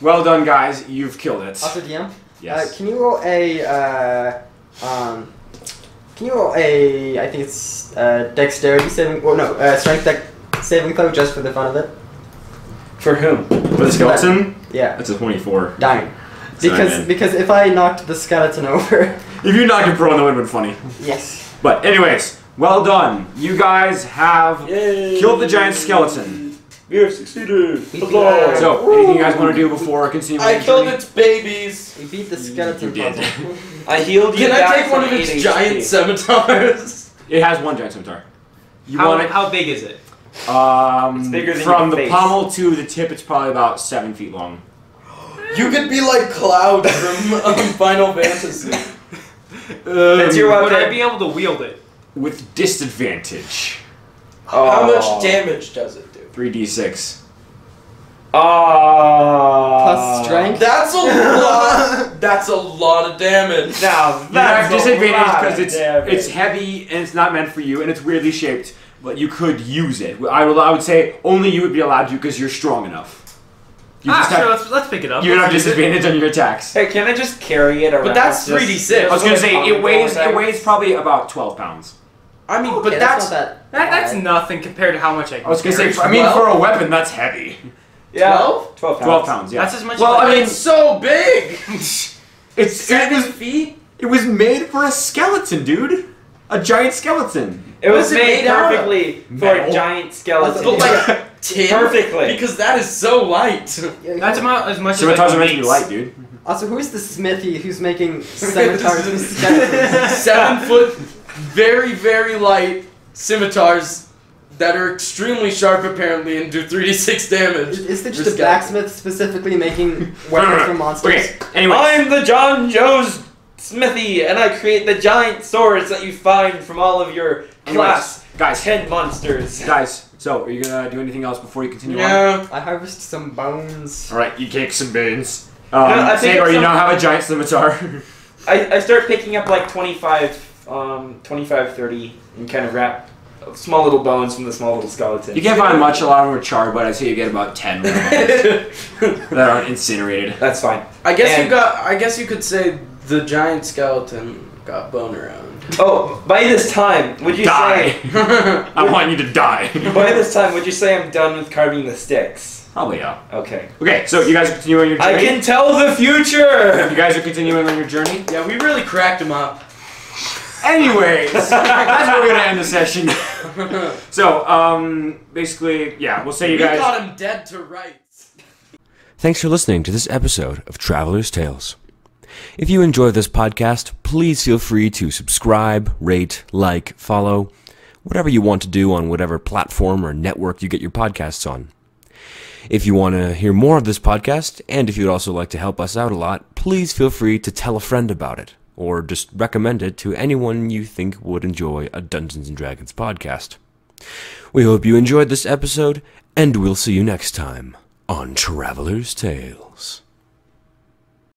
S1: Well done, guys. You've killed it.
S6: Also, DM, uh,
S1: Yes.
S6: can you roll a uh, um, can you roll a I think it's uh, dexterity saving or no uh, strength deck saving throw just for the fun of it?
S9: For whom?
S1: For the skeleton,
S6: Yeah,
S1: that's a twenty-four.
S6: dying.
S1: It's not
S6: Because
S1: good.
S6: because if I knocked the skeleton over,
S1: If you knocked it prone, that would have been funny.
S6: yes.
S1: But anyways, well done. You guys have killed the giant skeleton.
S9: We have succeeded.
S6: We Huzzah. did.
S1: So, anything you guys want to do before continuing?
S11: I
S1: your
S11: killed
S1: journey?
S11: its babies.
S6: We beat the skeleton
S1: You did.
S6: puzzle.
S5: I healed you.
S11: Can I
S5: back
S11: take one
S5: from
S11: of its
S5: 8
S11: giant
S5: HP.
S11: scimitars?
S1: It has one giant scimitar. You
S2: how,
S1: want it?
S2: how big is it?
S1: Um,
S9: It's bigger than
S1: from
S9: your
S1: the
S9: face.
S1: pommel to the tip, it's probably about seven feet long.
S11: You could be like Cloud from um, Final Fantasy.
S5: That's your
S2: Would I
S5: weapon.
S2: be able to wield it?
S1: Um, With disadvantage,
S11: How
S9: Oh.
S11: much damage does it do?
S1: three d six.
S5: uh,
S9: Ah.
S6: Plus strength.
S11: That's a lot. That's a lot of damage.
S9: Now
S1: You have
S9: that's a
S1: disadvantage
S9: lot
S1: because
S9: of
S1: it's
S9: damage.
S1: it's heavy and it's not meant for you and it's weirdly shaped. But you could use it. I would, I would say only you would be allowed to because you're strong enough. You
S2: ah,
S1: just
S2: sure.
S1: have,
S2: Let's, let's pick it up.
S1: you don't have
S2: Let's use it.
S1: disadvantage on your attacks.
S9: Hey, can I just carry it around?
S11: But that's
S9: Just-
S11: 3d6.
S1: I was gonna say it
S9: Pommel
S1: weighs
S9: attack.
S1: it weighs probably about twelve pounds.
S11: I mean,
S6: Okay,
S11: but that's
S6: not that.
S2: That, that's
S6: bad. Uh,
S2: nothing compared to how much I can
S1: I was gonna say,
S2: carry.
S1: I mean,
S11: Twelve?
S1: for a weapon, that's heavy.
S9: Yeah.
S11: 12?
S9: Twelve pounds.
S1: Twelve pounds, yeah.
S2: That's as much
S1: Well,
S2: as
S1: I
S2: I
S1: mean,
S11: it's so big.
S1: It's it was feet. It was made for a skeleton, dude. A giant skeleton.
S9: It was
S11: What's it
S9: made
S11: made out of?
S9: perfectly for
S1: Metal?
S9: a giant skeleton.
S11: But like ten.
S9: Perfectly.
S11: Because that is so light.
S6: Yeah,
S2: That's about as much as I
S1: Scimitars
S2: can
S1: are meant to be
S2: make.
S1: light, dude.
S6: Also, who is the smithy who's making scimitars with skeletons?
S11: Seven foot, very very light scimitars that are extremely sharp apparently and do three d six damage.
S6: Is this the
S11: Your skeleton.
S6: blacksmith specifically making weapons for monsters?
S1: Okay. Anyway,
S9: I'm the John Joe's smithy, and I create the giant swords that you find from all of your
S1: Anyways,
S9: class
S1: guys,
S9: ten monsters.
S1: guys. So, are you gonna do anything else before you continue on?
S11: Yeah.
S6: I harvest some bones.
S1: All right, you kick some bins. Um,
S9: No, I think
S1: Sagor,
S9: it's
S1: you now
S9: some-
S1: have a giant scimitar.
S9: I, I start picking up like 25, um, 25, 30, and kind of wrap small little bones from the small little skeleton.
S1: you can't find much. A lot of them are charred, but I say you get about ten of them that aren't incinerated.
S9: That's fine.
S11: I guess
S9: And-
S11: you got. I guess you could say the giant skeleton got bone around.
S9: Oh, by this time, would you
S1: die!
S9: say?
S1: I want you to die.
S9: By this time, would you say I'm done with carving the sticks?
S1: Probably yeah.
S9: Okay.
S1: Okay, so you guys are continuing your
S9: I
S1: journey.
S9: can tell the future.
S1: You guys are continuing on your journey.
S11: Yeah, we really cracked him up.
S1: Anyways, that's where we're gonna end the session. So, um, basically, yeah, we'll say you
S11: we
S1: guys.
S11: got him dead to rights.
S15: Thanks for listening to this episode of Traveler's Tales. If you enjoy this podcast, please feel free to subscribe, rate, like, follow, whatever you want to do on whatever platform or network you get your podcasts on. If you want to hear more of this podcast, and if you'd also like to help us out a lot, please feel free to tell a friend about it, or just recommend it to anyone you think would enjoy a Dungeons and Dragons podcast. We hope you enjoyed this episode, and we'll see you next time on Traveler's Tales.